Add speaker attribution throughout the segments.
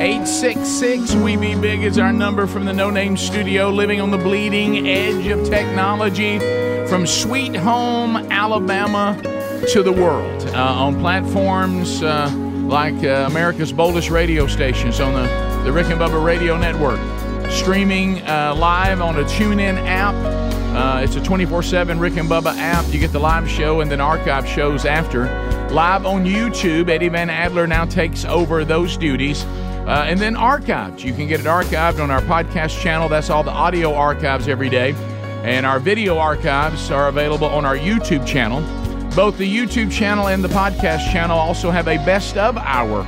Speaker 1: 866 We Be Big is our number from the No Name Studio, living on the bleeding edge of technology from sweet home Alabama to the world uh, on platforms uh, like uh, America's boldest radio stations on the, the Rick and Bubba Radio Network, streaming uh, live on a TuneIn app. Uh, it's a 24 7 Rick and Bubba app. You get the live show and then archive shows after. Live on YouTube, Eddie Van Adler now takes over those duties. Uh, and then archived. You can get it archived on our podcast channel. That's all the audio archives every day. And our video archives are available on our YouTube channel. Both the YouTube channel and the podcast channel also have a best of hour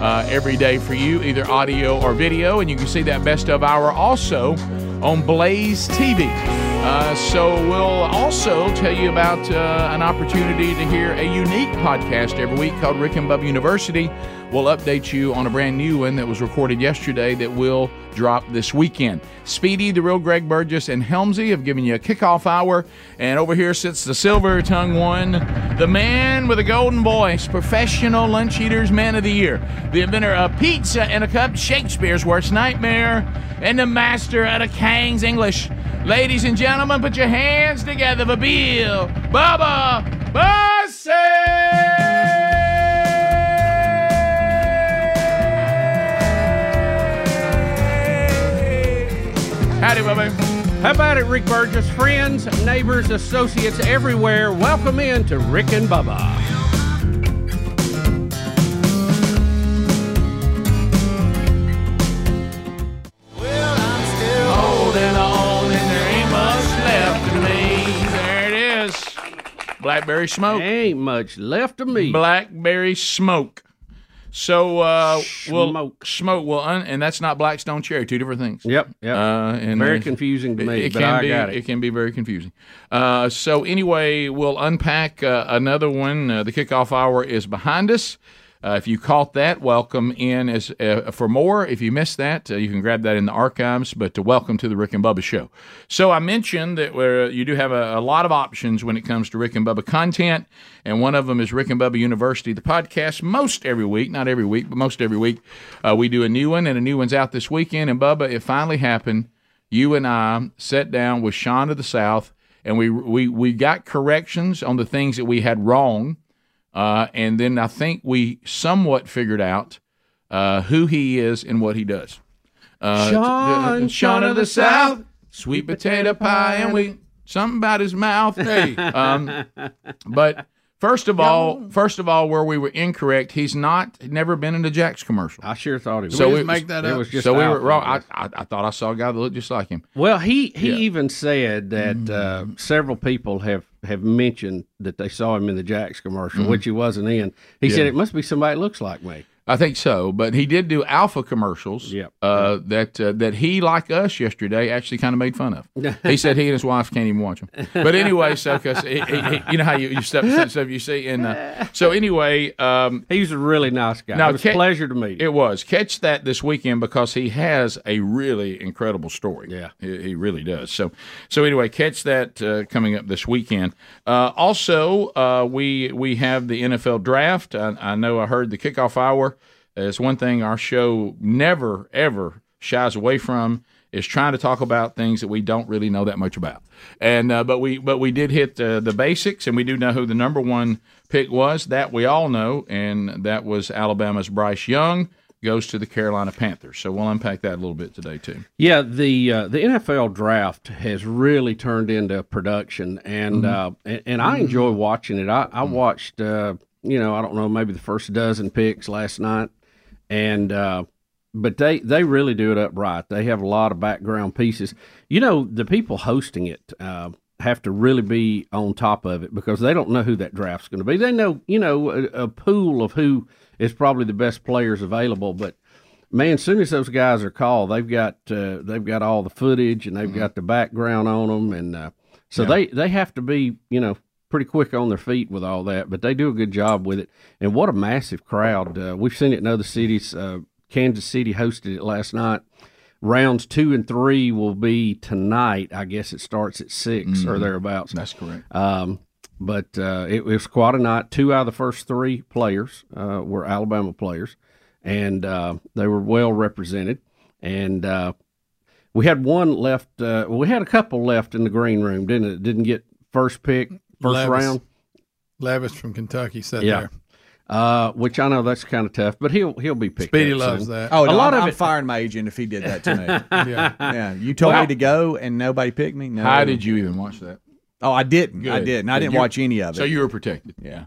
Speaker 1: uh, every day for you, either audio or video. And you can see that best of hour also on Blaze TV. Uh, so we'll also tell you about uh, an opportunity to hear a unique podcast every week called Rick and Bub University. We'll update you on a brand new one that was recorded yesterday that will drop this weekend. Speedy, the real Greg Burgess, and Helmsy have given you a kickoff hour. And over here sits the silver tongue one, the man with a golden voice, professional lunch eaters, man of the year, the inventor of pizza and a cup, Shakespeare's worst nightmare, and the master of the Kang's English. Ladies and gentlemen, put your hands together for Bill Bubba Bussey! Howdy, Bubba.
Speaker 2: How about it, Rick Burgess? Friends, neighbors, associates everywhere, welcome in to Rick and Bubba.
Speaker 3: Well, I'm still
Speaker 1: Holding on, and there ain't much left of me. There it is. Blackberry smoke.
Speaker 2: Ain't much left of me.
Speaker 1: Blackberry smoke. So uh, we'll
Speaker 2: Smoke.
Speaker 1: smoke. Well, un- and that's not Blackstone cherry. Two different things.
Speaker 2: Yep, yep.
Speaker 1: Uh, and
Speaker 2: Very confusing
Speaker 1: confusing.
Speaker 2: to me,
Speaker 1: it
Speaker 2: but
Speaker 1: can
Speaker 2: I
Speaker 1: be,
Speaker 2: got it.
Speaker 1: can be very confusing. Uh, so anyway, we'll unpack uh, another one. Uh, the kickoff hour is behind us. Uh, if you caught that, welcome in as uh, for more. If you missed that, uh, you can grab that in the archives. But uh, welcome to the Rick and Bubba show. So I mentioned that where you do have a, a lot of options when it comes to Rick and Bubba content, and one of them is Rick and Bubba University, the podcast. Most every week, not every week, but most every week, uh, we do a new one, and a new one's out this weekend. And Bubba, it finally happened you and I sat down with Sean of the South, and we we we got corrections on the things that we had wrong, uh, and then I think we somewhat figured out uh, who he is and what he does. Uh,
Speaker 2: Sean,
Speaker 1: t- uh, Sean of the South, sweet potato pie, and we something about his mouth. Hey, um, but. First of all, first of all, where we were incorrect, he's not never been in a Jack's commercial.
Speaker 2: I sure thought it was.
Speaker 1: So
Speaker 2: it
Speaker 1: we-
Speaker 2: was-
Speaker 1: make
Speaker 4: that
Speaker 2: it
Speaker 4: up.
Speaker 2: was just
Speaker 1: so we were
Speaker 2: alpha.
Speaker 1: wrong. I, I, I thought I saw a guy that looked just like him.
Speaker 2: Well, he he
Speaker 1: Yeah. Mm.
Speaker 2: even said that uh, several people have have mentioned that they saw him in the Jack's commercial, which he wasn't in. He said
Speaker 1: Mm-hmm. Yeah.
Speaker 2: it must be somebody that looks like me.
Speaker 1: I think so, but he did do Alpha commercials.
Speaker 2: Yep.
Speaker 1: Uh, that uh, that he, like us yesterday, actually kind of made fun of. he said he and his wife can't even watch them. But anyway, so 'cause he- he- he- you know how you, you stuff, stuff, stuff you see, and uh, so anyway, um,
Speaker 2: He was a really nice guy.
Speaker 1: Now,
Speaker 2: it was
Speaker 1: Ca-
Speaker 2: a pleasure to meet him.
Speaker 1: it was catch that this weekend because he has a really incredible story.
Speaker 2: Yeah.
Speaker 1: he, he really does. So so anyway, catch that uh, coming up this weekend. Uh, also, uh, we we have the NFL draft. I, I know I heard the kickoff hour. It's one thing our show never ever shies away from is trying to talk about things that we don't really know that much about. And uh, but we but we did hit uh, the basics, and we do know who the number one pick was. That we all know, and that was Alabama's Bryce Young goes to the Carolina Panthers. So we'll unpack that a little bit today too.
Speaker 2: Yeah, the uh, the NFL draft has really turned into production, and uh, and, and I enjoy watching it. I, I watched, uh, you know, I don't know, maybe the first dozen picks last night, and uh, but they they really do it upright. They have a lot of background pieces. You know, the people hosting it uh, have to really be on top of it because they don't know who that draft's going to be. They know, you know, a, a pool of who is probably the best players available, but man, as soon as those guys are called, they've got uh, they've got all the footage and they've
Speaker 1: Mm-hmm.
Speaker 2: got the background on them, and uh, so they they have to be you know pretty quick on their feet with all that. But they do a good job with it, and what a massive crowd! Uh, we've seen it in other cities. Uh, Kansas City hosted it last night. Rounds two and three will be tonight. I guess it starts at 6 or thereabouts.
Speaker 1: Mm-hmm. That's correct.
Speaker 2: Um, but uh, it, was quite a night. Two out of the first three players uh, were Alabama players, and uh, they were well represented. And uh, we had one left. Uh, well, we had a couple left in the green room, didn't it? Didn't get first pick, first
Speaker 5: Levis.
Speaker 2: round.
Speaker 5: Levis from Kentucky said
Speaker 2: Yeah.
Speaker 5: there.
Speaker 2: Uh, which I know that's kind of tough, but he'll he'll be picked.
Speaker 5: Speedy
Speaker 2: up
Speaker 5: loves
Speaker 2: soon.
Speaker 5: that.
Speaker 6: Oh, no,
Speaker 2: lot
Speaker 6: I'm,
Speaker 2: of
Speaker 6: I'm
Speaker 2: it-
Speaker 6: firing my agent if he did that to me.
Speaker 5: Yeah.
Speaker 6: yeah, you told me to go and nobody picked me. No.
Speaker 1: How did you even watch that?
Speaker 6: Oh, I didn't. I
Speaker 1: Good.
Speaker 6: didn't. I didn't
Speaker 1: You-
Speaker 6: watch any of it.
Speaker 1: So you were protected.
Speaker 6: yeah.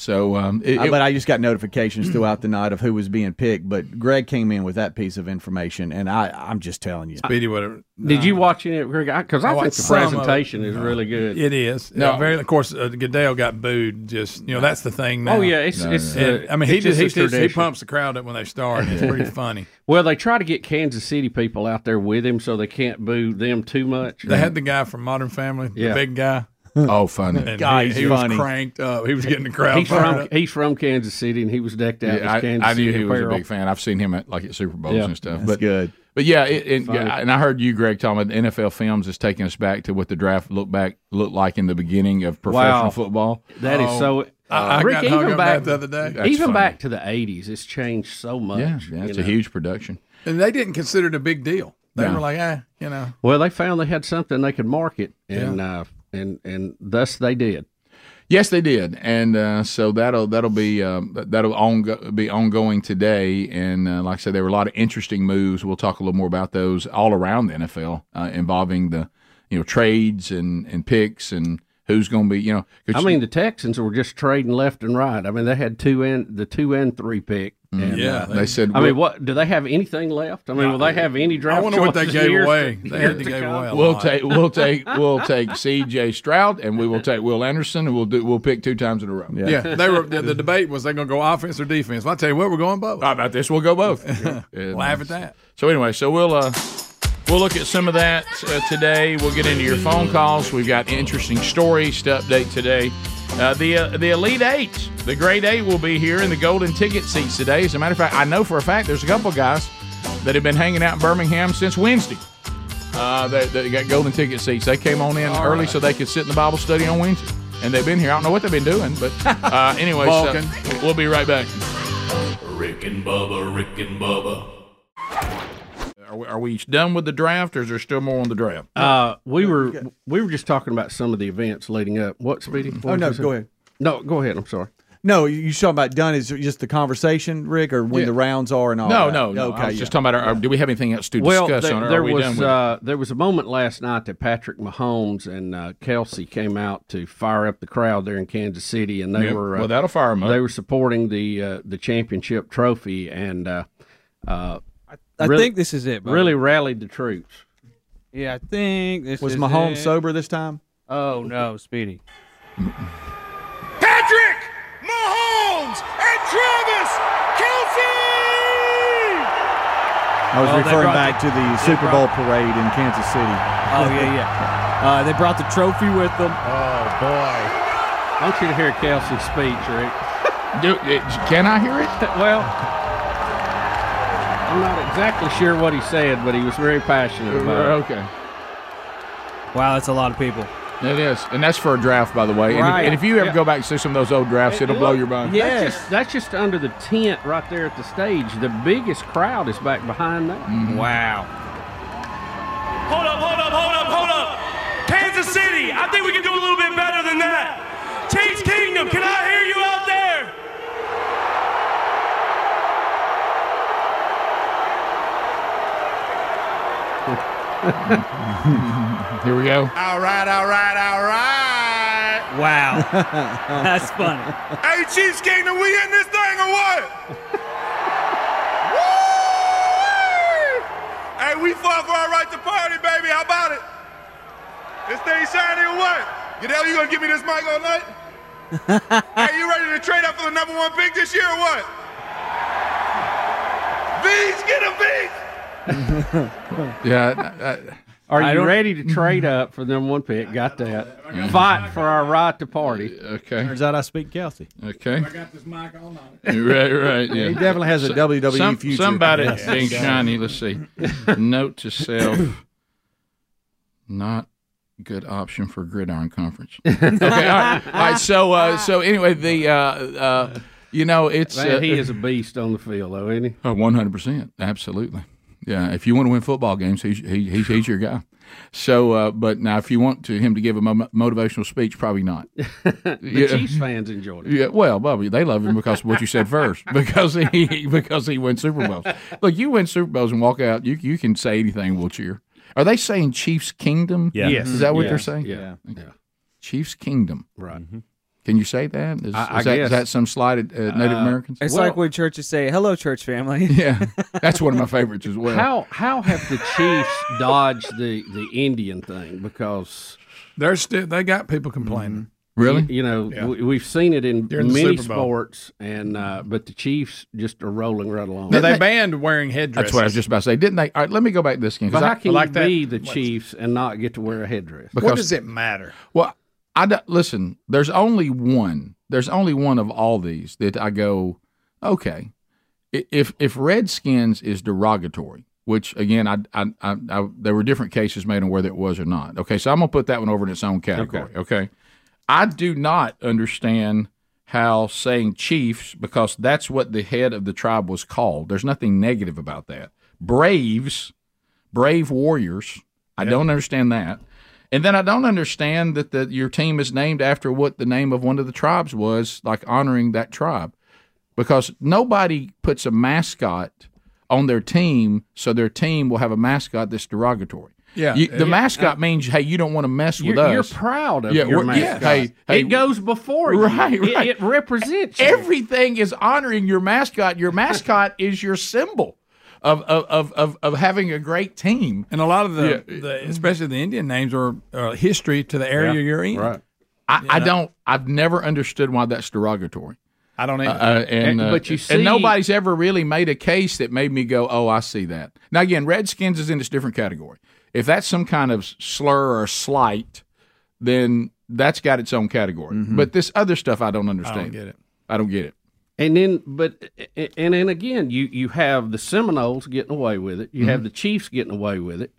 Speaker 1: So um, it,
Speaker 6: Uh,
Speaker 1: it-
Speaker 6: but I just got notifications throughout the night of who was being picked. But Greg came in with that piece of information, and I, I'm just telling you,
Speaker 5: Speedy would have.
Speaker 2: Did you watch any of it, Greg? Because I, think
Speaker 5: watched
Speaker 2: the
Speaker 5: some of it.
Speaker 2: presentation is really good.
Speaker 5: It is.
Speaker 1: No.
Speaker 5: No. very, of course, uh, Goodell got booed. Just, you know, that's the thing now.
Speaker 2: oh yeah, it's it's.
Speaker 5: And,
Speaker 2: uh,
Speaker 5: I mean, he
Speaker 2: it's
Speaker 5: just,
Speaker 2: a
Speaker 5: he, just he
Speaker 2: tradition.
Speaker 5: pumps the crowd up when they start. It's pretty funny.
Speaker 2: Well, they try to get Kansas City people out there with him, so they can't boo them too much.
Speaker 5: They had the guy from Modern Family,
Speaker 2: Yeah.
Speaker 5: the big guy.
Speaker 1: oh, funny.
Speaker 5: And
Speaker 6: Guy,
Speaker 5: he,
Speaker 6: he's
Speaker 5: he was
Speaker 6: funny.
Speaker 5: cranked up. He was getting the crowd.
Speaker 2: He's
Speaker 5: fired
Speaker 2: from
Speaker 5: up.
Speaker 2: he's from Kansas City, and he was decked out
Speaker 1: Yeah,
Speaker 2: as Kansas
Speaker 1: I, I knew
Speaker 2: City
Speaker 1: he was a
Speaker 2: apparel.
Speaker 1: big fan. I've seen him at like at Super Bowls
Speaker 2: Yeah.
Speaker 1: and stuff.
Speaker 6: that's
Speaker 1: But
Speaker 6: good.
Speaker 1: But yeah, it, it, yeah, and I heard you, Greg, talking about the NFL films is taking us back to what the draft looked back looked like in the beginning of professional
Speaker 2: Wow.
Speaker 1: football. Um,
Speaker 2: That is
Speaker 5: Oh,
Speaker 2: so.
Speaker 5: I, I
Speaker 2: Rick,
Speaker 5: got hung
Speaker 2: even
Speaker 5: up
Speaker 2: back
Speaker 5: back the other day.
Speaker 1: That's
Speaker 2: even
Speaker 1: funny.
Speaker 2: back to the '80s, it's changed so much.
Speaker 1: Yeah, yeah,
Speaker 2: you
Speaker 1: it's a
Speaker 2: know.
Speaker 1: huge production.
Speaker 5: And they didn't consider it a big deal. They
Speaker 1: No.
Speaker 5: were like, ah, you know.
Speaker 2: Well, they found they had something they could market, and uh, and and thus they did.
Speaker 1: Yes, they did, and uh, so that'll that'll be um, that- that'll ongo- be ongoing today. And uh, like I said, there were a lot of interesting moves. We'll talk a little more about those all around the NFL uh, involving the you know trades and and picks and who's going to be you know. 'cause
Speaker 2: I
Speaker 1: you-
Speaker 2: mean, the Texans were just trading left and right. I mean, they had two and the two and three pick.
Speaker 6: Mm.
Speaker 2: and, uh,
Speaker 5: Yeah.
Speaker 1: they said
Speaker 2: I mean, what do they have anything left? I mean, will they have any draft?
Speaker 5: I wonder what they
Speaker 2: choices
Speaker 5: gave
Speaker 2: years to-
Speaker 5: away. They
Speaker 2: years
Speaker 5: had
Speaker 2: to
Speaker 5: to give
Speaker 2: come?
Speaker 5: away a
Speaker 1: We'll
Speaker 5: lot.
Speaker 1: take we'll take we'll take C.J. Stroud and we will take Will Anderson and we'll do we'll pick two times in a row.
Speaker 5: Yeah, they were. The, the debate was they going to go offense or defense. Well, I tell you what, we're going both.
Speaker 1: How about this? We'll go both. And,
Speaker 5: Laugh
Speaker 1: uh,
Speaker 5: at that.
Speaker 1: So anyway, so we'll uh, we'll look at some of that uh, today. We'll get into your phone calls. We've got interesting stories to update today. Uh, the uh, the elite eight, the grade eight, will be here in the golden ticket seats today. As a matter of fact, I know for a fact there's a couple guys that have been hanging out in Birmingham since Wednesday. Uh, they, they got golden ticket seats. They came on in early so they could sit in the Bible study on Wednesday, and they've been here. I don't know what they've been doing, but uh, anyway, so
Speaker 5: Balking.
Speaker 1: we'll be right back.
Speaker 7: Rick and Bubba, Rick and Bubba,
Speaker 1: Are we, are we done with the draft, or is there still more on the draft?
Speaker 2: Uh, we were we were just talking about some of the events leading up. What, Speedy? What
Speaker 6: Oh
Speaker 2: was
Speaker 6: no,
Speaker 2: you saying?
Speaker 6: go ahead.
Speaker 2: No, go ahead. I'm sorry.
Speaker 6: No, you you talking about done is just the conversation, Rick, or when the rounds are and all.
Speaker 1: no,
Speaker 6: that?
Speaker 1: no, no.
Speaker 6: Okay,
Speaker 1: I was
Speaker 6: yeah.
Speaker 1: just talking about. Our, uh, Do we have anything else to
Speaker 2: Well,
Speaker 1: discuss
Speaker 2: there,
Speaker 1: on it? or
Speaker 2: there
Speaker 1: are we done
Speaker 2: was
Speaker 1: with it?
Speaker 2: uh, there was a moment last night that Patrick Mahomes and uh, Kelsey came out to fire up the crowd there in Kansas City, and they
Speaker 1: Yep.
Speaker 2: were uh,
Speaker 1: well, that'll fire them up.
Speaker 2: they were supporting the uh, the championship trophy and uh, uh,
Speaker 8: I
Speaker 2: Really-
Speaker 8: think this is it. Bubba.
Speaker 2: really rallied the troops.
Speaker 8: Yeah, I think this
Speaker 6: was
Speaker 8: is
Speaker 6: Mahomes
Speaker 8: it.
Speaker 6: sober this time?
Speaker 8: Oh no, Speedy.
Speaker 9: Patrick Mahomes and Travis Kelsey!
Speaker 6: I was
Speaker 8: Oh, they
Speaker 6: referring
Speaker 8: brought
Speaker 6: back to the Super Bowl parade in Kansas
Speaker 8: Oh
Speaker 6: City.
Speaker 8: yeah, yeah. Uh, they brought the trophy with them.
Speaker 2: I want you to hear Kelsey's speech, Rick.
Speaker 1: Do, it- can I hear it?
Speaker 2: Well, I'm not exactly sure what he said, but he was very passionate about it.
Speaker 1: Okay,
Speaker 8: Wow, that's a lot of people.
Speaker 1: it is, and that's for a draft, by the way. And, if,
Speaker 8: Right.
Speaker 1: and if you ever
Speaker 2: Yeah.
Speaker 1: go back and see some of those old drafts, it'll blow your mind.
Speaker 2: That's just, that's just under the tent right there at the stage. The biggest crowd is back behind that.
Speaker 1: Mm-hmm.
Speaker 8: Wow.
Speaker 9: Hold up, hold up, hold up, hold up. Kansas City, I think we can do a little bit better than that. Chiefs Kingdom, can I hear you out there?
Speaker 1: Here we go.
Speaker 10: All right, all right, all right.
Speaker 8: Wow. that's funny.
Speaker 9: Hey, Chiefs Kingdom, we in this thing or what? Woo! hey, we fought for our right to party, baby. How about it? This thing shiny or what? Goodell, you gonna give me this mic all night? hey, you ready to trade up for the number one pick this year or what? V's get a V.
Speaker 1: Yeah.
Speaker 2: Are
Speaker 8: I
Speaker 2: you
Speaker 8: don't-
Speaker 2: ready to trade up for the number one pick? Got that. Fight for our right to party.
Speaker 1: I- Mm-hmm. okay.
Speaker 6: Turns out I speak Kelsey.
Speaker 1: Okay.
Speaker 11: got this mic all night.
Speaker 1: Right. Right.
Speaker 6: He
Speaker 1: Yeah.
Speaker 6: definitely has a WWE
Speaker 1: Some-
Speaker 6: future.
Speaker 1: somebody being shiny. Let's see. Note to self: not good option for gridiron conference. Okay. All right. All right so uh, so anyway, the uh, uh, you know it's uh, Oh,
Speaker 2: Man, he is a beast on the field, though, isn't he?
Speaker 1: One hundred percent, absolutely. Yeah, if you want to win football games, he's he, he's, he's your guy. So, uh, but now if you want to him to give a mo- motivational speech, probably not.
Speaker 2: The
Speaker 1: yeah,
Speaker 2: Chiefs fans enjoyed it.
Speaker 1: yeah, well, Bobby, they love him because of what you said first, because he because he wins Super Bowls. Look, you win Super Bowls and walk out, you you can say anything, we'll cheer. Are they saying Chiefs Kingdom?
Speaker 8: Yeah. Yes.
Speaker 1: is that what
Speaker 2: Yeah. Mm-hmm.
Speaker 1: they're saying?
Speaker 2: Yeah.
Speaker 1: Chiefs Kingdom.
Speaker 2: Right.
Speaker 1: Can you say that? Is,
Speaker 2: I- I
Speaker 1: is that,
Speaker 2: guess.
Speaker 1: is that some slighted uh, Native Americans?
Speaker 8: It's
Speaker 2: Well-
Speaker 8: like when churches say, "Hello, church family."
Speaker 1: Yeah, that's one of my favorites as well.
Speaker 2: How how have the Chiefs dodged the the Indian thing? Because
Speaker 5: They're still. They got people complaining.
Speaker 1: Mm-hmm. really?
Speaker 2: you know we, we've seen it in
Speaker 5: During the
Speaker 2: many
Speaker 5: Super Bowl.
Speaker 2: sports, and uh, but the Chiefs just are rolling right along. But
Speaker 5: Now, they banned wearing headdresses.
Speaker 1: That's what I was just about to say. Didn't they? All right, let me go back to this game. 'cause
Speaker 2: how
Speaker 1: I,
Speaker 2: can
Speaker 5: like
Speaker 2: you
Speaker 5: that.
Speaker 2: be the Chiefs and not get to wear a headdress?
Speaker 5: What
Speaker 1: because
Speaker 5: does it matter?
Speaker 1: well, I don't- listen. There's only one. There's only one of all these that I go, okay. I- If if Redskins is derogatory, which again, I, I, I, I there were different cases made on whether it was or not. Okay, so I'm gonna put that one over in its own category. okay? I do not understand how saying chiefs because that's what the head of the tribe was called. There's nothing negative about that. Braves, brave warriors. I don't understand that. And then I don't understand that the, your team is named after what the name of one of the tribes was, like honoring that tribe, because nobody puts a mascot on their team, so their team will have a mascot that's derogatory.
Speaker 5: Yeah. Uh,
Speaker 1: You- the mascot means, hey, you don't want to mess with
Speaker 2: You're,
Speaker 1: us.
Speaker 2: you're proud of
Speaker 1: Yeah,
Speaker 2: your
Speaker 1: we're- yeah,
Speaker 2: mascot.
Speaker 1: hey, hey.
Speaker 2: it goes before you.
Speaker 1: Right,
Speaker 2: It-
Speaker 1: right.
Speaker 2: It, represents you.
Speaker 1: Everything is honoring your mascot. Your mascot is your symbol of of, of, of of having a great team.
Speaker 5: And a lot of the,
Speaker 1: Yeah.
Speaker 5: the especially the Indian names are uh, history to the area you're in.
Speaker 2: Right.
Speaker 1: I, I don't. I've never understood why that's derogatory.
Speaker 5: I don't even.
Speaker 1: Uh, and,
Speaker 2: And-
Speaker 1: uh,
Speaker 2: but you see-
Speaker 1: and nobody's ever really made a case that made me go, "Oh, I see that." Now again, Redskins is in its different category. If that's some kind of slur or slight, then that's got its own category.
Speaker 2: Mm-hmm.
Speaker 1: But this other stuff, I don't understand. I don't
Speaker 5: get it.
Speaker 1: I don't get it.
Speaker 2: And then, but and then again, you you have the Seminoles getting away with it. You have the Chiefs getting away with it.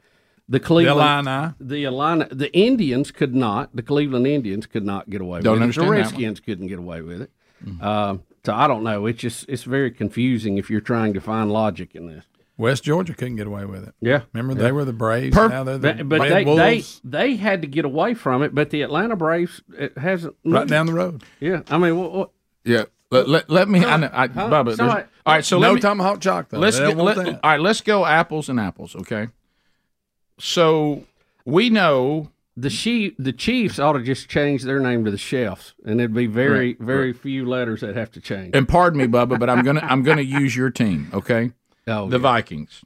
Speaker 2: The Cleveland,
Speaker 5: Mm-hmm. Illini.
Speaker 2: the Illini, the Indians could not. The Cleveland Indians could not get away
Speaker 1: Don't
Speaker 2: with it.
Speaker 1: understand
Speaker 2: The
Speaker 1: that one.
Speaker 2: Redskins couldn't get away with it.
Speaker 5: Mm-hmm.
Speaker 2: Um, so I don't know. It's just it's very confusing if you're trying to find logic in this.
Speaker 5: West Georgia couldn't get away with it.
Speaker 2: Yeah.
Speaker 5: Remember they were the Braves.
Speaker 1: Perf-
Speaker 5: now they're the
Speaker 2: But, but
Speaker 5: Red
Speaker 2: they, they
Speaker 5: Wolves.
Speaker 2: they had to get away from it. But the Atlanta Braves it hasn't.
Speaker 5: right
Speaker 2: moved.
Speaker 5: down the road.
Speaker 2: Yeah. I mean, what, what,
Speaker 1: Yeah. Let, let, let me. I, know, I, Bubba, there's-
Speaker 2: somebody-
Speaker 1: all right. So
Speaker 5: no
Speaker 1: let me,
Speaker 5: tomahawk chalk though.
Speaker 1: Let's
Speaker 5: They don't
Speaker 1: get,
Speaker 5: want
Speaker 1: let, all
Speaker 5: that.
Speaker 1: right. Let's go apples and apples. Okay. So we know
Speaker 2: the she the Chiefs ought to just change their name to the Chefs, and there'd be very
Speaker 1: Right,
Speaker 2: very few letters that have to change.
Speaker 1: and pardon me, Bubba, but I'm gonna I'm gonna use your team, okay?
Speaker 2: Oh,
Speaker 1: the Vikings.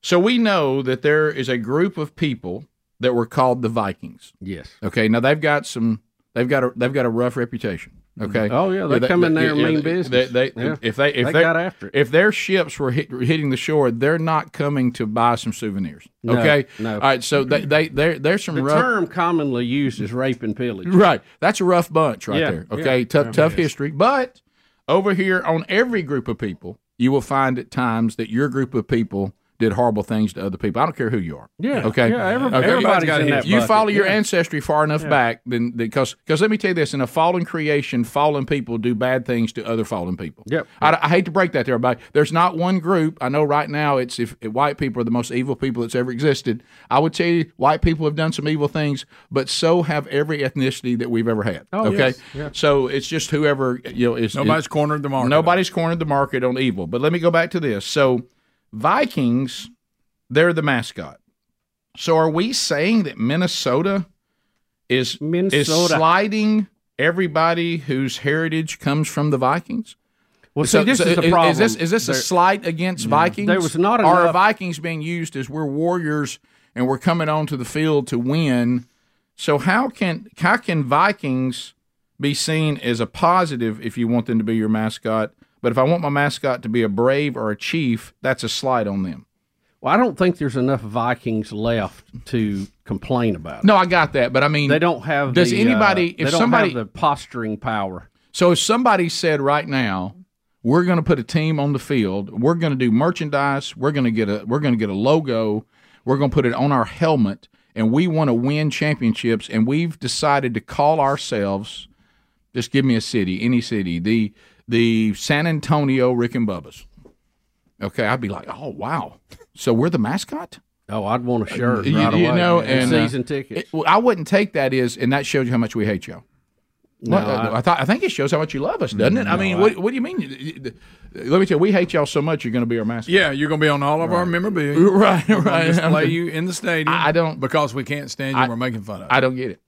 Speaker 1: So we know that there is a group of people that were called the Vikings.
Speaker 2: yes.
Speaker 1: Okay, now they've got some they've got a they've got a rough reputation. Okay.
Speaker 2: Oh, yeah, they come in there and mean
Speaker 1: they-
Speaker 2: business.
Speaker 1: They, they-
Speaker 2: Yeah.
Speaker 1: if they if
Speaker 2: They
Speaker 1: they-
Speaker 2: got after it.
Speaker 1: if their ships were hit, hitting the shore, they're not coming to buy some souvenirs. Okay.
Speaker 2: no.
Speaker 1: All right. So they they there there's some
Speaker 2: The
Speaker 1: rough
Speaker 2: term commonly used is rape and pillage.
Speaker 1: Right. That's a rough bunch right
Speaker 2: Yeah,
Speaker 1: there. Okay. Tough, tough history. But over here on every group of people, you will find at times that your group of people did horrible things to other people. I don't care who you are.
Speaker 2: Yeah.
Speaker 1: Okay.
Speaker 2: Yeah. every-
Speaker 1: Okay.
Speaker 2: Everybody's
Speaker 5: got
Speaker 2: in
Speaker 5: his-
Speaker 2: that.
Speaker 1: If you
Speaker 2: bucket.
Speaker 1: follow your ancestry far enough back, then because because let me tell you this: in a fallen creation, fallen people do bad things to other fallen people.
Speaker 2: Yep.
Speaker 1: I, I hate to break that to everybody. There's not one group. I know right now it's if, if white people are the most evil people that's ever existed. I would tell you white people have done some evil things, but so have every ethnicity that we've ever had. okay. So it's just whoever you know is
Speaker 5: Nobody's
Speaker 1: is-
Speaker 5: cornered the market.
Speaker 1: Nobody's cornered the market on evil. But let me go back to this. So Vikings, they're the mascot. So are we saying that Minnesota is is
Speaker 2: Minnesota.
Speaker 1: sliding everybody whose heritage comes from the Vikings?
Speaker 2: Well, see, this is the problem.
Speaker 1: Is this, is this a
Speaker 2: There- Mm.
Speaker 1: slight against Vikings?
Speaker 2: There was not
Speaker 1: Or are
Speaker 2: enough-
Speaker 1: Vikings being used as we're warriors and we're coming onto the field to win? So how can how can Vikings be seen as a positive if you want them to be your mascot, But if I want my mascot to be a brave or a chief, that's a slight on them.
Speaker 2: Well, I don't think there's enough Vikings left to complain about. It.
Speaker 1: No, I got that, but I mean,
Speaker 2: They don't have.
Speaker 1: Does
Speaker 2: the,
Speaker 1: anybody-
Speaker 2: uh,
Speaker 1: if
Speaker 2: they don't
Speaker 1: somebody-
Speaker 2: have the posturing power?
Speaker 1: So if somebody said right now, we're going to put a team on the field, we're going to do merchandise, we're going to get a we're going to get a logo, we're going to put it on our helmet, and we want to win championships, and we've decided to call ourselves, just give me a city, any city, the the San Antonio Rick and Bubba's. Okay, I'd be like, oh wow, so we're the mascot. Uh,
Speaker 2: Oh, I'd want a shirt
Speaker 1: You-
Speaker 2: right
Speaker 1: you
Speaker 2: away.
Speaker 1: know, and, uh,
Speaker 2: season tickets.
Speaker 1: It- well, I wouldn't take that as, and that shows you how much we hate y'all.
Speaker 2: No,
Speaker 1: Well, uh, I,
Speaker 2: I-
Speaker 1: thought, I think it shows how much you love us, doesn't it? I mean, what, what do you mean? Let me tell you, we hate y'all so much, you're going to be our mascot.
Speaker 5: Yeah, you're going to be on all of our memorabilia.
Speaker 1: Right,
Speaker 5: Right. Display
Speaker 1: right.
Speaker 5: you in the stadium.
Speaker 1: I I don't.
Speaker 5: because we can't stand you.
Speaker 1: I-
Speaker 5: we're making fun of.
Speaker 1: I don't get it.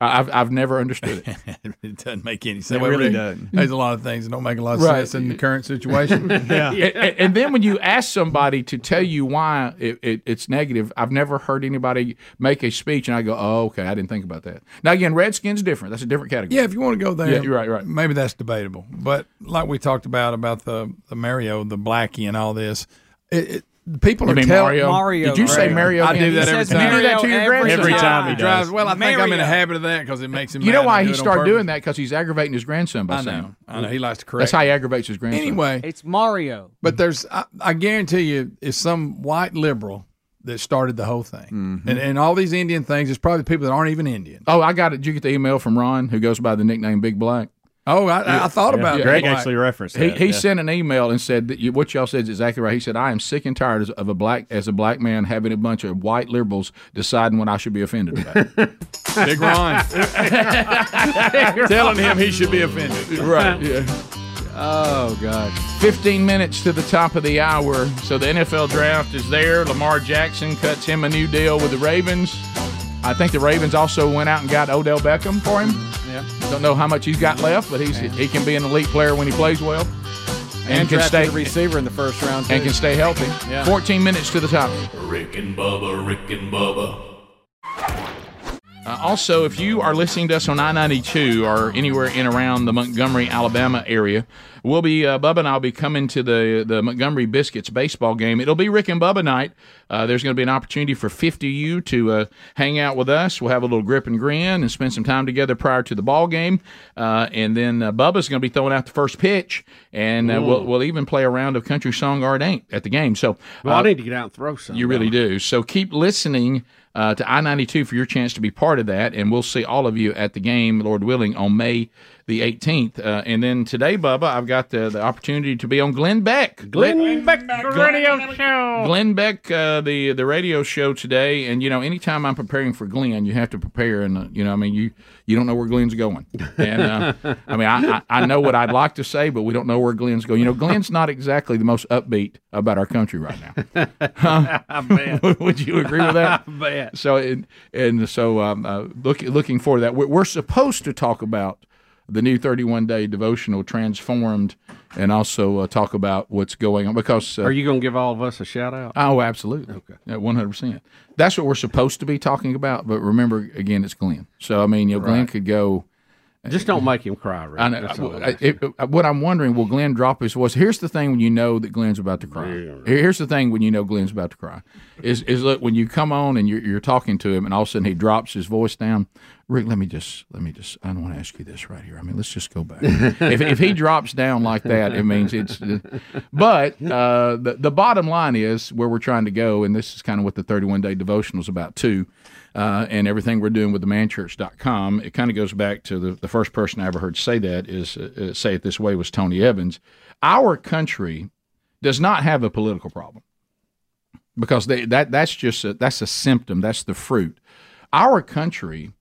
Speaker 1: I- I've I've never understood it.
Speaker 5: it. it doesn't make any sense.
Speaker 6: It really
Speaker 5: Rick,
Speaker 6: doesn't.
Speaker 5: There's a lot of things that don't make a lot of
Speaker 1: Right.
Speaker 5: sense in the current situation. yeah.
Speaker 1: and, and- and then when you ask somebody to tell you why it, it, it's negative, I've never heard anybody make a speech, and I go, "Oh, okay, I didn't think about that." Now again, Redskins different. That's a different category.
Speaker 5: Yeah, if you want to go there,
Speaker 1: Yeah, you're right, right.
Speaker 5: Maybe that's debatable, but like we talked about about the the Mario, the Blackie, and all this, it, it, people
Speaker 1: You
Speaker 5: are
Speaker 1: mean
Speaker 5: telling.
Speaker 1: Mario?
Speaker 8: Mario,
Speaker 1: Did you say Mario?
Speaker 8: Mario.
Speaker 5: I
Speaker 1: again?
Speaker 5: do that
Speaker 8: He
Speaker 5: every
Speaker 8: says
Speaker 5: time.
Speaker 1: You do that to your
Speaker 8: Mario every
Speaker 1: grandson?
Speaker 8: Every time he
Speaker 5: It drives- Well, I think I'm in
Speaker 8: Mario.
Speaker 5: a habit of that because it makes him.
Speaker 1: You
Speaker 5: mad
Speaker 1: know
Speaker 5: and I
Speaker 1: why
Speaker 5: do
Speaker 1: he
Speaker 5: it on
Speaker 1: started
Speaker 5: purpose.
Speaker 1: doing that? Because he's aggravating his grandson by
Speaker 5: I
Speaker 1: saying,
Speaker 5: know. I know. He likes to correct.
Speaker 1: "That's how he aggravates his grandson."
Speaker 5: Anyway,
Speaker 8: It's Mario.
Speaker 5: But there's, I, I guarantee you, it's some white liberal that started the whole thing, and and all these Indian things. It's probably people that aren't even Indian.
Speaker 1: Mm-hmm. Oh, I got it. Did you get the email from Ron, who goes by the nickname Big Black?
Speaker 5: Oh, I, I thought about it.
Speaker 12: Greg
Speaker 5: Like,
Speaker 12: actually referenced
Speaker 1: He,
Speaker 12: that.
Speaker 1: he
Speaker 12: yeah.
Speaker 1: sent an email and said that you, what y'all said is exactly right. He said, "I am sick and tired as, of a black as a black man having a bunch of white liberals deciding what I should be offended about."
Speaker 5: Big Ron telling him he should be offended.
Speaker 1: right. Yeah.
Speaker 2: oh God.
Speaker 1: Fifteen minutes to the top of the hour, so the NFL draft is there. Lamar Jackson cuts him a new deal with the Ravens. I think the Ravens also went out and got Odell Beckham for him.
Speaker 5: Yeah.
Speaker 1: Don't know how much he's got left, but he's he can be an elite player when he plays well, and,
Speaker 6: And
Speaker 1: can
Speaker 6: drafted
Speaker 1: stay
Speaker 6: a receiver in the first round.
Speaker 1: and
Speaker 6: too.
Speaker 1: can stay healthy.
Speaker 6: Yeah.
Speaker 1: 14 minutes to the top.
Speaker 7: Rick and Bubba, Rick and Bubba.
Speaker 1: Uh, also, if you are listening to us on I 92 or anywhere in around the Montgomery, Alabama area, we'll be, uh, Bubba and I'll be coming to the, the Montgomery Biscuits baseball game. It'll be Rick and Bubba night. Uh, there's going to be an opportunity for 50U to uh, hang out with us. We'll have a little grip and grin and spend some time together prior to the ball game. Uh, and then uh, Bubba's going to be throwing out the first pitch, and uh, we'll, we'll even play a round of Country Song or It Ain't at the game. So,
Speaker 2: Well,
Speaker 1: uh,
Speaker 2: I need to get out and throw some.
Speaker 1: you really do. So keep listening uh, to I 92 for your chance to be part of that. And we'll see all of you at the game, Lord willing, on May the 18th. Uh, and then today, Bubba, I've got the, the opportunity to be on Glenn Beck.
Speaker 2: Glenn Beck radio show.
Speaker 1: Glenn Beck, uh, the the radio show today, and you know, anytime I'm preparing for Glenn, you have to prepare, and uh, you know, I mean, you you don't know where Glenn's going, and uh, I mean, I, I I know what I'd like to say, but we don't know where Glenn's going. You know, Glenn's not exactly the most upbeat about our country right now. Huh? Would you agree with that?
Speaker 2: Bet.
Speaker 1: So and, and so um, uh, look, looking forward to that. We're, we're supposed to talk about the new 31 day devotional transformed, and also uh, talk about what's going on because uh,
Speaker 2: Are you going to give all of us a shout out?
Speaker 1: Oh, absolutely. Okay. Yeah, 100%. That's what we're supposed to be talking about. But remember, again, it's Glenn. So, I mean, you know, Glenn could go. uh,
Speaker 2: Just don't make him cry. Rick.
Speaker 1: I know,
Speaker 2: That's
Speaker 1: I-
Speaker 2: all I'm
Speaker 1: I- it- uh, what I'm wondering, will Glenn drop his voice? Here's the thing when you know that Glenn's about to cry. Here- Here's the thing when you know Glenn's about to cry is, is look, when you come on and you're, you're talking to him and all of a sudden he drops his voice down. Rick, let me just, let me just, I don't want to ask you this right here. I mean, let's just go back. if, if he drops down like that, it means it's, but uh, the, the bottom line is where we're trying to go. And this is kind of what the 31 day devotional is about too uh, and everything we're doing with themanchurch.com, it kind of goes back to the, the first person I ever heard say that is uh, uh, say it this way was Tony Evans. Our country does not have a political problem because they, that that's just a, that's a symptom. That's the fruit. Our country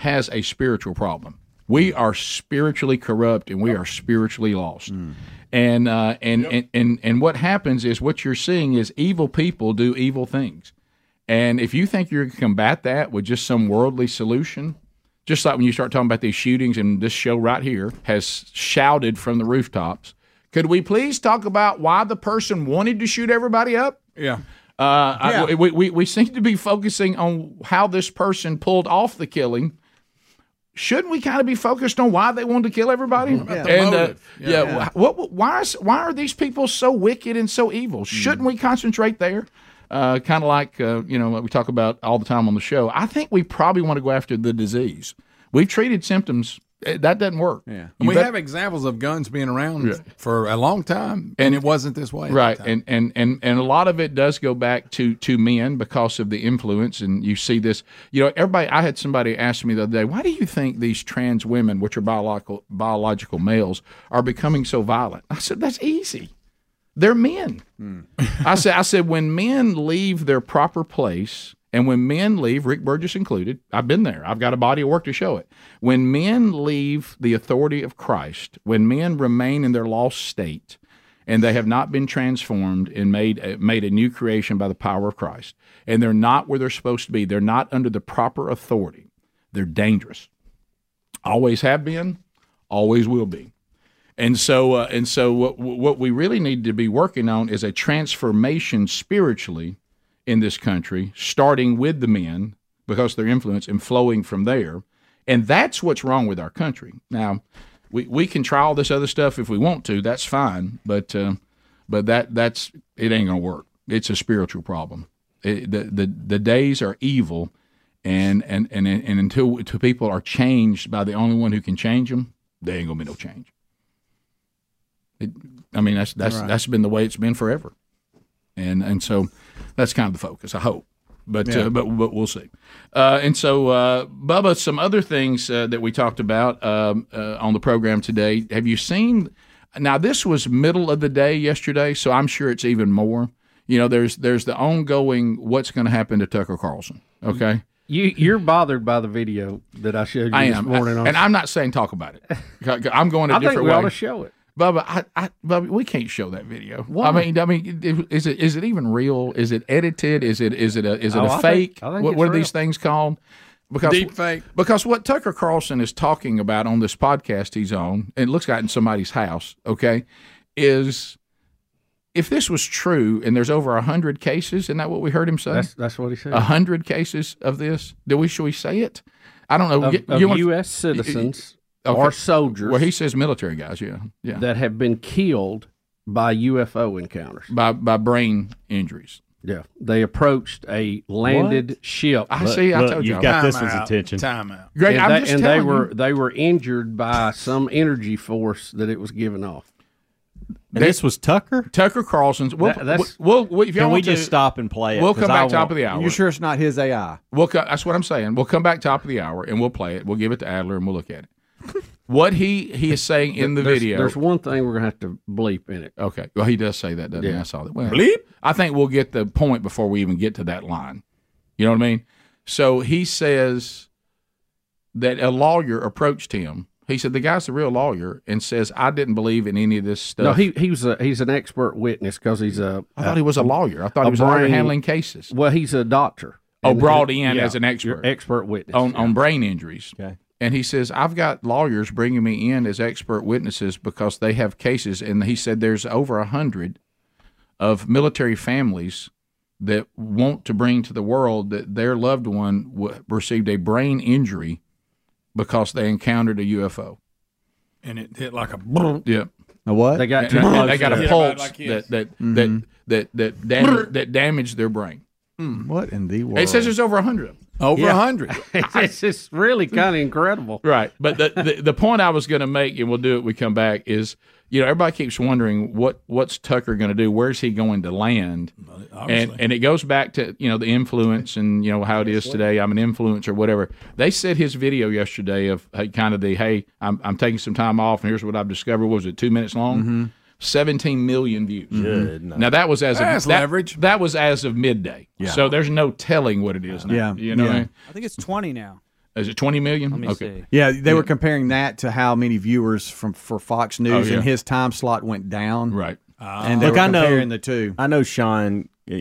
Speaker 1: has a spiritual problem. We
Speaker 5: Mm.
Speaker 1: are spiritually corrupt and we are spiritually lost.
Speaker 5: Mm.
Speaker 1: And, uh, and, and and and what happens is what you're seeing is evil people do evil things. And if you think you're going to combat that with just some worldly solution, just like when you start talking about these shootings, and this show right here has shouted from the rooftops, could we please talk about why the person wanted to shoot everybody up?
Speaker 5: Yeah.
Speaker 1: Uh, I- we, we, we seem to be focusing on how this person pulled off the killing
Speaker 11: shouldn't we kind of be focused on why they wanted to kill everybody? And uh,
Speaker 5: motive.
Speaker 11: yeah, wh- What, what- why is, why are these people so wicked and so evil?
Speaker 5: Mm-hmm.
Speaker 11: Shouldn't we concentrate there? Uh, kind of like uh, you know what we talk about all the time on the show. I think we probably want to go after the disease. We've treated symptoms. Eh, That doesn't work. Yeah,
Speaker 5: And we have examples of guns being around for a long time, and it wasn't this way. at the
Speaker 1: right
Speaker 5: time.
Speaker 1: and, and and and a lot of it does go back to to men because of the influence and you see this you know everybody i had somebody ask me the other day why do you think these trans women which are biological biological males are becoming so violent i said that's easy they're men i said i said when men leave their proper place and when men leave rick burgess included i've been there i've got a body of work to show it when men leave the authority of christ when men remain in their lost state and they have not been transformed and made uh, made a new creation by the power of Christ, and they're not where they're supposed to be. They're not under the proper authority. They're dangerous. Always have been, always will be. And so, uh, and so, what what we really need to be working on is a transformation spiritually in this country, starting with the men because of their influence and flowing from there. And that's what's wrong with our country. Now, we, we can try all this other stuff if we want to. That's fine, but uh, but that that's it ain't gonna work. It's a spiritual problem. It, the, the the days are evil, and and and and until, until people are changed by the only one who can change them, there ain't gonna be no change. It, I mean that's that's that's been the way it's been forever, and and so that's kind of the focus. I hope, but uh, but but we'll see. Uh, and so, uh, Bubba, some other things uh, that we talked about um, uh, on the program today. Have you seen? Now, this was middle of the day yesterday, so I'm sure it's even more. You know, there's there's the ongoing what's going to happen to Tucker Carlson. Okay,
Speaker 2: You you're bothered by the video that I showed you
Speaker 1: I
Speaker 2: this
Speaker 1: am,
Speaker 2: morning. on,
Speaker 1: and I'm not saying talk about it. I'm going a
Speaker 2: I think
Speaker 1: different
Speaker 2: we
Speaker 1: way.
Speaker 2: ought to show it.
Speaker 1: Bubba, I, I, Bubba, we can't show that video. I mean, I mean, is it is it even real? Is it edited? Is it is it a is it
Speaker 2: Oh, I
Speaker 1: a
Speaker 2: think-
Speaker 1: fake?
Speaker 2: I think
Speaker 1: what
Speaker 2: it's
Speaker 1: what are
Speaker 2: real.
Speaker 1: these things called? Because
Speaker 5: Deep fake.
Speaker 1: Because what Tucker Carlson is talking about on this podcast he's on, and it looks like in somebody's house. Okay, is if this was true, and there's over hundred cases, isn't that what we heard him say?
Speaker 2: That's that's what he said.
Speaker 1: A hundred cases of this. Do we should we say it? I don't know.
Speaker 2: of,
Speaker 1: You-
Speaker 2: of
Speaker 1: you want-
Speaker 2: U.S. citizens
Speaker 1: Okay.
Speaker 2: or soldiers
Speaker 1: well, he says military guys. Yeah, yeah.
Speaker 2: that have been killed by UFO encounters.
Speaker 1: by by brain injuries.
Speaker 2: Yeah, they approached a landed ship.
Speaker 1: I see. I
Speaker 12: look,
Speaker 1: told you.
Speaker 12: you've got
Speaker 5: Time
Speaker 12: this one's
Speaker 5: out.
Speaker 12: attention.
Speaker 5: Time out.
Speaker 1: Great.
Speaker 2: and
Speaker 1: I'm
Speaker 2: they,
Speaker 1: just
Speaker 2: and they
Speaker 1: telling
Speaker 2: were
Speaker 1: you.
Speaker 2: they were injured by some energy force that it was giving off.
Speaker 12: And this was Tucker.
Speaker 1: Tucker Carlson's. We'll,
Speaker 2: That- that's-
Speaker 1: we'll, we'll- if y'all
Speaker 12: Can we
Speaker 1: want
Speaker 12: just
Speaker 1: to,
Speaker 12: stop and play it?
Speaker 1: We'll
Speaker 12: 'Cause
Speaker 1: come
Speaker 12: I
Speaker 1: back top
Speaker 12: want-
Speaker 1: of the hour.
Speaker 6: You sure it's not his AI?
Speaker 1: We'll co- that's what I'm saying. We'll come back top of the hour and we'll play it. We'll give it to Adler and we'll look at it. what he he is saying in the
Speaker 2: There's-
Speaker 1: video.
Speaker 2: there's one thing we're gonna have to bleep in it.
Speaker 1: okay. Well, he does say that, doesn't he? I saw that. Well,
Speaker 5: Bleep.
Speaker 1: I think we'll get the point before we even get to that line. You know what I mean? So he says that a lawyer approached him. He said the guy's a real lawyer and says I didn't believe in any of this stuff.
Speaker 2: No, he he was a, he's an expert witness because he's a
Speaker 1: I thought he was a lawyer. I thought he
Speaker 2: a
Speaker 1: was a lawyer
Speaker 2: brain-
Speaker 1: handling cases.
Speaker 2: well he's a doctor.
Speaker 1: Oh,
Speaker 2: And-
Speaker 1: brought in as an
Speaker 2: you're
Speaker 1: expert
Speaker 2: expert witness.
Speaker 1: on, on brain injuries.
Speaker 12: Okay.
Speaker 1: And he says, I've got lawyers bringing me in as expert witnesses because they have cases. And he said, there's over a hundred of military families that want to bring to the world that their loved one w- received a brain injury because they encountered a UFO.
Speaker 5: And it hit like a. brrr.
Speaker 1: Yeah.
Speaker 6: A what?
Speaker 2: They got
Speaker 1: And
Speaker 2: too close.
Speaker 1: they got
Speaker 2: to
Speaker 1: a
Speaker 2: it.
Speaker 1: pulse
Speaker 5: like
Speaker 1: that,
Speaker 5: his.
Speaker 1: that, that, that, that, dam- that damaged their brain.
Speaker 6: What in the world?
Speaker 1: It says there's over a hundred of them.
Speaker 5: Over a hundred.
Speaker 2: it's just really kind of incredible.
Speaker 1: Right. But the, the, the point I was going to make, and we'll do it when we come back, is you know, everybody keeps wondering what what's Tucker going to do? Where's he going to land? And, and it goes back to, you know, the influence and, you know, how it is today. I'm an influencer, whatever. They said his video yesterday of hey, kind of the, hey, I'm, I'm taking some time off and here's what I've discovered. What was it, two minutes long?
Speaker 6: Mm-hmm.
Speaker 1: 17 million views. Now, that was as
Speaker 5: That's
Speaker 1: of, that,
Speaker 5: leverage.
Speaker 1: That was as of midday. So there's no telling what it is now.
Speaker 6: Yeah.
Speaker 1: You know, what I
Speaker 6: Yeah.
Speaker 1: mean?
Speaker 8: I think it's 20 now.
Speaker 1: is it 20 million?
Speaker 8: Let me
Speaker 1: okay.
Speaker 8: see.
Speaker 6: Yeah, they were comparing that to how many viewers from for Fox News
Speaker 1: yeah.
Speaker 6: and his time slot went down.
Speaker 1: Right.
Speaker 6: And they
Speaker 12: Look,
Speaker 6: were
Speaker 12: I know-
Speaker 6: comparing the two.
Speaker 12: I know Sean uh,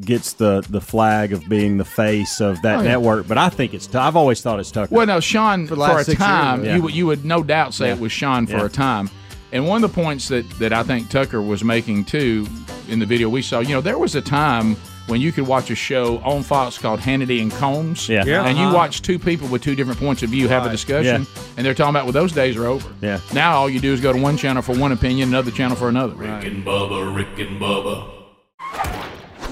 Speaker 12: gets the the flag of being the face of that
Speaker 6: Oh,
Speaker 12: network, but I think it's. Tu- I've always thought it's Tucker.
Speaker 1: Well, no, Sean for,
Speaker 6: the last
Speaker 1: a
Speaker 6: six
Speaker 1: time,
Speaker 6: years,
Speaker 12: yeah.
Speaker 1: you would you would no doubt say it was Sean for
Speaker 12: Yeah.
Speaker 1: a time. And one of the points that that I think Tucker was making too in the video we saw, you know, there was a time when you could watch a show on Fox called Hannity and Combs.
Speaker 12: Yeah. Yeah.
Speaker 1: And you
Speaker 12: Uh-huh.
Speaker 1: watch two people with two different points of view have a discussion, and they're talking about, well, those days are over.
Speaker 12: Yeah.
Speaker 1: Now all you do is go to one channel for one opinion, another channel for another.
Speaker 7: Rick and Bubba, Rick and Bubba.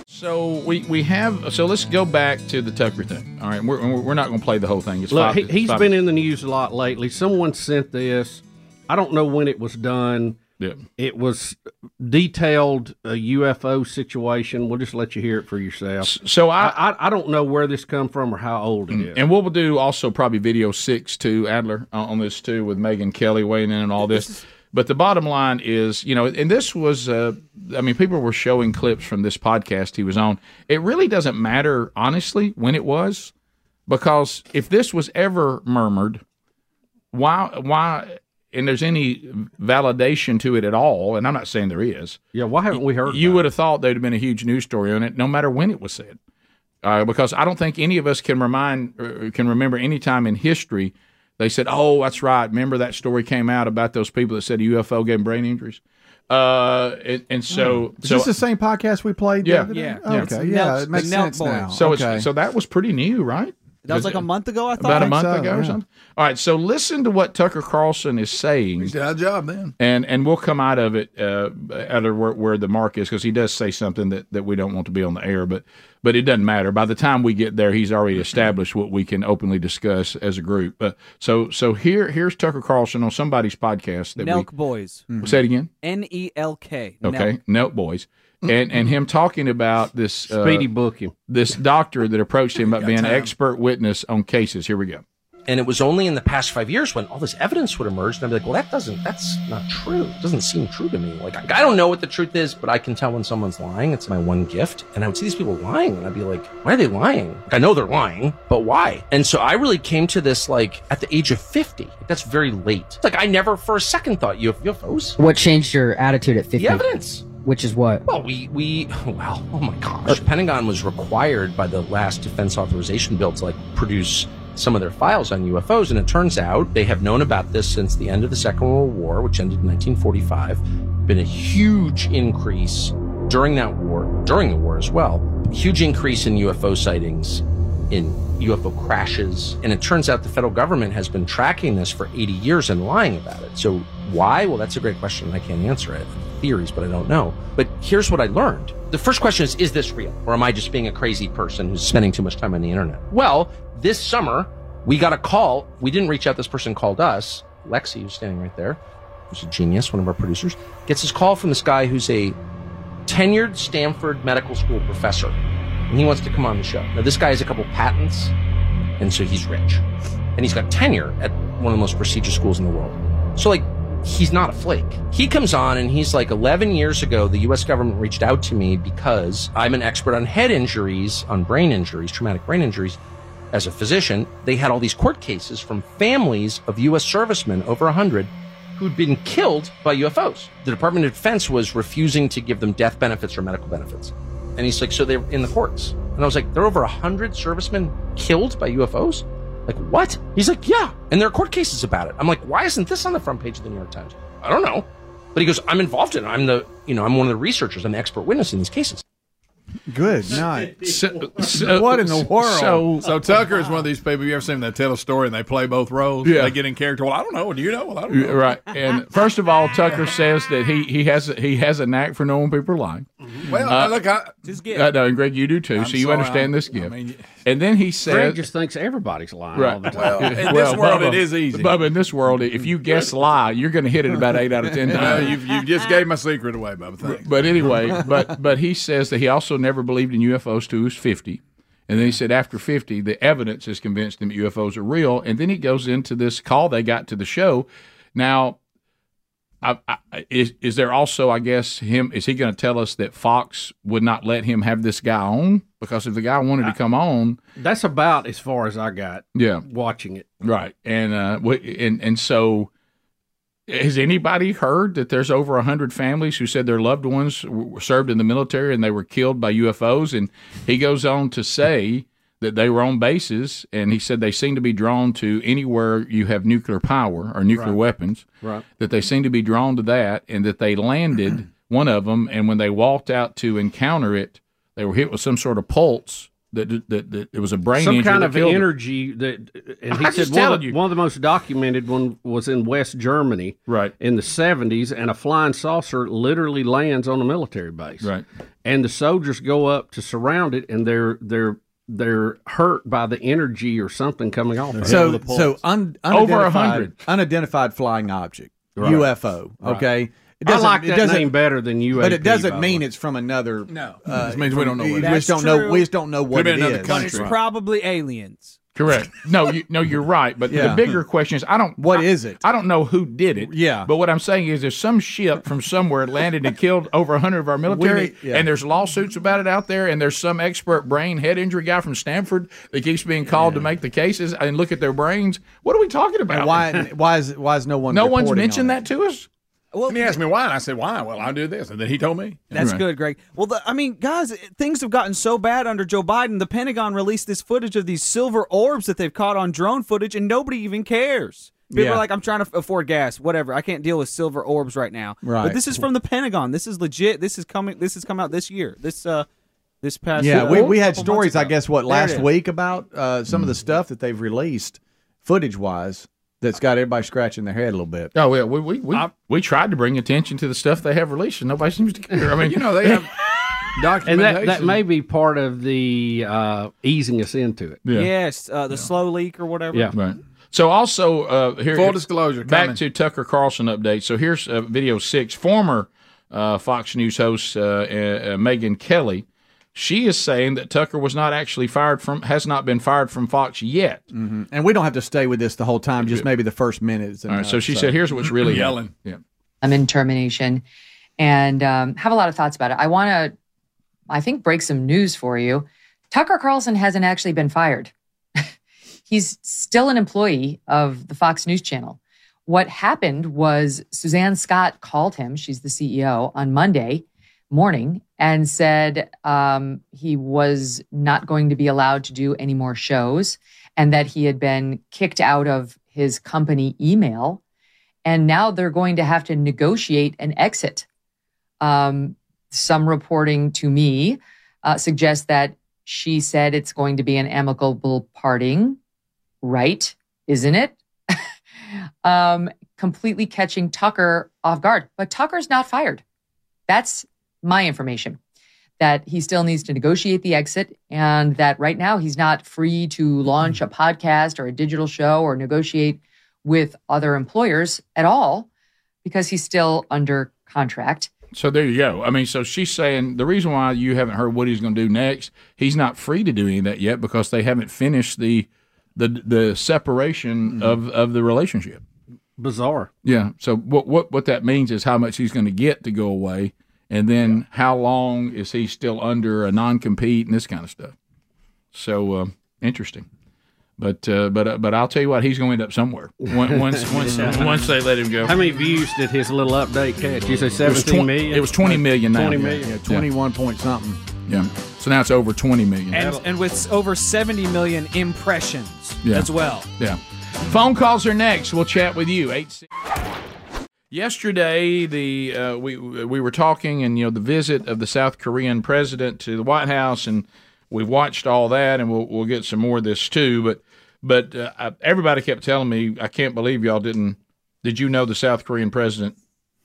Speaker 1: So we, we have so let's go back to the Tucker thing. All right, we're, we're not going to play the whole thing. It's
Speaker 2: Look,
Speaker 1: five,
Speaker 2: he, he's
Speaker 1: five-
Speaker 2: been in the news a lot lately. Someone sent this. I don't know when it was done.
Speaker 1: Yeah.
Speaker 2: It was detailed a UFO situation. We'll just let you hear it for yourself.
Speaker 1: So I,
Speaker 2: I, I don't know where this come from or how old it is.
Speaker 1: Mm. And we'll do also probably video six to Adler uh, on on this too with Megan Kelly weighing in and all this. But the bottom line is, you know, and this was, uh, I mean, people were showing clips from this podcast he was on. It really doesn't matter, honestly, when it was, because if this was ever murmured, why, why, and there's any validation to it at all, and I'm not saying there is.
Speaker 2: Yeah, why haven't we heard?
Speaker 1: You would have thought there'd have been a huge news story on it, no matter when it was said, uh, because I don't think any of us can remind or can remember any time in history they said, "Oh, that's right, remember that story came out about those people that said a UFO gave them brain injuries." Uh, and, and so,
Speaker 6: Is
Speaker 1: so
Speaker 6: this the same podcast we played? the
Speaker 1: Yeah.
Speaker 6: other day? Oh,
Speaker 8: Yeah.
Speaker 6: Okay.
Speaker 8: Yeah.
Speaker 6: Hmm. Yeah.
Speaker 8: Oh, It's Nelts-
Speaker 6: it makes
Speaker 8: the Nelt
Speaker 6: sense now.
Speaker 8: Boys.
Speaker 1: so
Speaker 6: okay.
Speaker 1: it's so that was pretty new, right?
Speaker 8: That was like a month ago, I thought.
Speaker 1: about a
Speaker 6: I think
Speaker 1: month
Speaker 6: so,
Speaker 1: ago or
Speaker 6: yeah.
Speaker 1: something. All right, so listen to what Tucker Carlson is saying.
Speaker 5: He's did our job then.
Speaker 1: and and we'll come out of it uh, out of where, where the mark is because he does say something that, that we don't want to be on the air, but but it doesn't matter. By the time we get there, he's already established what we can openly discuss as a group. Uh, so so here here's Tucker Carlson on somebody's podcast that
Speaker 8: Nelk Boys.
Speaker 1: we Mm-hmm. say it again.
Speaker 8: N E L K.
Speaker 1: Okay, Nelt Boys, and and him talking about this uh,
Speaker 2: Speedy book him.
Speaker 1: this doctor that approached him about being an expert witness on cases. Here we go.
Speaker 13: And it was only in the past five years when all this evidence would emerge, and I'd be like, well, that doesn't, that's not true. It doesn't seem true to me. Like, I, I don't know what the truth is, but I can tell when someone's lying. It's my one gift. And I would see these people lying, and I'd be like, why are they lying? Like, I know they're lying, but why? And so I really came to this, like, at the age of 50. Like, that's very late. It's like, I never for a second thought you UFOs.
Speaker 14: What changed your attitude at 50?
Speaker 13: The evidence.
Speaker 14: Which is what?
Speaker 13: Well, we we well, oh my gosh. The Pentagon was required by the last defense authorization bill to like produce some of their files on UFOs, and it turns out they have known about this since the end of the Second World War, which ended in 1945. Been a huge increase during that war, during the war as well. Huge increase in UFO sightings in UFO crashes. And it turns out the federal government has been tracking this for 80 years and lying about it. So why? Well, that's a great question. and I can't answer it. Theories, but I don't know. But here's what I learned. The first question is Is this real? Or am I just being a crazy person who's spending too much time on the internet? Well, this summer, we got a call. We didn't reach out. This person called us. Lexi, who's standing right there, who's a genius, one of our producers, gets this call from this guy who's a tenured Stanford Medical School professor, and he wants to come on the show. Now, this guy has a couple patents, and so he's rich, and he's got tenure at one of the most prestigious schools in the world. So, like, he's not a flake. He comes on and he's like, 11 years ago, the US government reached out to me because I'm an expert on head injuries, on brain injuries, traumatic brain injuries. As a physician, they had all these court cases from families of US servicemen, over 100, who'd been killed by UFOs. The Department of Defense was refusing to give them death benefits or medical benefits. And he's like, so they're in the courts. And I was like, there are over 100 servicemen killed by UFOs? Like, what? He's like, yeah. And there are court cases about it. I'm like, why isn't this on the front page of the New York Times? I don't know. But he goes, I'm involved in it. I'm the, you know, I'm one of the researchers. I'm the expert witness in these cases.
Speaker 6: Good night.
Speaker 1: So, so-
Speaker 6: What in the world?
Speaker 1: So,
Speaker 5: So Tucker is one of these people. You ever seen them that tell a story and they play both roles?
Speaker 1: Yeah.
Speaker 5: They get in character. Well, I don't know. Do you know? Well, I don't know.
Speaker 1: Right, and first of all, Tucker says that he he has a, he has a knack for knowing people are lying.
Speaker 5: Mm-hmm.
Speaker 1: Uh,
Speaker 5: Well, I- look, I,
Speaker 8: Just get.
Speaker 1: I know, and Greg, you do too.
Speaker 5: I'm
Speaker 1: so you
Speaker 5: sorry,
Speaker 1: understand
Speaker 5: I'm-
Speaker 1: this
Speaker 5: I
Speaker 1: gift.
Speaker 5: mean,
Speaker 1: and then he
Speaker 2: Greg
Speaker 1: said,
Speaker 2: just thinks everybody's lying all
Speaker 1: "Right,
Speaker 2: the time.
Speaker 5: in this world, it is easy.
Speaker 1: Bubba, in this world, if you guess lie, you're going to hit it about eight out of ten
Speaker 5: no,
Speaker 1: times."
Speaker 5: you you just gave my secret away, Bubba. Thanks.
Speaker 1: but anyway, but but he says that he also never believed in UFOs till he was fifty, and then he said after fifty, the evidence has convinced him that UFOs are real. And then he goes into this call they got to the show. Now, I, I, is is there also, I guess, him? Is he going to tell us that Fox would not let him have this guy on because if the guy wanted to come on,
Speaker 2: That's about as far as I got
Speaker 1: yeah,
Speaker 2: watching it.
Speaker 1: Right, and uh, wh- and and so, has anybody heard that there's over hundred families who said their loved ones w- served in the military and they were killed by UFOs? And he goes on to say that they were on bases, and he said they seem to be drawn to anywhere you have nuclear power or nuclear weapons.
Speaker 2: Right.
Speaker 1: That they seem to be drawn to that, and that they landed one of them, and when they walked out to encounter it, They were hit with some sort of pulse that that, that, that it was a brain
Speaker 2: some
Speaker 1: injury
Speaker 2: kind
Speaker 1: that
Speaker 2: of
Speaker 1: killed them.
Speaker 2: energy that uh, and he
Speaker 1: I'm
Speaker 2: said
Speaker 1: just
Speaker 2: one
Speaker 1: telling
Speaker 2: of, the,
Speaker 1: you.
Speaker 2: one of the most documented one was in west germany
Speaker 1: right
Speaker 2: in the 70s and a flying saucer literally lands on a military base
Speaker 1: Right.
Speaker 2: and the soldiers go up to surround it and they're they're they're hurt by the energy or something coming off of it.
Speaker 6: So, so un,
Speaker 2: Over a
Speaker 6: unidentified-
Speaker 2: hundred.
Speaker 6: unidentified flying object,
Speaker 2: Right.
Speaker 6: UFO.
Speaker 2: Right.
Speaker 6: Okay,
Speaker 2: I like that name better than UAP,
Speaker 6: but it
Speaker 2: by
Speaker 6: doesn't
Speaker 2: the
Speaker 6: mean it's from another. No,
Speaker 15: This means we don't know what
Speaker 6: We
Speaker 15: it
Speaker 6: just
Speaker 15: is.
Speaker 6: don't know. We just don't know what it is.
Speaker 8: But it's probably aliens.
Speaker 1: Correct. No, you, no, you're right. But
Speaker 6: Yeah.
Speaker 1: the bigger question is, I don't. What is it? I don't know who did it. Yeah. But what I'm saying is, there's some ship from somewhere landed and killed over 100 of our military,
Speaker 6: need- yeah.
Speaker 1: and there's lawsuits about it out there, and there's some expert brain head injury guy from Stanford that keeps being called to make the cases and look at their brains. What are we talking about?
Speaker 6: And why? Why is why is no one?
Speaker 1: No one's
Speaker 6: reporting
Speaker 1: mentioned
Speaker 6: on it?
Speaker 1: that to us.
Speaker 8: Well,
Speaker 15: and he asked me why, and I said why. Well, I do this, and then he told me.
Speaker 8: That's good, Greg. Well, the, I mean, guys, it- things have gotten so bad under Joe Biden. The Pentagon released this footage of these silver orbs that they've caught on drone footage, and nobody even cares. People
Speaker 6: Yeah.
Speaker 8: are like, I'm trying to f- afford gas, whatever. I can't deal with silver orbs right now.
Speaker 6: Right.
Speaker 8: But this is from the Pentagon. This is legit. This is coming. This has come out this year. This uh, this past
Speaker 6: Yeah, we, we had
Speaker 8: couple months
Speaker 6: stories, I
Speaker 8: ago.
Speaker 6: guess, what
Speaker 8: There it
Speaker 6: last
Speaker 8: is.
Speaker 6: week about uh, some of
Speaker 1: Mm.
Speaker 6: the stuff that they've released, footage wise, that's got everybody scratching their head a little bit.
Speaker 1: Oh yeah, we we we, we tried to bring attention to the stuff they have released, and nobody seems to care. I mean, you know, they have
Speaker 2: and
Speaker 1: documentation.
Speaker 2: that, that may be part of the uh, easing us into it
Speaker 8: Yes, uh, the slow leak or whatever.
Speaker 2: Yeah.
Speaker 1: Right. So also uh, here,
Speaker 8: Full disclosure,
Speaker 1: Back
Speaker 8: coming.
Speaker 1: to Tucker Carlson update. So here's uh, video six. Former uh, Fox News host uh, uh, uh, Megan Kelly, she is saying that Tucker was not actually fired from, has not been fired from Fox yet.
Speaker 6: Mhm. And we don't have to stay with this the whole time, just maybe the first minutes.
Speaker 1: All right. So she said, "Here's what's really
Speaker 6: Yelling.
Speaker 1: happened."
Speaker 16: I'm in termination and um, have a lot of thoughts about it. I want to, I think, break some news for you. Tucker Carlson hasn't actually been fired. He's still an employee of the Fox News Channel. What happened was Suzanne Scott called him, she's the CEO, on Monday morning and said um, he was not going to be allowed to do any more shows and that he had been kicked out of his company email and now they're going to have to negotiate an exit. Um, some reporting to me uh, suggests that she said it's going to be an amicable parting, right? Isn't it? um, completely catching Tucker off guard, but Tucker's not fired. That's my information. That he still needs to negotiate the exit, and that right now he's not free to launch a podcast or a digital show or negotiate with other employers at all because he's still under contract.
Speaker 1: So there you go. I mean, so she's saying the reason why you haven't heard what he's going to do next, he's not free to do any of that yet because they haven't finished the the the separation of of the relationship.
Speaker 2: bizarre
Speaker 1: Yeah. So what what what that means is how much he's going to get to go away, and then how long is he still under a non compete and this kind of stuff. So uh, interesting. But uh, but uh, but I'll tell you what, he's going to end up somewhere. Once once once, once they let him go.
Speaker 2: how many views did his little update catch you say
Speaker 1: It was
Speaker 2: 17
Speaker 1: twen-
Speaker 2: million
Speaker 1: It was twenty million. now.
Speaker 2: 20 million
Speaker 1: Yeah,
Speaker 6: one point something.
Speaker 1: Yeah. So now it's over twenty million.
Speaker 8: And, and with over 70 million impressions
Speaker 1: Yeah.
Speaker 8: as well.
Speaker 1: Yeah. Phone calls are next. We'll chat with you. Eight. six- Yesterday, the uh, we we were talking, and you know the visit of the South Korean president to the White House, and we've watched all that, and we'll we'll get some more of this too. But but uh, I, everybody kept telling me, I can't believe y'all didn't. Did you know the South Korean president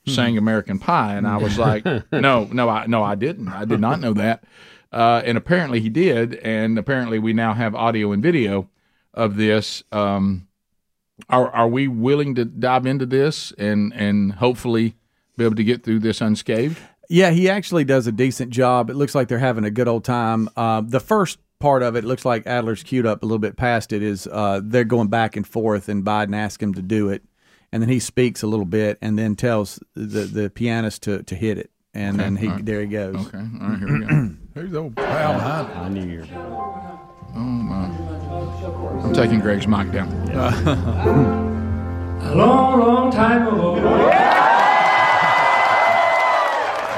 Speaker 1: sang American Pie? And I was like, no, no, I no, I didn't. I did not know that. Uh, and apparently he did, and apparently we now have audio and video of this. Um, are are we willing to dive into this and and hopefully be able to get through this unscathed?
Speaker 6: Yeah, he actually does a decent job. It looks like they're having a good old time. Uh, the first part of it looks like Adler's queued up a little bit past it. Is uh, they're going back and forth, and Biden asks him to do it, and then he speaks a little bit, and then tells the, the pianist to, to hit it, and
Speaker 1: Okay,
Speaker 6: then he
Speaker 1: all right.
Speaker 6: there he goes.
Speaker 1: Okay, all right, here we go. Who's the old pal behind
Speaker 6: I knew you.
Speaker 1: Oh
Speaker 5: Mm.
Speaker 1: my! I'm taking Greg's mic down.
Speaker 17: A long, long time ago.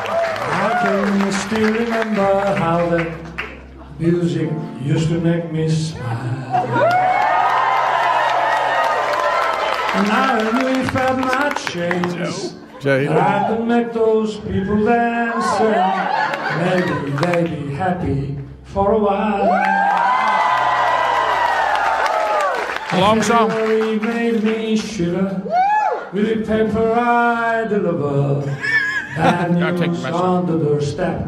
Speaker 17: I can still remember how that music used to make me smile. And I really felt my chains.
Speaker 6: Jay.
Speaker 17: That I could make those people dance. And Maybe they be happy for a while.
Speaker 11: A long song.
Speaker 17: He made me shiver with a paper-eyed lover. And
Speaker 11: Gotta take
Speaker 17: was
Speaker 11: the rest.
Speaker 17: under the step.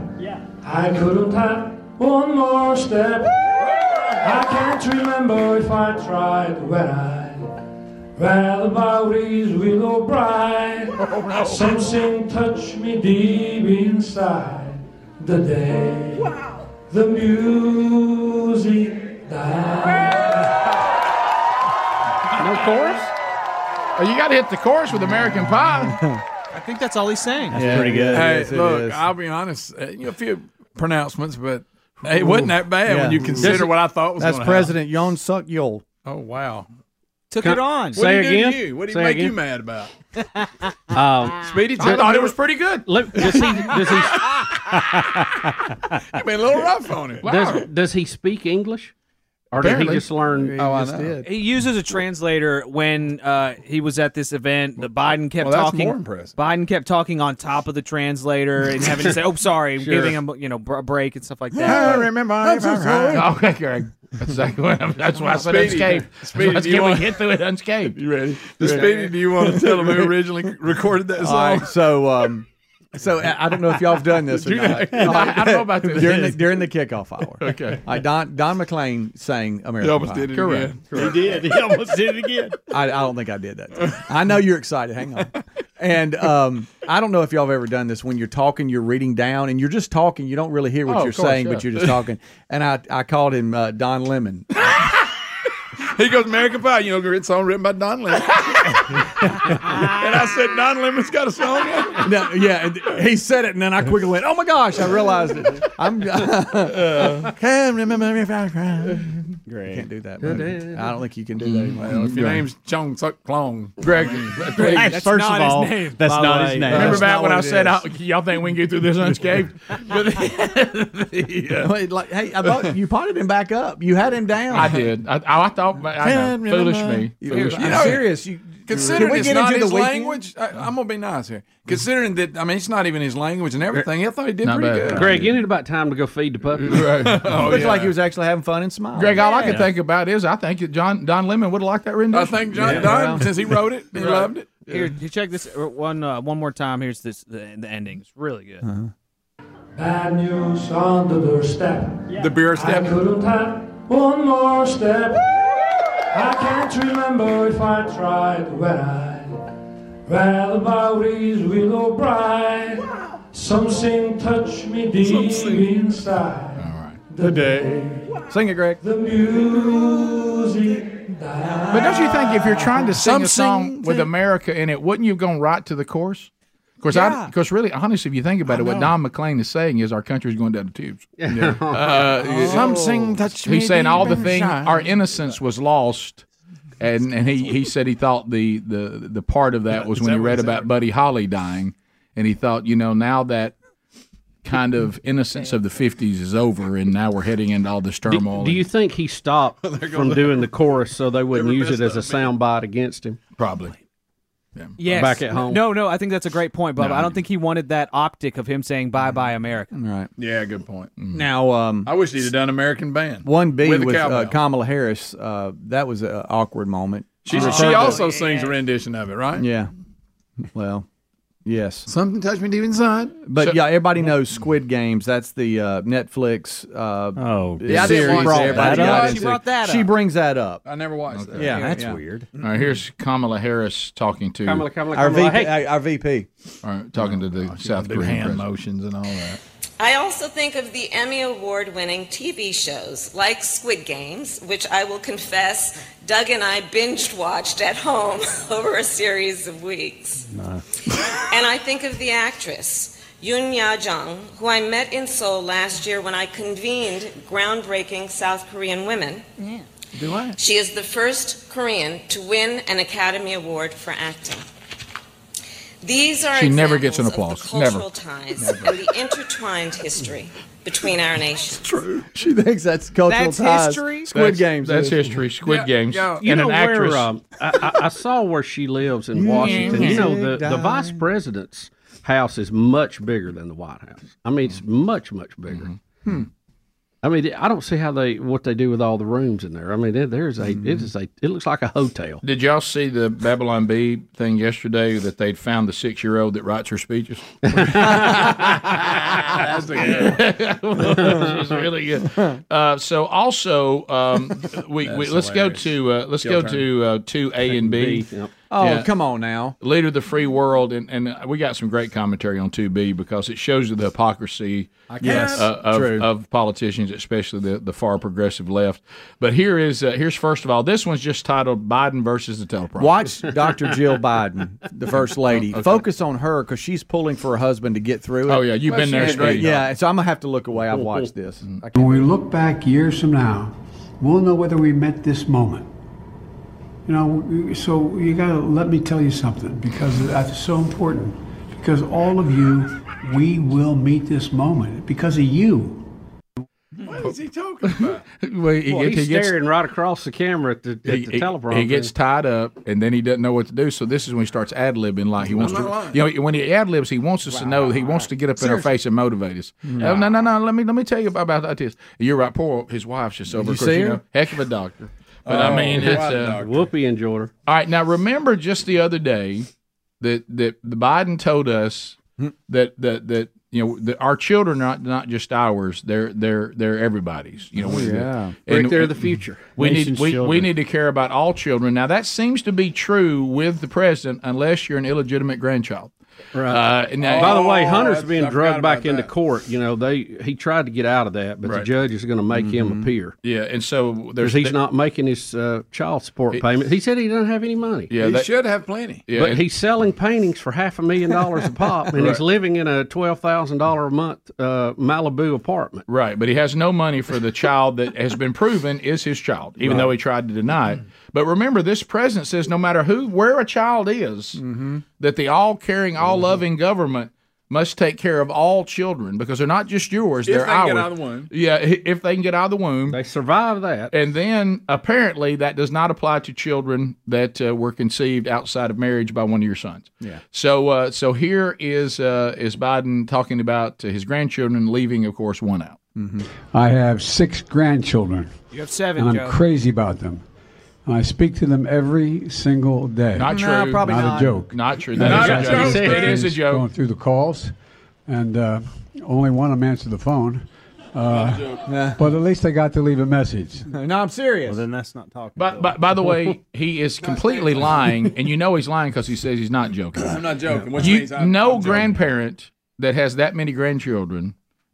Speaker 17: I couldn't have one more step. I can't remember if I tried when I ran about his willow bright. Something touched me deep inside the day. The music died.
Speaker 11: No chorus? Oh, you got to hit the chorus with American Pie.
Speaker 8: I think that's all he's saying.
Speaker 12: That's pretty good.
Speaker 5: Hey,
Speaker 12: Yes, it
Speaker 5: look,
Speaker 12: is.
Speaker 5: I'll be honest. uh, You know, a few pronouncements, but hey, it wasn't that bad when you consider
Speaker 6: This-
Speaker 5: what I thought was.
Speaker 6: That's
Speaker 5: gonna
Speaker 6: President Yon Suk Yol.
Speaker 5: Happen. Oh wow!
Speaker 8: Took
Speaker 6: Can-
Speaker 8: it on.
Speaker 6: Say
Speaker 5: what did he do to
Speaker 6: again?
Speaker 5: you? What did
Speaker 6: Say
Speaker 5: he make you
Speaker 6: again?
Speaker 5: mad about?
Speaker 2: Um,
Speaker 5: Speedy, I thought it was pretty good.
Speaker 2: Look, does he? Does he?
Speaker 5: I mean, a little rough on it.
Speaker 2: Does, does he speak English, or did he
Speaker 8: Barely.
Speaker 2: just learn?
Speaker 8: Oh,
Speaker 1: Oh,
Speaker 8: He uses a translator when uh, he was at this event. The Biden kept
Speaker 2: Well, that's
Speaker 8: talking.
Speaker 2: more impressive.
Speaker 8: Biden kept talking on top of the translator and having to say, "Oh, sorry,"
Speaker 1: Sure.
Speaker 8: giving him you know br- a break and stuff like that.
Speaker 1: remember.
Speaker 8: I'm so sorry.
Speaker 2: Oh,
Speaker 1: Okay, Greg. That's exactly what I'm, That's why I said
Speaker 8: Speedy.
Speaker 1: unscathed.
Speaker 5: Speedy,
Speaker 1: Let's
Speaker 5: do you
Speaker 1: get, we
Speaker 5: want-
Speaker 1: get through it unscathed. You
Speaker 5: ready? Speedy, do you want to tell them who originally recorded that
Speaker 6: All
Speaker 5: song?
Speaker 6: right, so um, so I I don't know if y'all have done this or
Speaker 5: Do
Speaker 6: not.
Speaker 5: that. I don't know about this.
Speaker 6: during the during the kickoff hour.
Speaker 5: Okay.
Speaker 6: All right, Don Don McLean sang American
Speaker 5: almost
Speaker 6: Pie.
Speaker 5: did it
Speaker 6: Correct.
Speaker 5: again.
Speaker 6: Correct.
Speaker 12: He did. He almost did it again.
Speaker 6: I, I don't think I did that. time. I know you're excited. Hang on. And um, I don't know if y'all have ever done this. When you're talking, you're reading down, and you're just talking. You don't really hear what
Speaker 5: Oh, of
Speaker 6: you're
Speaker 5: course,
Speaker 6: saying,
Speaker 5: yeah.
Speaker 6: but you're just talking. And I, I called him uh, Don Lemon.
Speaker 5: He goes, American Pie, you know, it's song written by Don Lemon. and I said, Don Lemon's got a song in it?
Speaker 6: No, yeah, and he said it, and then I quickly went, "Oh my gosh!" I realized it. I'm.
Speaker 5: Uh,
Speaker 6: Can't remember if I cried.
Speaker 5: Great.
Speaker 6: Can't do that. man. I don't think you can do that anymore.
Speaker 5: Well, if your name's Chong Suk Klong, Greg,
Speaker 6: Greg, That's first not of his all, name, that's by the not his way. name.
Speaker 5: Remember
Speaker 6: That's
Speaker 5: back
Speaker 6: not
Speaker 5: when
Speaker 6: what
Speaker 5: I
Speaker 6: it
Speaker 5: said,
Speaker 6: is.
Speaker 5: "I- y'all think we can get through this unscathed? But yeah.
Speaker 6: Wait, like, hey, I thought you potted him back up. You had him down.
Speaker 1: uh, I did. I, I thought, I know, foolish me.
Speaker 6: You-
Speaker 1: Foolish
Speaker 6: I'm
Speaker 1: me.
Speaker 6: serious. You,
Speaker 5: Considering
Speaker 6: Can we
Speaker 5: it's
Speaker 6: get
Speaker 5: not
Speaker 6: into
Speaker 5: his
Speaker 6: the weekend?
Speaker 5: language, I, I'm gonna be nice here. Considering that, I mean, it's not even his language and everything. I thought he did pretty good.
Speaker 2: Greg, isn't it about time to go feed the puppy?
Speaker 5: Oh,
Speaker 6: Looks
Speaker 5: yeah.
Speaker 6: like he was actually having fun and smiling.
Speaker 1: Greg, all I can think about is I think that John Don Lemon would have liked that rendition.
Speaker 5: I think John Don, since he wrote it, he loved it.
Speaker 8: Here, you check this uh, one uh, one more time. Here's this the, the ending. It's really good.
Speaker 2: Uh-huh.
Speaker 17: Bad news on the doorstep.
Speaker 5: The beer step.
Speaker 17: I couldn't have one more step. I can't remember if I tried when I read about his willow bright. Something touched me deep inside. The day.
Speaker 6: Sing it, Greg.
Speaker 17: The music.
Speaker 1: But don't you think if you're trying to sing a song
Speaker 17: Something
Speaker 1: with
Speaker 17: to-
Speaker 1: America in it, wouldn't you have gone right to the chorus? Of course, I,
Speaker 17: Yeah.
Speaker 1: of course, really, honestly, if you think about it, what Don McLean is saying is our country's going down the tubes.
Speaker 2: Yeah.
Speaker 5: Oh.
Speaker 1: Uh,
Speaker 2: Something touched me
Speaker 1: He's saying all the
Speaker 2: deep
Speaker 1: thing,
Speaker 2: inside.
Speaker 1: our innocence was lost, and and he, he said he thought the the the part of that was
Speaker 5: Is
Speaker 1: when
Speaker 5: that
Speaker 1: he
Speaker 5: what
Speaker 1: read
Speaker 5: he said?
Speaker 1: about Buddy Holly dying, and he thought, you know, now that kind of innocence of the '50s is over, and now we're heading into all this turmoil.
Speaker 2: Do, do you think he stopped from
Speaker 1: gonna-
Speaker 2: doing the chorus so they wouldn't use it
Speaker 1: messed
Speaker 2: as a soundbite against him?
Speaker 1: Probably.
Speaker 8: Yes.
Speaker 2: Back at home.
Speaker 8: No, no. I think that's a great point, Bob.
Speaker 2: No.
Speaker 8: I don't think he wanted that optic of him saying "Bye, bye, America."
Speaker 6: Right.
Speaker 5: Yeah, good point.
Speaker 1: Mm.
Speaker 6: Now, um,
Speaker 5: I wish he'd have done American band.
Speaker 6: One B
Speaker 5: With
Speaker 6: with,
Speaker 5: a
Speaker 6: uh,
Speaker 5: cowbell.
Speaker 6: Kamala Harris. Uh, that was an awkward moment.
Speaker 5: She,
Speaker 6: Uh,
Speaker 5: she also sings a rendition of it, right?
Speaker 6: Yeah. Well, yes.
Speaker 5: Something touched me deep inside.
Speaker 6: But
Speaker 5: So-
Speaker 6: yeah, everybody knows Squid Games. That's the uh, Netflix. Uh,
Speaker 12: oh,
Speaker 5: Yeah, I didn't
Speaker 6: series.
Speaker 5: watch that.
Speaker 6: everybody
Speaker 5: I
Speaker 6: got
Speaker 5: didn't-
Speaker 6: into.
Speaker 5: She brought that
Speaker 6: She
Speaker 5: up.
Speaker 6: brings that up.
Speaker 5: I never watched that.
Speaker 6: Yeah, that's weird.
Speaker 1: All right, here's Kamala Harris talking to
Speaker 6: Kamala, Kamala, Our Kamala, VP hey. Oh, our VP.
Speaker 1: All right, talking to the South
Speaker 5: do
Speaker 1: Korean
Speaker 5: hand
Speaker 1: president. motions and all that.
Speaker 18: I also think of the Emmy Award winning TV shows like Squid Games, which I will confess Doug and I binge watched at home over a series of weeks. and I think of the actress, Yoon Ya Jung, who I met in Seoul last year when I convened groundbreaking South Korean women.
Speaker 1: Do I?
Speaker 18: She is the first Korean to win an Academy Award for acting. These are
Speaker 1: She never gets an
Speaker 18: examples of the
Speaker 1: applause.
Speaker 18: cultural
Speaker 1: Never.
Speaker 18: ties
Speaker 1: Never.
Speaker 18: and the intertwined history between our nations. True.
Speaker 6: She thinks that's cultural
Speaker 18: That's
Speaker 6: ties.
Speaker 18: history?
Speaker 6: Squid
Speaker 1: That's-
Speaker 6: Games.
Speaker 1: that's
Speaker 6: is.
Speaker 1: history. Squid Yeah, Games. yeah.
Speaker 2: You
Speaker 1: And
Speaker 2: know
Speaker 1: an actress.
Speaker 2: Where, um, I, I, I saw where she lives in Washington. You know, the, the vice
Speaker 1: Mm-hmm.
Speaker 2: president's house is much bigger than the White House. I mean,
Speaker 1: Mm-hmm.
Speaker 2: it's much, much bigger.
Speaker 19: Hmm.
Speaker 2: I mean, I don't see how they what they do with all the rooms in there. I mean, there- there's a
Speaker 1: Mm-hmm.
Speaker 2: it is a it looks like a hotel.
Speaker 1: Did y'all see the Babylon Bee thing yesterday that they'd found the six year old that writes her speeches?
Speaker 11: That's
Speaker 1: She's really good. Uh, so also, um, we, we
Speaker 6: That's
Speaker 1: let's
Speaker 6: hilarious.
Speaker 1: go to uh, let's
Speaker 6: Your
Speaker 1: go
Speaker 6: turn.
Speaker 1: to uh, two A and B.
Speaker 6: B, yep. Oh, come
Speaker 1: on now, leader of the free world, and, and we got some great commentary on two B because it shows you the hypocrisy
Speaker 6: I guess.
Speaker 1: uh, of,
Speaker 6: True.
Speaker 1: of politicians, especially the, the far progressive left. But here is uh, here's first of all, this one's just titled Biden versus the teleprompter.
Speaker 6: Watch Dr. Jill Biden, the first
Speaker 5: Oh,
Speaker 6: lady. Focus on her because she's pulling for her husband to get through it.
Speaker 1: Oh, yeah, you've Well, been she there, is Steve. great.
Speaker 6: Yeah, so I'm gonna have to look away. I've watched this.
Speaker 5: Mm-hmm.
Speaker 20: When we look back years from now, we'll know whether we met this moment. You know, so you got to let me tell you something because that's so important. Because all of you, we will meet this moment because of you.
Speaker 5: What is he talking about?
Speaker 1: Well, he
Speaker 2: Boy,
Speaker 1: gets-
Speaker 2: he's
Speaker 1: he gets-
Speaker 2: staring right across the camera at the, at the teleprompter.
Speaker 1: He gets tied up, and then he doesn't know what to do. So this is when he starts ad libbing, like he wants
Speaker 2: I'm not
Speaker 1: to.
Speaker 2: lying.
Speaker 1: You know, when he ad libs, he wants us to know. He wants to get up in our
Speaker 2: Seriously.
Speaker 1: face and motivate us.
Speaker 2: No.
Speaker 1: Oh, no, no, no. Let me let me tell you about, about this. You're right. Poor his wife's just over.
Speaker 2: you
Speaker 1: Of course,
Speaker 2: see
Speaker 1: you
Speaker 2: her?
Speaker 1: know, heck of a doctor. But I
Speaker 2: Oh,
Speaker 1: mean, it's
Speaker 2: what
Speaker 1: uh,
Speaker 2: doctor? Whoopi enjoyed her.
Speaker 1: All right, now remember just the other day that that the Biden told us
Speaker 2: Hmm.
Speaker 1: that that that you know that our children are not not just ours; they're they're they're everybody's. You know,
Speaker 2: Oh,
Speaker 1: we-
Speaker 2: yeah. Rick, they're the future.
Speaker 1: We
Speaker 2: Nation's
Speaker 1: need we, we
Speaker 2: children.
Speaker 1: need to care about all children. Now that seems to be true with the president, unless you're an illegitimate grandchild.
Speaker 2: Right.
Speaker 1: Uh, and now-
Speaker 2: By the way,
Speaker 1: Oh,
Speaker 2: Hunter's
Speaker 1: that's-
Speaker 2: being
Speaker 1: I forgot
Speaker 2: drugged
Speaker 1: about
Speaker 2: back into court. You know, they he tried to get out of that, but
Speaker 1: Right.
Speaker 2: the judge is going to make him appear.
Speaker 1: Mm-hmm. Yeah, and so
Speaker 2: There's
Speaker 1: there's
Speaker 2: he's not making his uh, child support payment. He said he doesn't have any money.
Speaker 1: Yeah, He that- should
Speaker 5: have plenty.
Speaker 1: Yeah,
Speaker 2: but
Speaker 1: and-
Speaker 2: he's selling paintings for half a million dollars a pop, and
Speaker 1: Right.
Speaker 2: he's living in a twelve thousand dollar a month uh, Malibu apartment.
Speaker 1: Right, but he has no money for the child that has been proven is his child, even
Speaker 2: Right.
Speaker 1: though he tried to deny
Speaker 5: Mm-hmm.
Speaker 1: it. But remember, this president says no matter who, where a child is,
Speaker 5: Mm-hmm.
Speaker 1: that the all caring, all loving government must take care of all children because they're not just yours,
Speaker 5: If
Speaker 1: they're
Speaker 5: they can get
Speaker 1: ours.
Speaker 5: out of the womb.
Speaker 1: Yeah, i- if they can get out of the womb,
Speaker 2: they survive that.
Speaker 1: And then apparently that does not apply to children that uh, were conceived outside of marriage by one of your sons.
Speaker 6: Yeah.
Speaker 1: So uh, so here is uh, is Biden talking about uh, his grandchildren leaving, of course, one out.
Speaker 20: Mm-hmm. I have six grandchildren.
Speaker 8: You have seven,
Speaker 20: And I'm
Speaker 8: Joe.
Speaker 20: crazy about them. And I speak to them every single day.
Speaker 1: Not No, true. probably not.
Speaker 20: a joke.
Speaker 1: Not true. That Not is a a joke. joke. It is a joke.
Speaker 20: Going through the calls, and uh, only one of them answered the phone.
Speaker 6: Not
Speaker 20: Uh,
Speaker 6: a joke. Nah.
Speaker 20: but at least I got to leave a message.
Speaker 6: No, I'm serious.
Speaker 20: then that's not talking.
Speaker 1: By, by, by the way, he is completely lying, and you know he's lying because he says he's not joking.
Speaker 5: I'm not joking, which
Speaker 1: you,
Speaker 5: means I'm-
Speaker 1: no grandparent that has that many grandchildren,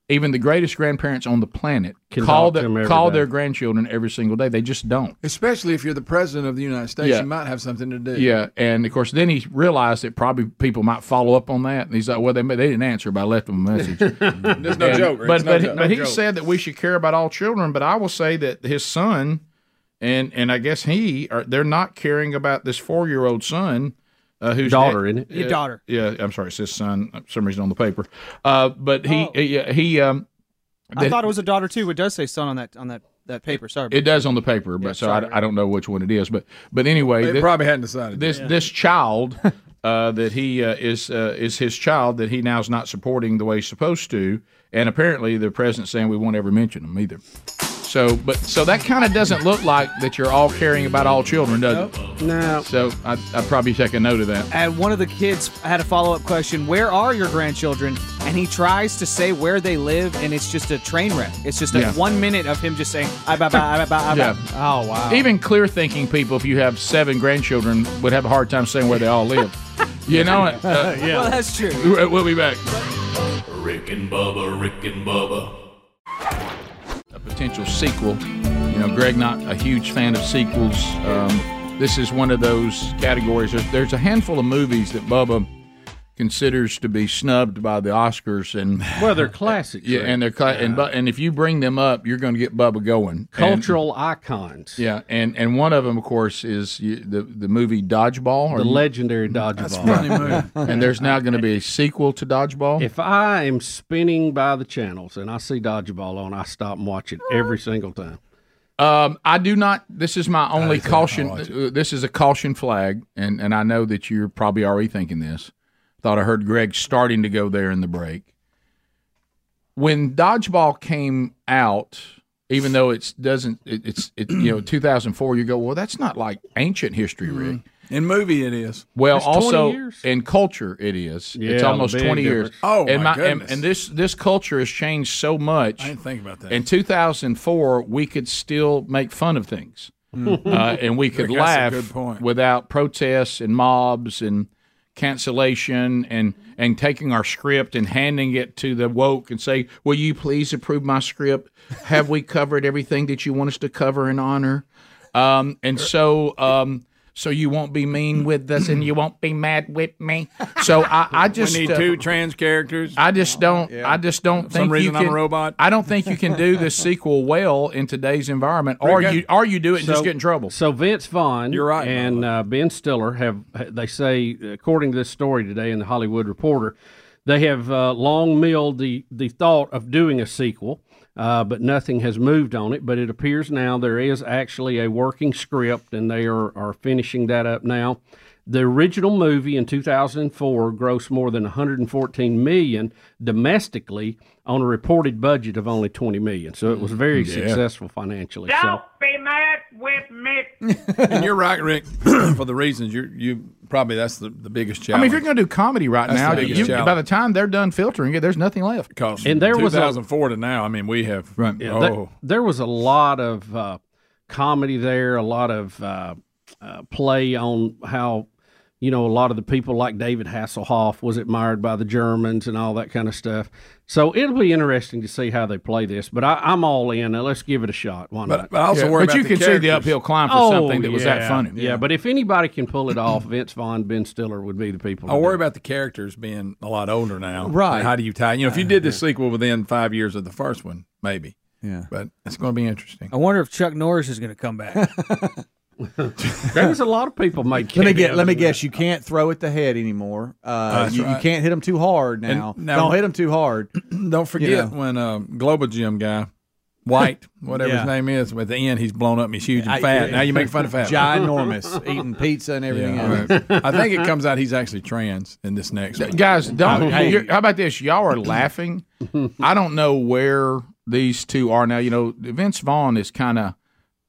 Speaker 1: even the greatest grandparents on the planet,
Speaker 2: Can
Speaker 1: call
Speaker 2: talk to them
Speaker 1: the,
Speaker 2: every
Speaker 1: call
Speaker 2: day.
Speaker 1: their grandchildren every single day. They just don't.
Speaker 5: Especially if you're the president of the United States,
Speaker 1: Yeah.
Speaker 5: you might have something to do.
Speaker 1: Yeah, and of course, then he realized that probably people might follow up on that, and he's like, "Well, they they didn't answer, but I left them a message."
Speaker 5: There's no
Speaker 1: And-
Speaker 5: joke. Rick.
Speaker 1: But
Speaker 5: It's no
Speaker 1: but,
Speaker 5: joke.
Speaker 1: but
Speaker 5: No
Speaker 1: he
Speaker 5: joke.
Speaker 1: said that we should care about all children. But I will say that his son, and and I guess he, are, they're not caring about this four year old son. Uh, whose
Speaker 2: Daughter,
Speaker 1: dad-
Speaker 2: isn't it? Your
Speaker 1: uh,
Speaker 2: daughter.
Speaker 1: Yeah, I'm sorry, it's his son. uh, For some reason on the paper, uh, but he he, he um.
Speaker 8: I thought it was a daughter too. It does say son on that on that, that paper. Sorry.
Speaker 1: It does on the paper, but
Speaker 8: Yeah,
Speaker 1: so
Speaker 8: sorry.
Speaker 1: I, I don't know which one it is. But but anyway,
Speaker 5: They
Speaker 1: thi-
Speaker 5: probably hadn't decided
Speaker 1: This
Speaker 5: yet.
Speaker 1: this child uh, that he uh, is uh, is his child that he now is not supporting the way he's supposed to, and apparently the president's saying we won't ever mention him either. So but so that kind of doesn't look like that you're all caring about all children, does it?
Speaker 2: No.
Speaker 1: So I I probably take a note of that.
Speaker 8: And one of the kids had a follow up question Where are your grandchildren? And he tries to say where they live, and it's just a train wreck. It's just
Speaker 1: Yeah.
Speaker 8: like one minute of him just saying, I, bye, bye, I, bye, bye, I, bye. Oh, wow.
Speaker 1: Even clear thinking people, if you have seven grandchildren, would have a hard time saying where they all live. you know it. Uh,
Speaker 7: Yeah. Well, that's true.
Speaker 1: We'll we'll be back.
Speaker 7: Rick and Bubba, Rick and Bubba.
Speaker 1: a potential sequel. You know, Greg, not a huge fan of sequels. Um, this is one of those categories. There's, there's a handful of movies that Bubba considers to be snubbed by the Oscars and
Speaker 2: Well, they're classics.
Speaker 1: yeah,
Speaker 2: Rick.
Speaker 1: and they're cla- and but and if you bring them up, you're going to get Bubba going. And-
Speaker 2: cultural icons.
Speaker 1: yeah, and and one of them, of course, is you- the the movie Dodgeball,
Speaker 2: The legendary Dodgeball. That's a funny movie.
Speaker 1: and there's now going to be a sequel to Dodgeball.
Speaker 2: If I am spinning by the channels and I see Dodgeball on, I stop and watch it every single time.
Speaker 1: Um, I do not. This is my only caution. uh, This is a caution flag, and and I know that you're probably already thinking this. Thought I heard Greg starting to go there in the break. When dodgeball came out, even though it's doesn't, it, it's it, you know 2004. You go, well, that's not like ancient history,
Speaker 5: Mm-hmm.
Speaker 1: Rick.
Speaker 5: In movie, it is.
Speaker 1: Well,
Speaker 5: It's 20
Speaker 1: also
Speaker 5: years.
Speaker 1: in culture, it is.
Speaker 5: Yeah,
Speaker 1: it's almost
Speaker 5: big
Speaker 1: twenty years.
Speaker 5: difference. Oh,
Speaker 1: and
Speaker 5: my
Speaker 1: and,
Speaker 5: goodness.
Speaker 1: and this this culture has changed so much.
Speaker 5: I didn't think about that.
Speaker 1: In 2004, we could still make fun of things,
Speaker 5: Mm.
Speaker 1: uh, and we could
Speaker 5: Rick, that's a
Speaker 1: laugh
Speaker 5: good point.
Speaker 1: without protests and mobs and cancellation and and taking our script and handing it to the woke and say, "Will you please approve my script? Have we covered everything that you want us to cover in honor?" Um, and so. Um, so you won't be mean with us, and you won't be mad with me. So I, I just
Speaker 5: we need
Speaker 1: uh,
Speaker 5: two trans characters.
Speaker 1: I just don't. I just don't
Speaker 5: For
Speaker 1: think
Speaker 5: some reason
Speaker 1: you
Speaker 5: I'm
Speaker 1: can,
Speaker 5: a robot.
Speaker 1: I don't think you can do this sequel well in today's environment, or
Speaker 2: Rick,
Speaker 1: you or you do it and
Speaker 2: so-
Speaker 1: just get in trouble.
Speaker 2: So Vince Vaughn,
Speaker 1: You're right, by
Speaker 2: and uh, Ben Stiller have they say according to this story today in the Hollywood Reporter, they have uh, long milled the the thought of doing a sequel. Uh, but nothing has moved on it. But it appears now there is actually a working script, and they are, are finishing that up now. The original movie in 2004 grossed more than 114 million domestically on a reported budget of only 20 million. So it was very
Speaker 5: Yeah.
Speaker 2: successful financially. So.
Speaker 19: Don't be mad with me.
Speaker 5: and you're right, Rick, for the reasons you you probably that's the, the biggest
Speaker 1: I
Speaker 5: challenge.
Speaker 1: mean, if you're going to do comedy right
Speaker 5: That's
Speaker 1: now,
Speaker 5: the biggest
Speaker 1: you,
Speaker 5: challenge.
Speaker 1: by the time they're done filtering it, there's nothing left.
Speaker 5: Because
Speaker 2: And there was a-
Speaker 5: 2004 to now. I mean, we have right.
Speaker 2: Yeah,
Speaker 5: oh,
Speaker 2: there- there was a lot of uh, comedy there, a lot of uh, uh, play on how, you know, a lot of the people like David Hasselhoff was admired by the Germans and all that kind of stuff. So it'll be interesting to see how they play this. But I, I'm all in. Now, let's give it a shot. Why
Speaker 1: But-
Speaker 2: not? Oh,
Speaker 1: but I also Yeah, worry but about you the can see the characters. uphill climb for something that was that
Speaker 2: yeah.
Speaker 1: funny.
Speaker 2: Yeah. but if anybody can pull it off, Vince Vaughn, Ben Stiller would be the people.
Speaker 5: I worry about the characters being a lot older now.
Speaker 2: Right.
Speaker 5: And how do you tie? You know, if you did the sequel within five years of the first one, maybe.
Speaker 6: Yeah.
Speaker 5: But it's going to be interesting.
Speaker 21: I wonder if Chuck Norris is going to come back.
Speaker 2: There's a lot of people make.
Speaker 6: Let me get.
Speaker 2: cameos
Speaker 6: Let me
Speaker 2: in that.
Speaker 6: guess. You can't throw at the head anymore. Uh,
Speaker 5: That's
Speaker 6: you, you
Speaker 5: right.
Speaker 6: can't hit them too hard now.
Speaker 5: And now-
Speaker 6: Don't hit them too hard.
Speaker 5: Don't forget when uh, Global Gym guy, White, whatever
Speaker 6: Yeah.
Speaker 5: his name is, at the end he's blown up and he's huge and
Speaker 6: I-
Speaker 5: fat. now you make fun of fat.
Speaker 6: Ginormous, eating pizza and everything
Speaker 5: Yeah.
Speaker 6: else.
Speaker 5: I think it comes out he's actually trans in this next one.
Speaker 1: Guys,
Speaker 2: Oh,
Speaker 1: don't.
Speaker 5: Hey,
Speaker 1: you're- how about this? Y'all are laughing. I don't know where these two are now. You know, Vince Vaughn is kind of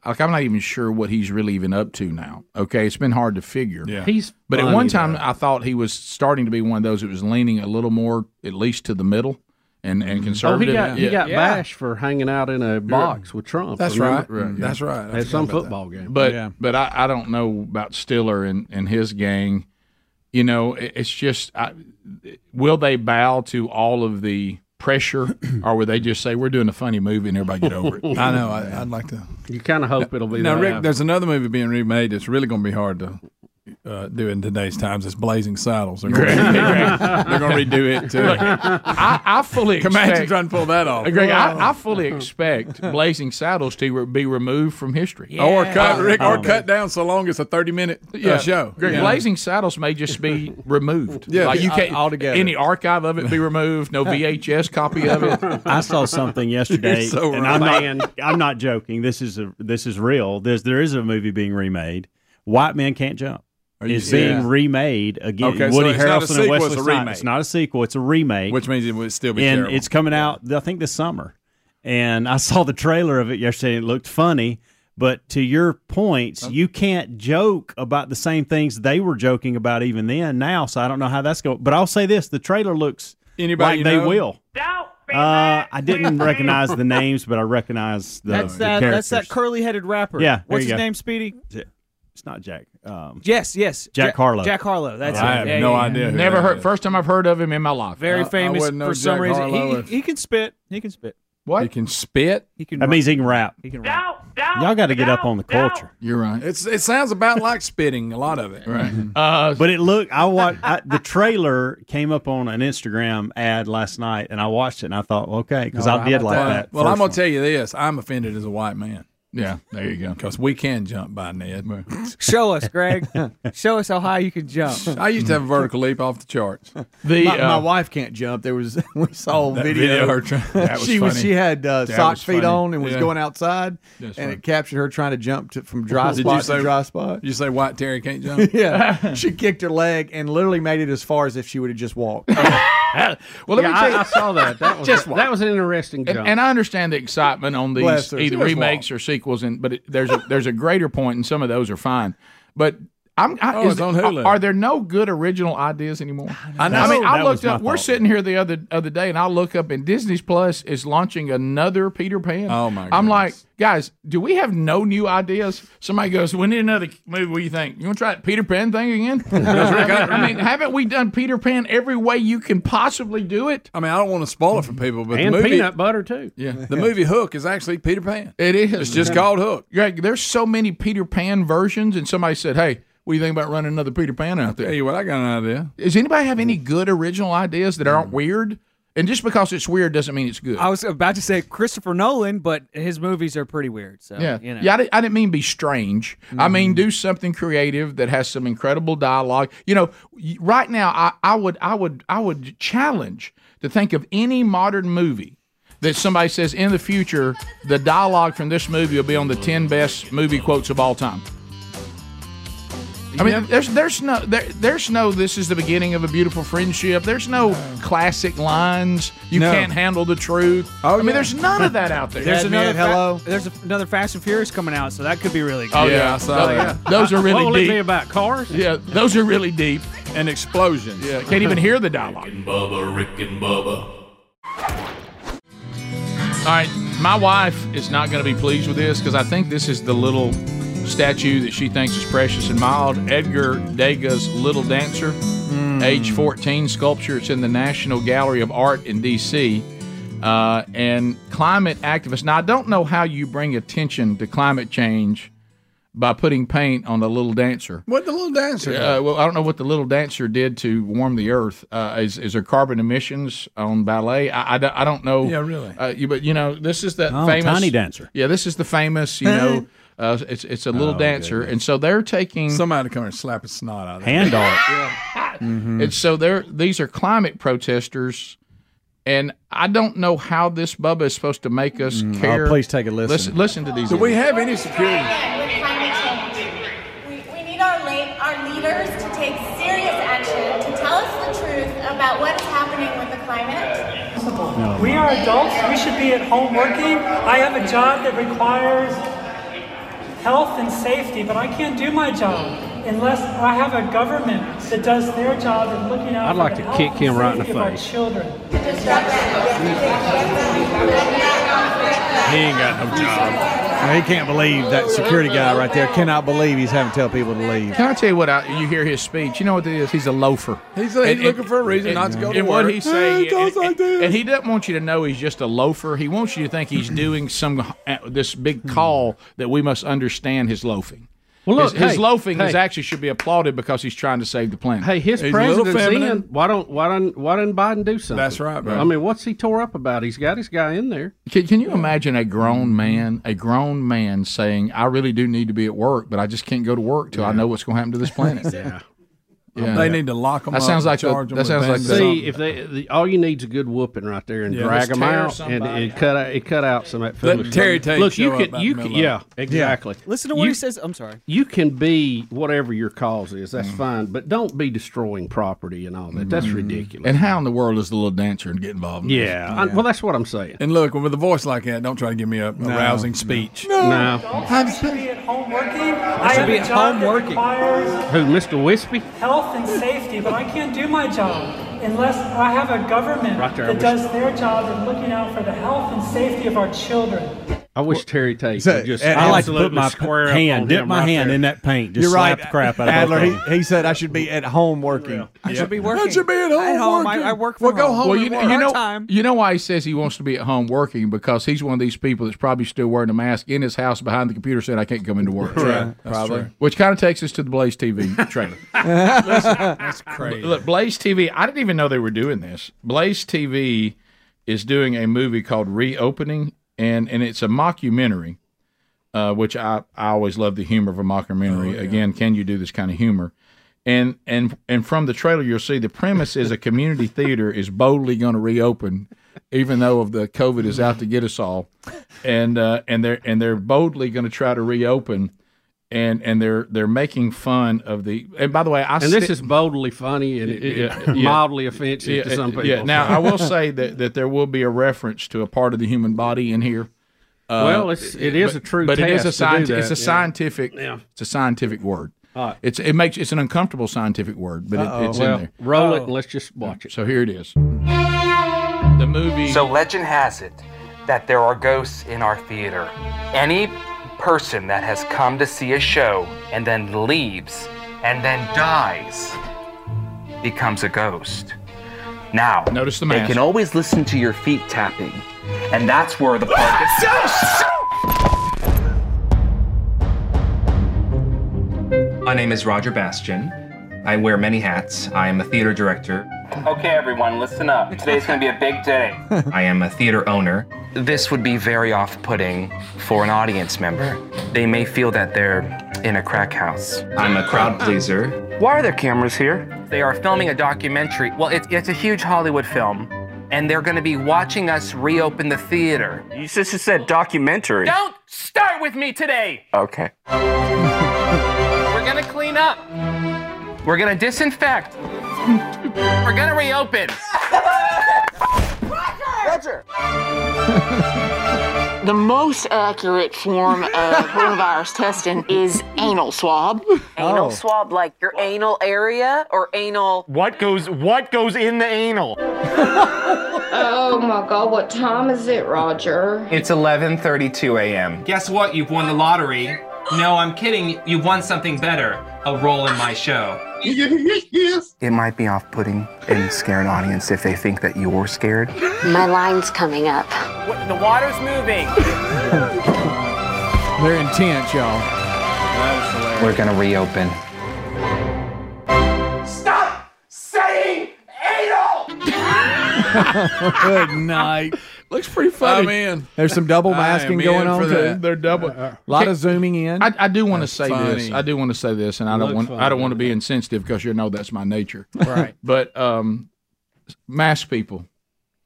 Speaker 1: like I'm not even sure what he's really even up to now. Okay, it's been hard to figure.
Speaker 2: Yeah. He's
Speaker 1: but at
Speaker 2: funny,
Speaker 1: one time I thought he was starting to be one of those that was leaning a little more, at least to the middle, and
Speaker 5: Mm-hmm.
Speaker 1: and
Speaker 2: Oh, he
Speaker 1: conservative.
Speaker 2: got he
Speaker 1: Yeah.
Speaker 2: got
Speaker 1: Yeah.
Speaker 2: bashed for hanging out in a box with Trump.
Speaker 1: That's
Speaker 2: remember?
Speaker 1: right. Right. That's right. I
Speaker 2: At some
Speaker 1: forgot about
Speaker 2: football game.
Speaker 1: But but I, I don't know about Stiller and, and his gang. You know, it- it's just I, will they bow to all of the pressure, or will they just say we're doing a funny movie and everybody get over it?
Speaker 5: I know. I, I'd like to.
Speaker 2: You kind of hope it'll be
Speaker 5: Now,
Speaker 2: that.
Speaker 5: Rick, there's another movie being remade that's really going to be hard to uh, do in today's times. It's Blazing Saddles. They're going to redo it. Too.
Speaker 1: Look, I, I fully
Speaker 5: Comanche
Speaker 1: expect,
Speaker 5: trying to pull that off.
Speaker 1: Greg, I, I fully expect Blazing Saddles to re- be removed from history,
Speaker 5: Or
Speaker 1: Oh,
Speaker 5: cut, Rick, or cut down so long it's a 30 minute uh,
Speaker 1: yeah.
Speaker 5: show.
Speaker 1: Greg,
Speaker 5: Yeah.
Speaker 1: Blazing Saddles may just be removed.
Speaker 5: Yeah.
Speaker 1: like you
Speaker 5: Yeah,
Speaker 1: can't
Speaker 5: altogether.
Speaker 1: Any archive of it be removed. No VHS copy of it.
Speaker 12: I saw something yesterday,
Speaker 1: You're so
Speaker 12: and
Speaker 1: right.
Speaker 12: I'm not, I'm not joking. This is a, this is real. There's there is a movie being remade. White Man Can't Jump.
Speaker 5: you
Speaker 12: It's
Speaker 5: serious?
Speaker 12: being remade again.
Speaker 5: Okay, so
Speaker 12: Woody
Speaker 5: it's not a
Speaker 12: Harrelson and
Speaker 5: sequel,
Speaker 12: Wesley
Speaker 5: it's a
Speaker 12: Snipes.
Speaker 5: remake.
Speaker 12: It's not a sequel. It's a remake,
Speaker 5: Which means it would still be
Speaker 12: and
Speaker 5: terrible.
Speaker 12: it's coming out. I think this summer. And I saw the trailer of it yesterday. and It looked funny. But to your points, you can't joke about the same things they were joking about even then now. So I don't know how that's going. But I'll say this: the trailer looks
Speaker 5: Anybody
Speaker 12: like they
Speaker 5: know?
Speaker 12: will. Uh, I didn't recognize the names, but I recognize the,
Speaker 8: that's
Speaker 12: the
Speaker 8: that. That's
Speaker 12: characters.
Speaker 8: that curly-headed rapper.
Speaker 12: Yeah, there
Speaker 8: What's
Speaker 12: you
Speaker 8: his
Speaker 12: go.
Speaker 8: name? Speedy.
Speaker 12: It's not Jack. Um,
Speaker 8: Yes. Yes.
Speaker 12: Jack Harlow.
Speaker 8: Jack Harlow. That's it. Yeah, yeah, yeah.
Speaker 1: Never heard. First time I've heard of him in my life.
Speaker 8: Very famous for some reason. He,
Speaker 1: He,
Speaker 8: he can spit. He can spit.
Speaker 1: What?
Speaker 5: He can spit.
Speaker 8: He can.
Speaker 12: That means he can rap.
Speaker 8: He can rap.
Speaker 12: Y'all got to get up on the culture.
Speaker 1: You're right.
Speaker 5: It's it sounds about like spitting a lot of it.
Speaker 1: Right.
Speaker 12: Uh, but it looked. I watched I, the trailer came up on an Instagram ad last night, and I watched it, and I thought, okay,
Speaker 5: Oh,
Speaker 12: because I did like that.
Speaker 5: Well,
Speaker 12: first
Speaker 5: I'm
Speaker 12: one.
Speaker 5: gonna tell you this: I'm offended as a white man.
Speaker 1: Yeah, there you go.
Speaker 5: Because we can jump by Ned.
Speaker 8: Show us, Greg. Show us how high you can jump.
Speaker 5: I used to have a vertical leap off the charts.
Speaker 6: The, my, my
Speaker 5: uh,
Speaker 6: wife can't jump. There was we saw a
Speaker 5: That
Speaker 6: video.
Speaker 5: video of her trying- that was
Speaker 6: she was
Speaker 5: funny.
Speaker 6: she had uh,
Speaker 5: That
Speaker 6: sock
Speaker 5: was
Speaker 6: feet
Speaker 5: funny.
Speaker 6: on and was
Speaker 5: Yeah.
Speaker 6: going outside, and
Speaker 5: That's funny.
Speaker 6: it captured her trying to jump to, from dry
Speaker 5: Did you
Speaker 6: spot
Speaker 5: say-
Speaker 6: to dry spot.
Speaker 5: You say white Terry can't jump?
Speaker 6: yeah, she kicked her leg and literally made it as far as if she would have just walked.
Speaker 1: Well, let
Speaker 6: Yeah,
Speaker 1: me tell
Speaker 6: I-
Speaker 1: you,
Speaker 6: I saw that. That was- that was
Speaker 2: an interesting
Speaker 1: and,
Speaker 6: jump.
Speaker 1: And I understand the excitement on these
Speaker 6: Bless her.
Speaker 1: either
Speaker 6: Just
Speaker 1: remakes or sequels, and but it, there's a there's a greater point, and some of those are fine. But I'm I,
Speaker 5: Oh, it's on Hulu.
Speaker 1: Are, there no good original ideas anymore?
Speaker 5: I know.
Speaker 1: I mean, I
Speaker 5: That
Speaker 1: looked
Speaker 5: was my
Speaker 1: up. We're
Speaker 5: thought.
Speaker 1: sitting here the other other day, and I look up, and Disney's Plus is launching another Peter Pan.
Speaker 5: Oh, my
Speaker 1: I'm like, guys, do we have no new ideas? Somebody goes, we need another movie. What do you think? You want to try that Peter Pan thing again? I mean, haven't we done Peter Pan every way you can possibly do it?
Speaker 5: I mean, I don't want to spoil it for people, but
Speaker 1: And
Speaker 5: the movie,
Speaker 1: peanut
Speaker 2: butter too.
Speaker 5: Yeah, the movie Hook is actually Peter Pan.
Speaker 1: It is.
Speaker 5: It's just called Hook.
Speaker 1: Yeah, there's so many Peter Pan versions, and somebody said, "Hey, what do you think about running another Peter Pan out there?"
Speaker 5: Tell you what, I got an idea.
Speaker 1: Does anybody have any good original ideas that aren't weird? And just because it's weird doesn't mean it's good.
Speaker 8: I was about to say Christopher Nolan, but his movies are pretty weird. So
Speaker 1: yeah,
Speaker 8: you know. Mm-hmm.
Speaker 1: yeah. I, di- I didn't mean be strange. I mean do something creative that has some incredible dialogue. You know, y- right now I, I would I would I would challenge to think of any modern movie that somebody says in the future the dialogue from this movie will be on the ten best movie quotes of all time. I mean, there's there's no there, there's no this is the beginning of a beautiful friendship. There's no classic lines. You
Speaker 8: No.
Speaker 1: can't handle the truth. Oh, I mean, there's none of that out there.
Speaker 8: There's another fa- there's another Fast and Furious coming out, so that could be really. good.
Speaker 1: Oh, yeah, I saw that. Those are really deep.
Speaker 2: about cars?
Speaker 1: Yeah, those are really deep.
Speaker 5: And explosions.
Speaker 1: Yeah, can't even hear the dialogue.
Speaker 7: and Bubba, Rick and Bubba.
Speaker 1: All right, my wife is not going to be pleased with this because I think this is the little statue that she thinks is precious and mild. Edgar Degas' Little Dancer,
Speaker 5: Hmm.
Speaker 1: age 14 sculpture. It's in the National Gallery of Art in D.C. Uh, and climate activists. Now, I don't know how you bring attention to climate change by putting paint on a little dancer.
Speaker 5: What the little dancer?
Speaker 1: Uh, well, I don't know what the little dancer did to warm the earth. Uh, is is there carbon emissions on ballet? I, I, don't- I don't know.
Speaker 5: Yeah, really.
Speaker 1: Uh, you, but you know, this is that
Speaker 12: Oh,
Speaker 1: famous
Speaker 12: Tiny Dancer.
Speaker 1: Yeah, this is the famous. You know, uh, it's it's a little
Speaker 5: Oh,
Speaker 1: dancer, and so they're taking
Speaker 5: somebody come and slap a snot out of
Speaker 12: Hand art.
Speaker 1: Mm. and so they're these are climate protesters, and I don't know how this Bubba is supposed to make us care.
Speaker 6: please take a listen.
Speaker 1: Listen, listen to these.
Speaker 5: Do we have any security?
Speaker 22: with climate change. We, we need our, la- our leaders to take serious action to tell us the truth about what's happening with the climate.
Speaker 19: We are adults. We should be at home working. I have a job that requires health and safety, but I can't do my job unless I have a government that does their job in looking out
Speaker 2: I'd
Speaker 19: for
Speaker 2: like
Speaker 19: the
Speaker 2: to
Speaker 19: health
Speaker 2: kick
Speaker 19: and
Speaker 2: him right in the
Speaker 19: safety of our
Speaker 2: face.
Speaker 19: children.
Speaker 12: He ain't got no job.
Speaker 6: he can't believe that security guy right there cannot believe he's having to tell people to leave.
Speaker 1: Can I tell you what? I, you hear his speech. You know what it is? He's a loafer.
Speaker 5: He's, he's looking for a reason not to go to
Speaker 1: and what
Speaker 5: work.
Speaker 1: he's saying,
Speaker 5: Hey, don't
Speaker 1: and, and- and he doesn't want you to know he's just a loafer. He wants you to think he's doing some uh, this big call that we must understand his loafing.
Speaker 2: Well, look,
Speaker 1: his, his
Speaker 2: hey,
Speaker 1: loafing is
Speaker 2: hey.
Speaker 1: actually should be applauded because he's trying to save the planet.
Speaker 2: Hey, his president's in. Why don't why don't why didn't Biden do something?
Speaker 1: That's right, bro.
Speaker 2: I mean, what's he tore up about? He's got his guy in there.
Speaker 1: Can, can you imagine a grown man, a grown man saying, "I really do need to be at work, but I just can't go to work till I know what's going to happen to this planet."
Speaker 2: yeah.
Speaker 5: They need to lock them
Speaker 1: That
Speaker 5: up
Speaker 1: sounds
Speaker 5: and
Speaker 1: like the-
Speaker 5: charge 'em
Speaker 1: that
Speaker 5: with
Speaker 1: sounds like
Speaker 5: bans
Speaker 1: the-
Speaker 5: or something.
Speaker 2: See if they the, all you need's a good whooping right there and
Speaker 5: Yeah,
Speaker 2: drag
Speaker 5: let's
Speaker 2: them
Speaker 5: tear
Speaker 2: out and
Speaker 5: somebody
Speaker 2: it cut out, it cut out some of that
Speaker 5: Let
Speaker 2: foolishness.
Speaker 5: Terry Tate
Speaker 2: Look, you
Speaker 5: show up
Speaker 2: can
Speaker 5: out
Speaker 2: you
Speaker 5: the
Speaker 2: can
Speaker 5: middle
Speaker 2: yeah
Speaker 5: of it.
Speaker 2: exactly.
Speaker 8: Listen to what
Speaker 2: You-
Speaker 8: he says. I'm sorry.
Speaker 2: You can be whatever your cause is. That's
Speaker 1: Mm.
Speaker 2: fine, but don't be destroying property and all that. That's ridiculous.
Speaker 1: And how in the world is the little dancer and get involved? In this?
Speaker 2: Yeah. I- well, that's what I'm saying.
Speaker 5: And look, with a voice like that, don't try to give me a, a rousing speech.
Speaker 2: No.
Speaker 19: Adults, we should be at home working. I
Speaker 2: should
Speaker 19: have
Speaker 2: be
Speaker 19: a
Speaker 2: at
Speaker 19: job
Speaker 2: home
Speaker 19: that
Speaker 2: working.
Speaker 19: requires
Speaker 2: Who, Mr. Wispy?
Speaker 19: health and safety, but I can't do my job unless I have a government
Speaker 2: Right there, I
Speaker 19: that
Speaker 2: wish-
Speaker 19: does their job in looking out for the health and safety of our children.
Speaker 2: I wish Terry Tate
Speaker 6: So,
Speaker 2: would just.
Speaker 6: I- I like to
Speaker 2: absolutely
Speaker 6: put my
Speaker 2: square up
Speaker 12: hand-
Speaker 2: on
Speaker 12: dip
Speaker 2: him
Speaker 12: my
Speaker 2: right
Speaker 12: hand
Speaker 2: there.
Speaker 12: in that paint. Just slap the crap out of
Speaker 6: Adler,
Speaker 12: both of
Speaker 6: he, he said I should be at home working.
Speaker 8: I should be
Speaker 6: working.
Speaker 8: working. At home, I, I work from home.
Speaker 1: Well, you, you know,
Speaker 8: Part-time.
Speaker 1: you know why he says he wants to be at home working because he's one of these people that's probably still wearing a mask in his house behind the computer saying I can't come into work.
Speaker 6: Right. That's
Speaker 1: probably.
Speaker 6: true.
Speaker 1: Which kind of takes us to the Blaze TV trailer.
Speaker 6: that's
Speaker 1: crazy. Look, Blaze TV. I didn't even know they were doing this. Blaze TV is doing a movie called Reopening, and and it's a mockumentary, uh, which I I always love the humor of a
Speaker 2: Oh,
Speaker 1: mockumentary. Again, can you do this kind of humor? And and and from the trailer, you'll see the premise is a community theater is boldly going to reopen, even though of the COVID is out to get us all, and uh, and they're and they're boldly going to try to reopen. And, and they're they're making fun of the and by the way I
Speaker 2: and this
Speaker 1: sit-
Speaker 2: is boldly funny and it,
Speaker 1: yeah,
Speaker 2: it-
Speaker 1: yeah.
Speaker 2: mildly offensive
Speaker 1: Yeah,
Speaker 2: to some people.
Speaker 1: yeah. Now
Speaker 2: so.
Speaker 1: I will say that, that there will be a reference to a part of the human body in here. Uh,
Speaker 2: Well, it's- it is
Speaker 1: but-
Speaker 2: a true
Speaker 1: but it is a
Speaker 2: test to do
Speaker 1: scientific.
Speaker 2: that,
Speaker 1: It's a
Speaker 2: yeah.
Speaker 1: scientific.
Speaker 2: Yeah.
Speaker 1: It's a scientific word.
Speaker 2: All right.
Speaker 1: It's it makes it's an uncomfortable scientific word, but
Speaker 2: Uh-oh.
Speaker 1: it, it's
Speaker 2: Well,
Speaker 1: in there.
Speaker 2: roll it and let's just watch it.
Speaker 1: So here it is. The movie.
Speaker 23: So legend has it that there are ghosts in our theater. Any person that has come to see a show and then leaves and then dies becomes a ghost. Now, notice the
Speaker 1: mask.
Speaker 23: They can always listen to your feet tapping, and that's where the part gets
Speaker 24: My name is Roger Bastian. I wear many hats. I am a theater director.
Speaker 23: Okay, everyone, listen up. Today's going to be a big day.
Speaker 24: I am a theater owner.
Speaker 23: This would be very off putting for an audience member. They may feel that they're in a crack house.
Speaker 24: I'm a crowd pleaser.
Speaker 23: Why are there cameras here? They are filming a documentary. Well, it's, it's a huge Hollywood film, and they're going to be watching us reopen the theater. You just said documentary. Don't start with me today.
Speaker 24: Okay.
Speaker 23: We're going to clean up. We're going to disinfect. We're going to reopen.
Speaker 25: Roger! The most accurate form of coronavirus testing is anal swab.
Speaker 26: Anal
Speaker 25: Oh.
Speaker 26: swab, like your anal area or anal. What goes? What goes in the anal?
Speaker 27: Oh my god, what time is it, Roger?
Speaker 24: It's 11:32 a.m. Guess what? You've won the lottery. No, I'm kidding. You won something better. A role in my show.
Speaker 23: It might be off putting and scare an audience if they think that you're scared.
Speaker 25: My line's coming up.
Speaker 23: The water's moving.
Speaker 6: They're intense, y'all.
Speaker 23: We're going to reopen.
Speaker 24: Stop saying
Speaker 5: Mm-hmm,
Speaker 6: Good night.
Speaker 1: Looks pretty funny.
Speaker 6: I'm in. There's some double masking going on. too.
Speaker 1: They're double.
Speaker 6: A lot of zooming in.
Speaker 1: I, I do want to
Speaker 6: That's
Speaker 1: say this.
Speaker 6: funny.
Speaker 1: I do want to say this, and I don't
Speaker 6: Looks
Speaker 1: want. I
Speaker 6: funny.
Speaker 1: don't want to be insensitive because you know that's my nature.
Speaker 6: Right.
Speaker 1: but um, mask people,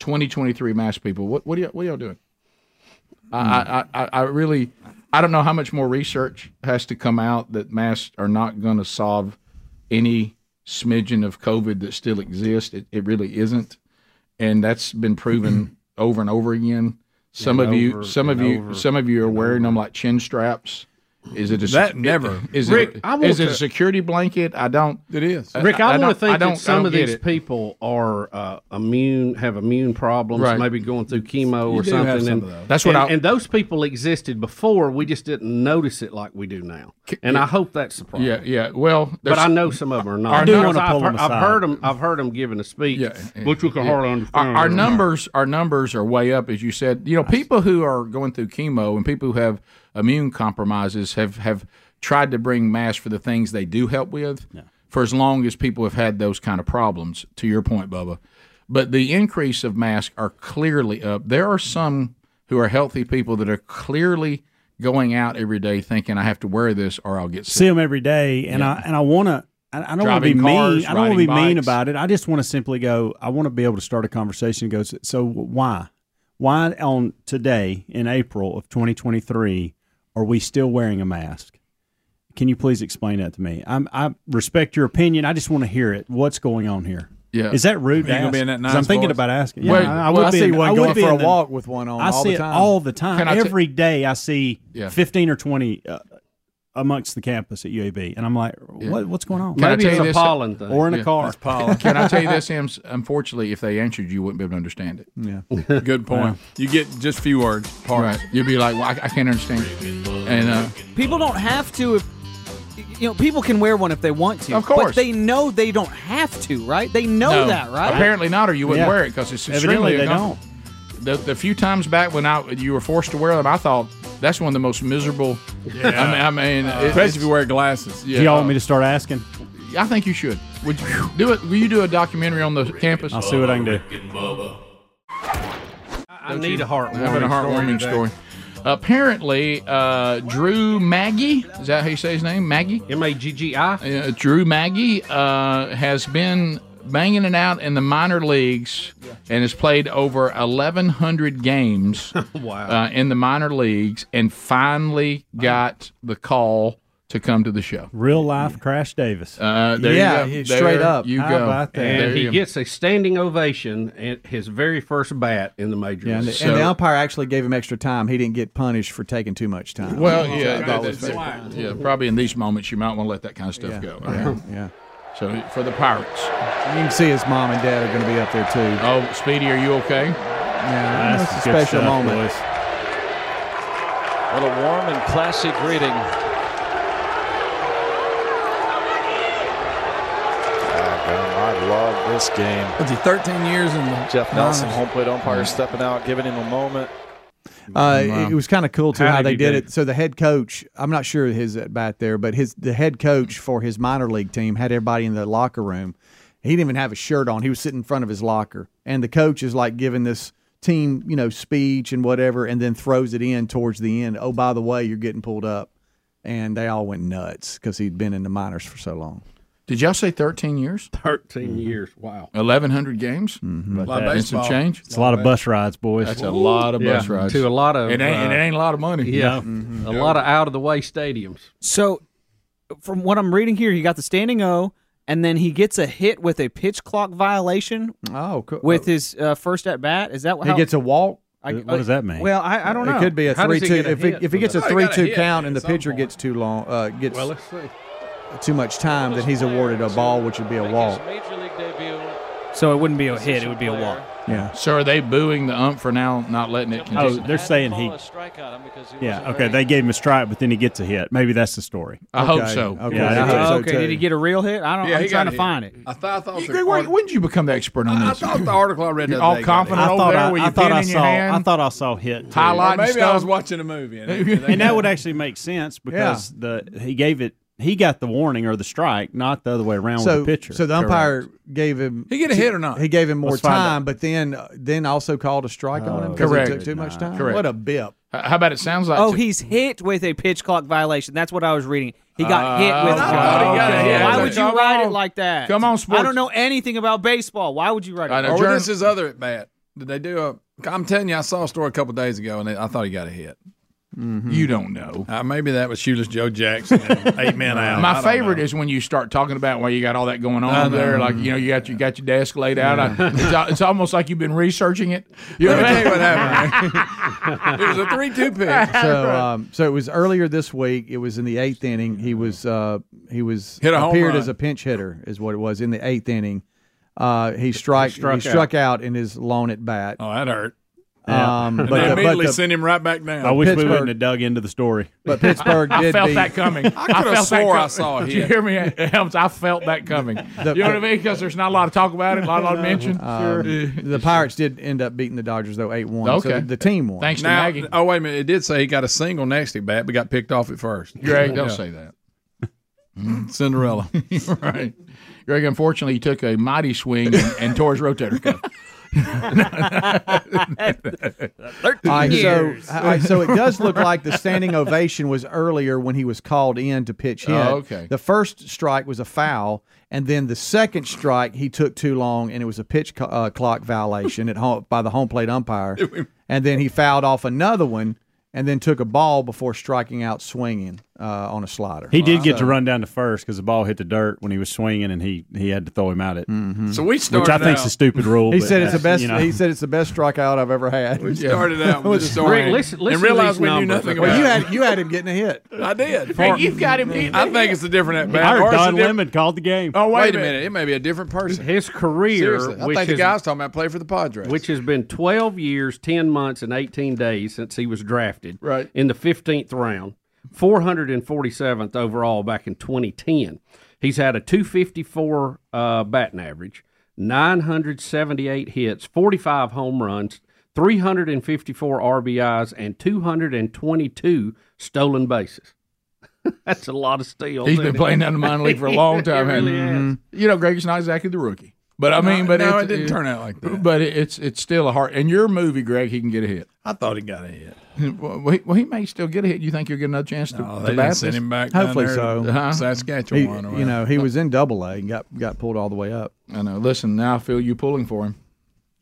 Speaker 1: 2023 mask people. What what are y'all, what are y'all doing?
Speaker 6: Hmm.
Speaker 1: I I, I I really I don't know how much more research has to come out that masks are not going to solve any smidgen of COVID that still exists. It, it really isn't, and that's been proven over and over again. Some
Speaker 6: And
Speaker 1: of you,
Speaker 6: over
Speaker 1: some of
Speaker 6: and
Speaker 1: you,
Speaker 6: over
Speaker 1: some of you are wearing them like chin straps. Is it a,
Speaker 6: That never-
Speaker 1: Is
Speaker 2: Rick,
Speaker 1: it
Speaker 2: I want
Speaker 1: is it a
Speaker 2: to-
Speaker 1: security blanket? I don't. It is.
Speaker 2: Rick, I, want to think
Speaker 1: I don't,
Speaker 2: that some
Speaker 1: I don't
Speaker 2: of
Speaker 1: get
Speaker 2: these
Speaker 1: it.
Speaker 2: people are uh, immune, have immune problems,
Speaker 1: Right.
Speaker 2: maybe going through chemo
Speaker 1: You
Speaker 2: or
Speaker 1: do have
Speaker 2: something.
Speaker 1: some
Speaker 2: and
Speaker 1: of those. That's what
Speaker 2: and,
Speaker 1: I-
Speaker 2: and those people existed before. We just didn't notice it like we do now. And I hope that's the problem.
Speaker 1: Yeah, yeah. Well,
Speaker 2: but
Speaker 1: there's-
Speaker 2: I know some of them are not.
Speaker 1: I do
Speaker 2: Because
Speaker 1: wanna
Speaker 2: I've
Speaker 1: pull
Speaker 2: heard-
Speaker 1: 'em
Speaker 2: I've
Speaker 1: aside.
Speaker 2: heard them. I've heard them giving a speech, which we can
Speaker 1: Yeah.
Speaker 2: hardly understand.
Speaker 1: Our, our numbers, our numbers are way up, as you said. You know, people who are going through chemo and people who have immune compromises have have tried to bring masks for the things they do help with for as long as people have had those kind of problems. To your point, Bubba, but the increase of masks are clearly up. There are some who are healthy people that are clearly going out every day thinking I have to wear this or I'll get
Speaker 12: see
Speaker 1: sick.
Speaker 12: them every day, and
Speaker 1: Yeah.
Speaker 12: I and I want to. I I don't want to be
Speaker 1: Driving
Speaker 12: mean.
Speaker 1: cars,
Speaker 12: I don't want to be
Speaker 1: riding
Speaker 12: mean
Speaker 1: bikes.
Speaker 12: about it. I just want to simply go. I want to be able to start a conversation. And go. "So- So why, why on today in April of 2023 are we still wearing a mask? Can you please explain that to me? I'm, I respect your opinion. I just want to hear it. What's going on here?
Speaker 1: Yeah.
Speaker 12: Is that
Speaker 1: Are
Speaker 12: rude?
Speaker 1: you
Speaker 12: to
Speaker 1: gonna
Speaker 12: ask?
Speaker 1: be in that
Speaker 12: 'Cause I'm
Speaker 1: nice
Speaker 12: thinking
Speaker 1: voice?
Speaker 12: about asking.
Speaker 1: Wait, well, I
Speaker 12: be
Speaker 1: see
Speaker 12: in-
Speaker 1: one
Speaker 12: would
Speaker 1: going
Speaker 12: be
Speaker 1: for
Speaker 12: in
Speaker 1: a
Speaker 12: the-
Speaker 1: walk with one on
Speaker 12: I
Speaker 1: all
Speaker 12: see
Speaker 1: the
Speaker 12: it
Speaker 1: time.
Speaker 12: all the time.
Speaker 1: Can I t-
Speaker 12: Every day I see
Speaker 1: Yeah.
Speaker 12: 15 or 20 uh, amongst the campus at UAB, and I'm like, what, what's going on?
Speaker 1: Can I tell you this?
Speaker 12: or in a
Speaker 1: Yeah.
Speaker 12: car.
Speaker 1: Can I tell you this, Em? Unfortunately, if they answered, you wouldn't be able to understand it.
Speaker 5: Yeah. Good point. You get just a few words.
Speaker 1: Right. You'd be like, well, I, I can't understand. And uh,
Speaker 8: People don't have to. If, you know, people can wear one if they want to.
Speaker 1: Of course.
Speaker 8: but they know they don't have to, right? They know
Speaker 1: no.
Speaker 8: that, right?
Speaker 1: Apparently not, or you wouldn't wear it because it's extremely
Speaker 8: Evidently they
Speaker 1: uncomfortable. The, the few times back when I you were forced to wear them, I thought that's one of the most miserable. I mean, I mean
Speaker 12: Uh,
Speaker 5: especially
Speaker 1: it-
Speaker 5: if
Speaker 1: it's-
Speaker 5: you wear glasses.
Speaker 12: Do y'all want me to start asking?
Speaker 1: I think you should. Would you do it? Will you do a documentary on the campus?
Speaker 12: I'll see what I can do.
Speaker 2: I need a heartwarming,
Speaker 1: Having a heartwarming
Speaker 2: story.
Speaker 1: story. Apparently, uh, Drew Maggie, is that how you say his name? Maggie?
Speaker 2: M A G G I?
Speaker 1: Uh, Drew Maggie uh, has been banging it out in the minor leagues and has played over 1,100 games
Speaker 2: Wow.
Speaker 1: uh, in the minor leagues and finally got the call to come to the show.
Speaker 12: Real life Crash Davis.
Speaker 1: Uh, there you go. There You
Speaker 12: How
Speaker 1: go.
Speaker 12: about that?
Speaker 1: There
Speaker 2: And he
Speaker 1: you go.
Speaker 2: gets a standing ovation at his very first bat in the majors.
Speaker 6: Yeah, and, the, and the umpire actually gave him extra time. He didn't get punished for taking too much time.
Speaker 1: Well, yeah,
Speaker 6: That
Speaker 1: that-
Speaker 6: was
Speaker 1: that's-
Speaker 6: fair.
Speaker 1: yeah, probably in these moments you might want to let that kind of stuff
Speaker 6: Yeah.
Speaker 1: go.
Speaker 6: Yeah. Yeah.
Speaker 1: So for the Pirates,
Speaker 6: You can see his mom and dad are going to be up there too.
Speaker 1: Oh, Speedy, are you okay?
Speaker 6: Yeah,
Speaker 1: That's
Speaker 6: that's a
Speaker 1: good
Speaker 6: special
Speaker 1: stuff,
Speaker 6: moment.
Speaker 9: What a warm and classy greeting. I love this game.
Speaker 5: Was he 13 years in the
Speaker 9: Jeff Nelson,
Speaker 5: Niners?
Speaker 9: home plate umpire, stepping out, giving him a moment.
Speaker 6: Uh,
Speaker 9: Wow.
Speaker 6: It was kind of cool too
Speaker 9: How
Speaker 6: how,
Speaker 9: did
Speaker 6: they
Speaker 9: he
Speaker 6: did
Speaker 9: do?
Speaker 6: it. So the head coach, I'm not sure his at bat there, but his the head coach for his minor league team had everybody in the locker room. He didn't even have a shirt on. He was sitting in front of his locker, and the coach is like giving this team, you know, speech and whatever, and then throws it in towards the end. Oh, by the way, you're getting pulled up, and they all went nuts because he'd been in the minors for so long.
Speaker 1: Did y'all say 13 years?
Speaker 2: 13
Speaker 1: Mm-hmm.
Speaker 2: years. Wow.
Speaker 1: 1,100 games? Mm-hmm.
Speaker 2: About
Speaker 1: Lot
Speaker 2: that.
Speaker 1: and some
Speaker 2: Baseball.
Speaker 1: change?
Speaker 12: It's a lot of bus rides, boys.
Speaker 1: That's a lot of bus
Speaker 2: Yeah,
Speaker 1: rides.
Speaker 2: To a lot of.
Speaker 1: It ain't, it
Speaker 2: uh,
Speaker 1: ain't a lot of money.
Speaker 2: Yeah. A lot of out of the way stadiums.
Speaker 8: Mm-hmm. So, from what I'm reading here, he got the standing O, and then he gets a hit with a pitch clock violation.
Speaker 6: Oh, cool.
Speaker 8: with his uh, first at bat, is that
Speaker 6: He
Speaker 8: how-
Speaker 6: gets a walk.
Speaker 8: I-
Speaker 6: What does
Speaker 12: that mean?
Speaker 8: Well, I, I don't know.
Speaker 6: It could be a three-two. If, it- if he
Speaker 8: Oh,
Speaker 6: gets a three-two count and the pitcher gets too long, uh, gets
Speaker 2: Well, let's see.
Speaker 6: too much time, then he's awarded a ball, which would be a walk.
Speaker 9: Major league debut.
Speaker 8: So it wouldn't be a hit; it would be a walk.
Speaker 6: Yeah.
Speaker 1: So are they booing the ump for now not letting it
Speaker 12: Oh,
Speaker 1: continue?
Speaker 12: they're saying he. Yeah, okay. They gave him a strike, but then he gets a hit. Maybe that's the story.
Speaker 1: I hope Okay, so. okay, I hope so,
Speaker 8: Okay, did he get a real hit? I don't.
Speaker 5: Yeah,
Speaker 8: I'm
Speaker 5: he got
Speaker 8: trying to
Speaker 5: hit.
Speaker 8: find it.
Speaker 5: I thought I thought
Speaker 1: Greg, why- when did you become the expert on
Speaker 5: I
Speaker 1: this?
Speaker 5: thought the article I read.
Speaker 1: You're
Speaker 5: the
Speaker 1: all
Speaker 5: other day got
Speaker 1: confident
Speaker 5: it.
Speaker 1: over there with
Speaker 12: I
Speaker 1: your
Speaker 12: thought
Speaker 1: pen
Speaker 12: I
Speaker 1: in your
Speaker 12: saw.
Speaker 1: hand?
Speaker 12: I thought I saw hit. too.
Speaker 5: Highlight Well, and maybe I stuff. was watching a movie and it-
Speaker 12: and that would actually make sense because the he gave it. He got the warning or the strike, not the other way around
Speaker 6: So,
Speaker 12: with the pitcher.
Speaker 6: so the umpire gave him.
Speaker 5: He get a hit or not?
Speaker 6: He gave him more
Speaker 12: Let's find
Speaker 6: time, but then uh, then also called a strike on him because
Speaker 1: Correct.
Speaker 6: it took too much time.
Speaker 1: Correct.
Speaker 6: What a bip!
Speaker 1: How about it sounds like?
Speaker 8: Oh, he's hit with a pitch clock violation. That's what I was reading. He got hit with.
Speaker 1: Oh, okay. Yeah,
Speaker 8: Why
Speaker 1: okay.
Speaker 8: would you
Speaker 1: Come
Speaker 8: write it
Speaker 1: on.
Speaker 8: like that?
Speaker 1: Come on,
Speaker 8: I
Speaker 1: sports.
Speaker 8: don't know anything about baseball. Why would you write it?
Speaker 5: Or
Speaker 8: like that?
Speaker 5: this is other at bat. Did they do a? I'm telling you, I saw a story a couple days ago, and I thought he got a hit.
Speaker 1: You don't know.
Speaker 5: Uh, maybe that was shoeless Joe Jackson, and eight men out. I
Speaker 1: My
Speaker 5: don't
Speaker 1: favorite is when you start talking about why you got all that going
Speaker 5: I
Speaker 1: on
Speaker 5: know.
Speaker 1: there. Like you know, you got you got your desk laid out. I, it's, al- it's almost like you've been researching it.
Speaker 5: Let me tell you what happened. it was a three-two pitch.
Speaker 6: So, um, so it was earlier this week. It was in the eighth inning. He was uh, he was
Speaker 5: Hit a home
Speaker 6: appeared
Speaker 5: run.
Speaker 6: as a pinch hitter, is what it was in the eighth inning. Uh, he strike
Speaker 5: struck
Speaker 6: he struck out in his lone at bat.
Speaker 5: Oh, that hurt.
Speaker 6: Um,
Speaker 5: and
Speaker 6: but the-
Speaker 5: they
Speaker 6: but
Speaker 5: immediately
Speaker 6: the-
Speaker 5: sent him right back down.
Speaker 12: I wish we
Speaker 6: Pittsburgh-
Speaker 12: wouldn't have dug into the story.
Speaker 6: But Pittsburgh
Speaker 1: I
Speaker 6: did
Speaker 1: felt
Speaker 6: beat-
Speaker 1: that coming.
Speaker 6: I coulda
Speaker 1: felt that
Speaker 6: swore I
Speaker 1: com-
Speaker 6: saw a
Speaker 1: Did you
Speaker 6: hit.
Speaker 1: hear me, Helms? I felt that coming.
Speaker 6: The-
Speaker 1: you know what I mean? Because there's not a lot of talk about it, not a lot of mention.
Speaker 6: Um, the Pirates did end up beating the Dodgers though eight one.
Speaker 5: Okay.
Speaker 6: so the, the team won.
Speaker 5: now, Oh, wait a minute. It did say he got a single next to bat, but got picked off at first.
Speaker 1: Greg, don't say that.
Speaker 5: Cinderella.
Speaker 1: right. Greg, unfortunately, he took a mighty swing and, and tore his rotator cuff.
Speaker 6: All right, so, all right, so it does look like the standing ovation was earlier when he was called in to pitch hit.
Speaker 1: Oh, okay.
Speaker 6: The first strike was a foul, and then the second strike he took too long, and it was a pitch co- uh, clock violation at home by the home plate umpire. And then he fouled off another one, and then took a ball before striking out swinging. uh, on a slider.
Speaker 12: He did get to
Speaker 6: So-
Speaker 12: run down to first because the ball hit the dirt when he was swinging, and he he had to throw him out at.
Speaker 6: Mm-hmm.
Speaker 11: So we
Speaker 12: which I
Speaker 11: started
Speaker 12: think's
Speaker 11: out-
Speaker 12: a stupid rule.
Speaker 6: He
Speaker 12: but
Speaker 6: said it's the
Speaker 12: that's,
Speaker 6: best.
Speaker 12: you know.
Speaker 6: He said it's the best strikeout I've ever had.
Speaker 11: We started out with a story
Speaker 6: Rick,
Speaker 11: and realized we knew nothing about
Speaker 6: Well, you
Speaker 11: it.
Speaker 6: had you had him getting a hit.
Speaker 11: I did.
Speaker 6: Far-
Speaker 11: you've got him. beat.
Speaker 5: I think it's a different at bat.
Speaker 11: I heard
Speaker 5: Or it's a
Speaker 11: Don
Speaker 5: diff-
Speaker 12: Lemon called the game.
Speaker 5: Oh, wait,
Speaker 11: Wait
Speaker 5: a
Speaker 11: a
Speaker 5: minute. It may be a different person.
Speaker 2: His career,
Speaker 5: Seriously. I
Speaker 2: which
Speaker 5: think the
Speaker 2: is-
Speaker 5: guy's talking about play for the Padres.
Speaker 2: Which has been 12 years, 10 months, and 18 days since he was drafted right. in the 15th round, 447th overall back in 2010. He's had a 254 uh, batting average, 978 hits, 45 home runs, 354 RBIs, and 222 stolen bases. That's a lot of steals.
Speaker 1: He's
Speaker 2: isn't
Speaker 1: been
Speaker 2: it?
Speaker 1: playing down the minor league for a long time.
Speaker 2: It really
Speaker 1: hasn't
Speaker 2: has.
Speaker 1: he? You know, Greg's not exactly the rookie, but I
Speaker 5: Mm-hmm. No,
Speaker 1: mean, but
Speaker 5: no,
Speaker 1: it's-
Speaker 5: it didn't turn out like that.
Speaker 1: But it- it's it's still a hard. And your movie, Greg, he can get a hit.
Speaker 5: I thought he got a hit.
Speaker 1: Well, he, well, he may still get a hit. You think you'll get another chance to,
Speaker 5: they
Speaker 1: to
Speaker 5: didn't
Speaker 1: bat
Speaker 5: send
Speaker 1: this?
Speaker 5: him back down
Speaker 6: Hopefully
Speaker 5: there
Speaker 6: so.
Speaker 5: to
Speaker 11: Uh-huh.
Speaker 5: Huh?
Speaker 6: He,
Speaker 5: Saskatchewan or
Speaker 6: you know, he was in Double A and got got pulled all the way up.
Speaker 1: I know. Listen, now I feel you pulling for him.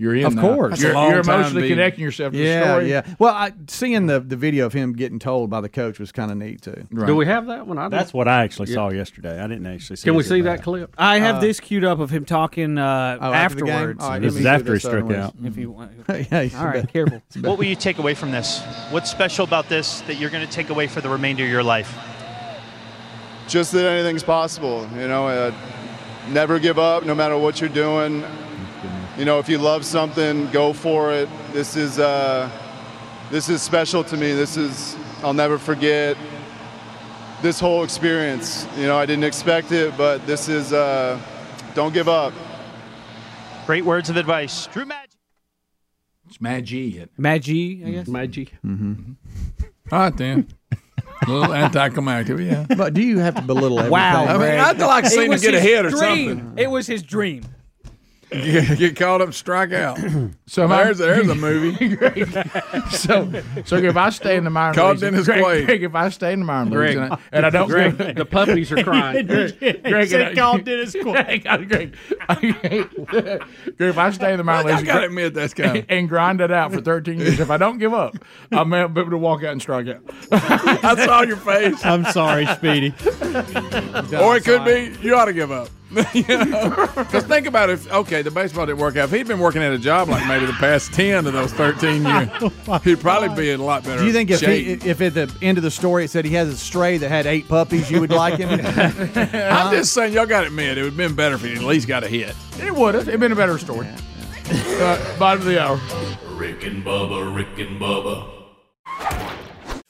Speaker 1: You're in.
Speaker 6: Of
Speaker 1: now.
Speaker 6: course,
Speaker 1: you're, you're emotionally connecting yourself to
Speaker 6: yeah,
Speaker 1: the story.
Speaker 6: Yeah, Well, I, seeing the the video of him getting told by the coach was kind of neat too.
Speaker 12: Do we
Speaker 2: have that one? I
Speaker 12: That's what I actually saw yesterday. I didn't actually see.
Speaker 6: Can we
Speaker 12: it.
Speaker 6: see that clip?
Speaker 21: I have
Speaker 6: Uh,
Speaker 21: this queued up of him talking uh,
Speaker 12: Oh, after the game?
Speaker 21: afterwards.
Speaker 12: All right, This let me is do after this he struck otherwise. out.
Speaker 21: If you want.
Speaker 6: yeah,
Speaker 21: All right, careful.
Speaker 13: What will you take away from this? What's special about this that you're going to take away for the remainder of your life?
Speaker 14: just that anything's possible. You know, uh, never give up, no matter what you're doing. You know, if you love something, go for it. This is uh, this is special to me. This is I'll never forget this whole experience. You know, I didn't expect it, but this is uh, don't give up.
Speaker 13: Great words of advice. Drew Magic.
Speaker 1: It's Magi.
Speaker 21: Magi, I guess.
Speaker 2: Magi.
Speaker 6: Mm-hmm.
Speaker 5: All right, then. A little anticlimactic, yeah.
Speaker 6: But do you have to belittle everything?
Speaker 5: Wow, I mean,
Speaker 6: Greg?
Speaker 5: I'd like to see him
Speaker 21: was
Speaker 5: get a
Speaker 21: his
Speaker 5: hit or
Speaker 21: dream.
Speaker 5: something.
Speaker 21: It was his dream.
Speaker 5: get, get caught up, strike out.
Speaker 1: So
Speaker 5: so
Speaker 1: am I-
Speaker 5: there's, there's a movie.
Speaker 1: so, so if I stay in the minor
Speaker 5: Call
Speaker 1: leagues,
Speaker 5: Dennis
Speaker 1: Greg,
Speaker 5: Quaid.
Speaker 1: Greg, if I stay in the minor
Speaker 5: Greg.
Speaker 1: leagues, and I, and I don't,
Speaker 5: Greg,
Speaker 1: give-
Speaker 5: the puppies are crying.
Speaker 1: Greg,
Speaker 5: He said,
Speaker 1: and I-
Speaker 5: "Call Dennis Quaid."
Speaker 1: Greg, Greg, if I stay in the minor
Speaker 5: I
Speaker 1: leagues,
Speaker 5: gotta
Speaker 1: Greg-
Speaker 5: admit that's kind of-
Speaker 1: and grind it out for 13 years, if I don't give up, I may be able to walk out and strike out.
Speaker 5: I saw your face.
Speaker 12: I'm sorry, Speedy.
Speaker 5: or it could be you ought to give up. Because think about if okay, the baseball didn't work out. If he'd been working at a job like maybe the past ten of those thirteen years, he'd probably be in a lot better.
Speaker 6: Oh Do you think if
Speaker 5: shape.
Speaker 6: he, if at the end of the story it said he has a stray that had eight puppies, you would like him?
Speaker 5: I'm just saying, y'all got to admit it would have been better if he at least got a hit.
Speaker 1: It would have. It'd been a better story. Uh, bottom of the hour.
Speaker 7: Rick and Bubba, Rick and Bubba.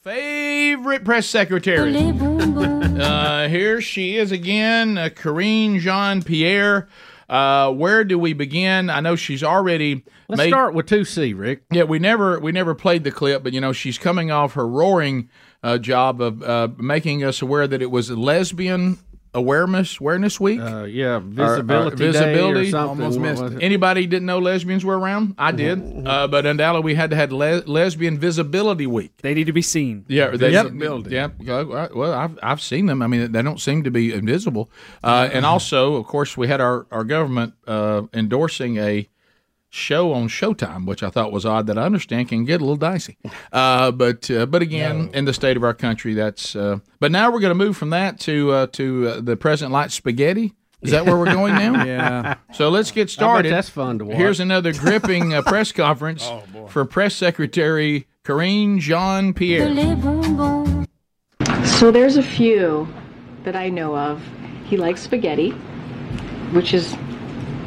Speaker 1: Favorite press secretary. uh, here she is again, uh, Corinne Jean Pierre. Uh, where do we begin? I know she's already.
Speaker 2: Let's
Speaker 1: made-
Speaker 2: start with 2C, Rick.
Speaker 1: Yeah, we never we never played the clip, but you know she's coming off her roaring uh, job of uh, making us aware that it was lesbian awareness awareness week. Uh,
Speaker 2: yeah, Visibility Day or
Speaker 1: visibility.
Speaker 2: something.
Speaker 1: Almost
Speaker 2: What
Speaker 1: missed
Speaker 2: was
Speaker 1: it.
Speaker 2: it? Mm-hmm.
Speaker 1: Anybody didn't know lesbians were around? I did, uh, but undoubtedly we had to have le- lesbian visibility week.
Speaker 21: They need to be seen.
Speaker 1: Yeah, they,
Speaker 21: Visibility.
Speaker 1: Yeah, well, I- well, I've I've seen them. I mean, they don't seem to be invisible. Uh, and also, of course, we had our our government uh, endorsing a show on Showtime, which I thought was odd. That I understand can get a little dicey. Uh, but uh, but again, in the state of our country, that's. Uh, but now we're going to move from that to uh, to uh, the president light spaghetti. Is that where we're going now?
Speaker 2: Yeah.
Speaker 1: So let's get started.
Speaker 2: that's fun to watch. Oh,
Speaker 1: Here's another gripping uh, press conference for Press Secretary Karine Jean Pierre.
Speaker 28: So there's a few that I know of. He likes spaghetti, which is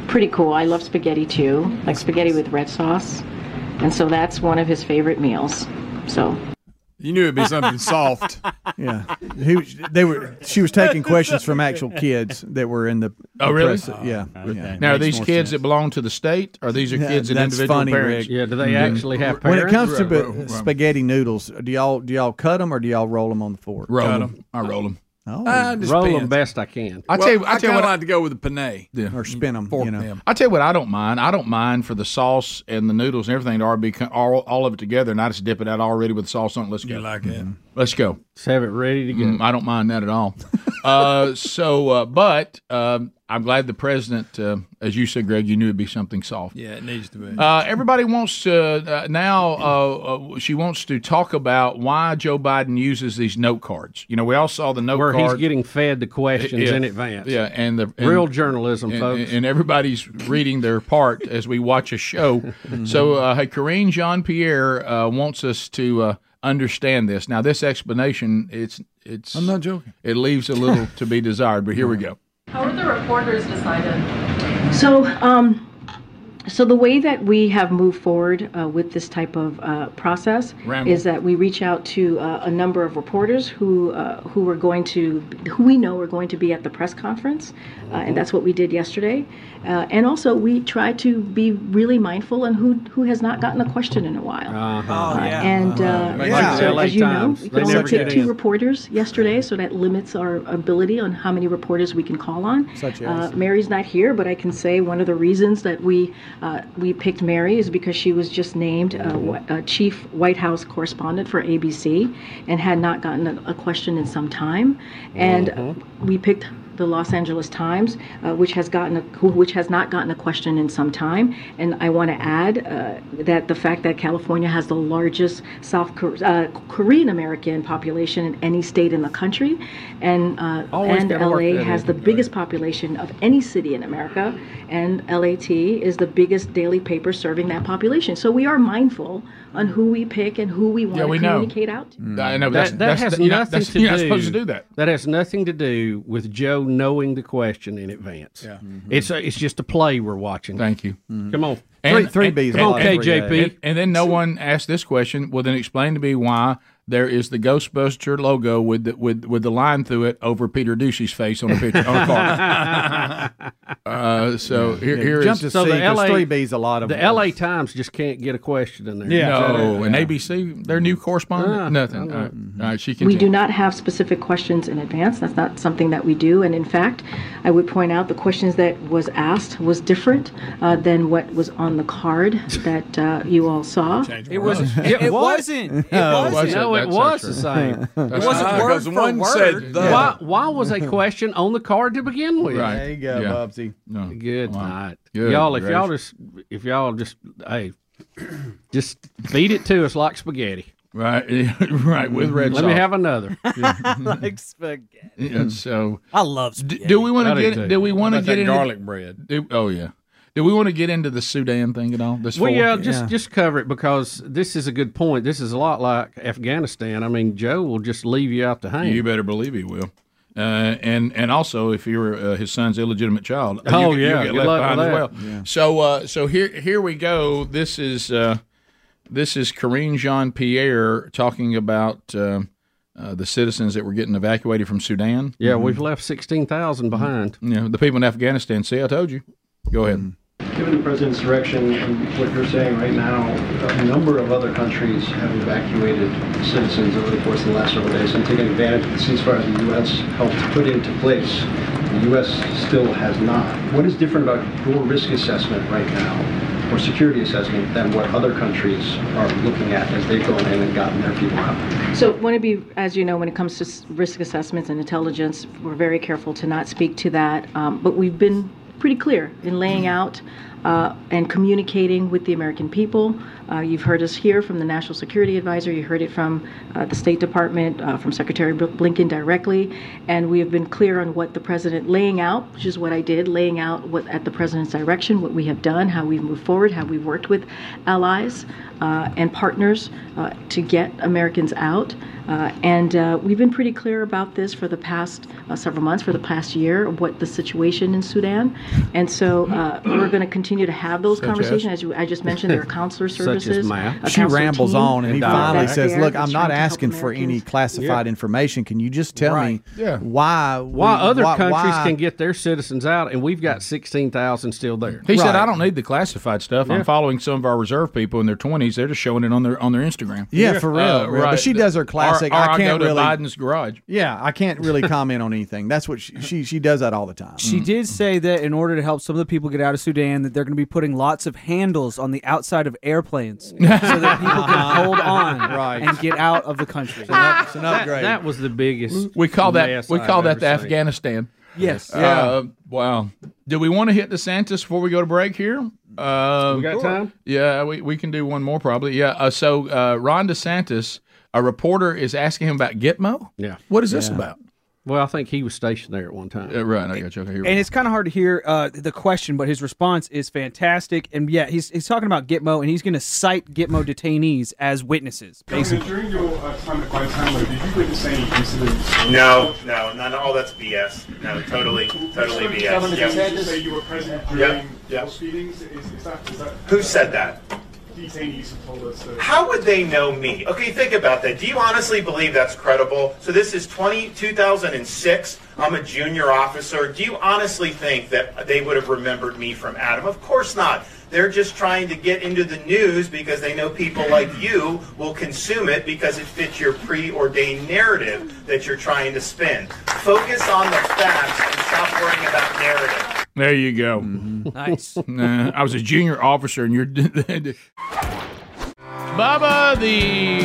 Speaker 28: pretty cool. I love spaghetti too, like spaghetti with red sauce. And so that's one of his favorite meals. So
Speaker 5: You knew it'd be something soft.
Speaker 6: yeah, he, was- they were. She was taking questions from actual kids that were in the.
Speaker 1: Oh, really?
Speaker 6: press- yeah, yeah.
Speaker 1: Now, are
Speaker 6: Makes
Speaker 1: these
Speaker 6: more
Speaker 1: kids that belong to the state? Or are these are
Speaker 6: Yeah,
Speaker 1: kids that
Speaker 6: that's
Speaker 1: individual
Speaker 6: funny,
Speaker 1: parents? Mm-hmm.
Speaker 6: Rick. Mm-hmm. When it comes to
Speaker 1: Right,
Speaker 6: ba-
Speaker 1: right, right.
Speaker 6: spaghetti noodles, do y'all do y'all cut them or do y'all roll them on the fork?
Speaker 1: Roll Cut 'em. 'em. I roll them.
Speaker 6: Oh,
Speaker 5: Ah,
Speaker 1: Uh, just Roll 'em depends. best I can. I tell you- I tell you
Speaker 5: kinda
Speaker 1: what I-
Speaker 5: like to go with the penne
Speaker 6: or spin them. You know,
Speaker 1: I tell you what, I don't mind. I don't mind for the sauce and the noodles and everything to all be all, all of it together, and I just dip it out already with sauce on. it. Let's go. You
Speaker 5: like it?
Speaker 1: Let's go.
Speaker 2: Let's have it ready to go.
Speaker 1: Mm, I don't mind that at all. uh, so, uh, but um I'm glad the president, uh, as you said, Greg, you knew it'd be something soft.
Speaker 18: Yeah, it needs to be.
Speaker 1: Uh, everybody wants to uh, now. Uh, uh, she wants to talk about why Joe Biden uses these note cards. You know, we all saw the note
Speaker 2: Where he's
Speaker 1: cards.
Speaker 2: getting fed the questions
Speaker 1: Yeah.
Speaker 2: in advance.
Speaker 1: Yeah, and the and-
Speaker 2: real journalism,
Speaker 1: and,
Speaker 2: folks.
Speaker 1: and everybody's reading their part as we watch a show. so, uh, hey, Corinne Jean Pierre uh, wants us to uh, understand this. Now, this explanation, it's it's. I'm not
Speaker 5: joking.
Speaker 1: It leaves a little to be desired, but here we go.
Speaker 19: How are the reporters decided?
Speaker 28: So, um, so the way that we have moved forward uh, with this type of uh, process
Speaker 19: Ramble.
Speaker 28: is that we reach out to uh, a number of reporters who uh, who are going to who we know are going to be at the press conference, uh, and that's what we did yesterday. Uh, and also, we try to be really mindful on who who has not gotten a question in a while.
Speaker 2: Uh-huh.
Speaker 28: Uh, And uh,
Speaker 2: Like the
Speaker 28: yeah. so,
Speaker 2: LA
Speaker 28: as you know,
Speaker 2: Times.
Speaker 28: we
Speaker 2: They
Speaker 28: could only
Speaker 2: never
Speaker 28: take
Speaker 2: get
Speaker 28: two
Speaker 2: in.
Speaker 28: reporters yesterday, so that limits our ability on how many reporters we can call on.
Speaker 6: Such
Speaker 28: Uh,
Speaker 6: as?
Speaker 28: Mary's not here, but I can say one of the reasons that we uh, we picked Mary is because she was just named uh, wh- uh, chief White House correspondent for ABC and had not gotten a, a question in some time, and uh,
Speaker 20: Mm-hmm.
Speaker 28: we picked the Los Angeles Times, uh, which has gotten a, who- which has not gotten a question in some time. And I want to add uh, that the fact that California has the largest South Kor- uh, Korean American population in any state in the country, and uh,
Speaker 20: Always
Speaker 28: and
Speaker 20: gotta work
Speaker 28: LA
Speaker 20: that
Speaker 28: has
Speaker 20: in.
Speaker 28: the biggest population of any city in America, and LAT is the biggest daily paper serving that population. So we are mindful on who we pick and who we want
Speaker 1: Yeah,
Speaker 28: to
Speaker 1: we know.
Speaker 28: communicate out
Speaker 20: Mm-hmm.
Speaker 28: to.
Speaker 1: I know,
Speaker 2: Mm. that,
Speaker 1: that's-
Speaker 2: that
Speaker 1: that's-
Speaker 2: has
Speaker 1: you're not-
Speaker 2: nothing
Speaker 1: that's-
Speaker 2: to
Speaker 1: you're
Speaker 2: do.
Speaker 1: not supposed to do that.
Speaker 2: That has nothing to do with Joe knowing the question in advance.
Speaker 1: Yeah. Mm-hmm.
Speaker 2: It's a, it's just a play we're watching. Mm-hmm.
Speaker 1: Thank you.
Speaker 6: Mm-hmm.
Speaker 2: Come on,
Speaker 1: and-
Speaker 2: Come on, KJP.
Speaker 1: And, and then no one asked this question. Well, then explain to me why there is the Ghostbuster logo with the, with with the line through it over Peter Ducey's face on a picture on a card. uh, so here,
Speaker 6: Yeah,
Speaker 1: here is
Speaker 6: jump to So the see, 'cause LA three B's a lot of-
Speaker 2: the LA Times just can't get a question in there.
Speaker 1: no, and ABC, their new correspondent,
Speaker 2: Ah,
Speaker 1: nothing.
Speaker 2: I
Speaker 1: All right, All right, she can.
Speaker 28: We do not have specific questions in advance. That's not something that we do. And in fact, I would point out the questions that was asked was different uh, than what was on the card that uh, you all saw.
Speaker 8: It was. It, it wasn't. It
Speaker 2: No, Oh, it
Speaker 8: wasn't.
Speaker 2: wasn't. No, it That's was so the true. same. That's
Speaker 8: It wasn't
Speaker 2: not true.
Speaker 8: word
Speaker 2: Because
Speaker 8: for
Speaker 2: one
Speaker 8: word.
Speaker 2: said the- Why- why was a question on the card to begin with?
Speaker 6: Right. There you go, Bubsy.
Speaker 2: Oh, Good night,
Speaker 6: Good
Speaker 2: y'all. If y'all
Speaker 6: gracious.
Speaker 2: just if y'all just hey, just feed it to us like spaghetti. Mm-hmm.
Speaker 1: Right, right with red
Speaker 2: Let me
Speaker 1: sauce.
Speaker 2: have another.
Speaker 1: like
Speaker 8: spaghetti.
Speaker 1: Yeah, so
Speaker 8: I love
Speaker 1: D-
Speaker 8: spaghetti.
Speaker 1: Do we want
Speaker 2: I do
Speaker 1: to
Speaker 2: too.
Speaker 1: get? Do we want
Speaker 2: How
Speaker 1: to
Speaker 2: about that
Speaker 1: get into
Speaker 2: garlic bread?
Speaker 1: do- oh yeah. Do we want to get into the Sudan thing at all? This
Speaker 2: Well,
Speaker 1: four?
Speaker 2: yeah, just just cover it because this is a good point. This is a lot like Afghanistan. I mean, Joe will just leave you out to hang.
Speaker 1: You better believe he will. Uh, and and also, if you're uh, his son's illegitimate child, uh,
Speaker 2: Oh,
Speaker 1: you, get-
Speaker 2: yeah,
Speaker 1: you get
Speaker 2: good
Speaker 1: left
Speaker 2: luck
Speaker 1: behind
Speaker 2: with
Speaker 1: as well.
Speaker 2: that. Yeah.
Speaker 1: So uh, so here here we go. This is uh, this is Karine Jean Pierre talking about um uh, the citizens that were getting evacuated from Sudan.
Speaker 2: Yeah, we've left sixteen thousand behind.
Speaker 1: mm-hmm. Yeah, the people in Afghanistan. See, I told you. Go ahead.
Speaker 29: Given the president's direction and what you're saying right now, a number of other countries have evacuated citizens over the course of the last several days and taken advantage of the ceasefire the U.S. helped put into place. The U.S. still has not. What is different about your risk assessment right now, or security assessment, than what other countries are looking at as they've gone in and gotten their people out?
Speaker 28: So, want to be, as you know, when it comes to s- risk assessments and intelligence, we're very careful to not speak to that. Um, but we've been pretty clear in laying out uh, and communicating with the American people. Uh, you've heard us here from the National Security Advisor. You heard it from uh, the State Department, uh, from Secretary Bl- Blinken directly, and we have been clear on what the president laying out, which is what I did, laying out what at the president's direction, what we have done, how we've moved forward, how we've worked with allies uh, and partners uh, to get Americans out. Uh, and uh, we've been pretty clear about this for the past uh, several months, for the past year, of what the situation in Sudan. And so uh, we're going to continue to have those
Speaker 6: Such as?
Speaker 28: conversations. As you, I just mentioned, there are counselor
Speaker 6: Such as
Speaker 28: services.
Speaker 6: ma'am.
Speaker 28: a
Speaker 6: She
Speaker 28: counselor
Speaker 6: rambles
Speaker 28: team
Speaker 6: on, and he
Speaker 28: that's
Speaker 6: finally
Speaker 28: there
Speaker 6: says, "Look,
Speaker 28: that's
Speaker 6: I'm not
Speaker 28: trying to help
Speaker 6: asking for any
Speaker 28: Americans."
Speaker 6: classified information. Can you just tell me
Speaker 2: Yeah.
Speaker 6: why
Speaker 2: Why
Speaker 6: we-
Speaker 2: other countries
Speaker 6: why-
Speaker 2: can get their citizens out, and we've got sixteen thousand still there.
Speaker 1: He said, "I don't need the classified stuff.
Speaker 2: Yeah.
Speaker 1: I'm following some of our reserve people in their 20s. They're just showing it on their on their Instagram."
Speaker 6: Yeah, for real,
Speaker 1: Uh,
Speaker 6: real. But she does her classic.
Speaker 1: Or, or
Speaker 6: I
Speaker 1: go
Speaker 6: can't
Speaker 1: to
Speaker 6: really-
Speaker 1: Biden's garage.
Speaker 6: Yeah, I can't really comment
Speaker 1: Mm-hmm.
Speaker 6: on anything. That's what she she, she does that all the time.
Speaker 8: She did say that in order to help some of the people get out of Sudan, that they're going to be putting lots of handles on the outside of airplanes so that people can hold on
Speaker 1: Right.
Speaker 8: and get out of the country.
Speaker 2: Uh-huh. It's an upgrade. That, was the biggest.
Speaker 1: We call that
Speaker 2: mess
Speaker 1: we
Speaker 2: I've
Speaker 1: call that
Speaker 2: ever
Speaker 1: the
Speaker 2: seen.
Speaker 1: Afghanistan.
Speaker 2: Yes.
Speaker 1: Uh, wow. Do we want to hit DeSantis before we go to break here? Uh,
Speaker 2: We got Sure. time?
Speaker 1: Yeah, we, we can do one more probably. Yeah. Uh, so uh, Ron DeSantis, a reporter is asking him about Gitmo.
Speaker 2: Yeah.
Speaker 1: What is this
Speaker 2: Yeah.
Speaker 1: about?
Speaker 2: Well, I think he was stationed there at one time.
Speaker 1: right. I got you. Okay, here
Speaker 8: And it's kind of hard to hear uh, the question, but his response is fantastic. And yeah, he's, he's talking about Gitmo, and he's going to cite Gitmo detainees as witnesses, basically.
Speaker 17: During your uh, time at Guantanamo, did you witness any incidents?
Speaker 18: No, no, no, no, all that's BS. No, totally, totally
Speaker 17: Sorry, tell them
Speaker 18: BS.
Speaker 17: it's
Speaker 18: Yep.
Speaker 17: Sanders. Say you were present during
Speaker 18: Yep.
Speaker 17: those feedings. Is, is that, is that
Speaker 18: Who said that?
Speaker 17: detainees have told us that?
Speaker 18: How would they know me? Okay, think about that. Do you honestly believe that's credible? So this is 20, 2006. I'm a junior officer. Do you honestly think that they would have remembered me from Adam? Of course not. They're just trying to get into the news because they know people like you will consume it because it fits your preordained narrative that you're trying to spin. Focus on the facts and stop worrying about narrative.
Speaker 1: There you go.
Speaker 11: Mm-hmm.
Speaker 18: Nice.
Speaker 1: Nah, I was a junior officer, and you're.
Speaker 11: Bubba, the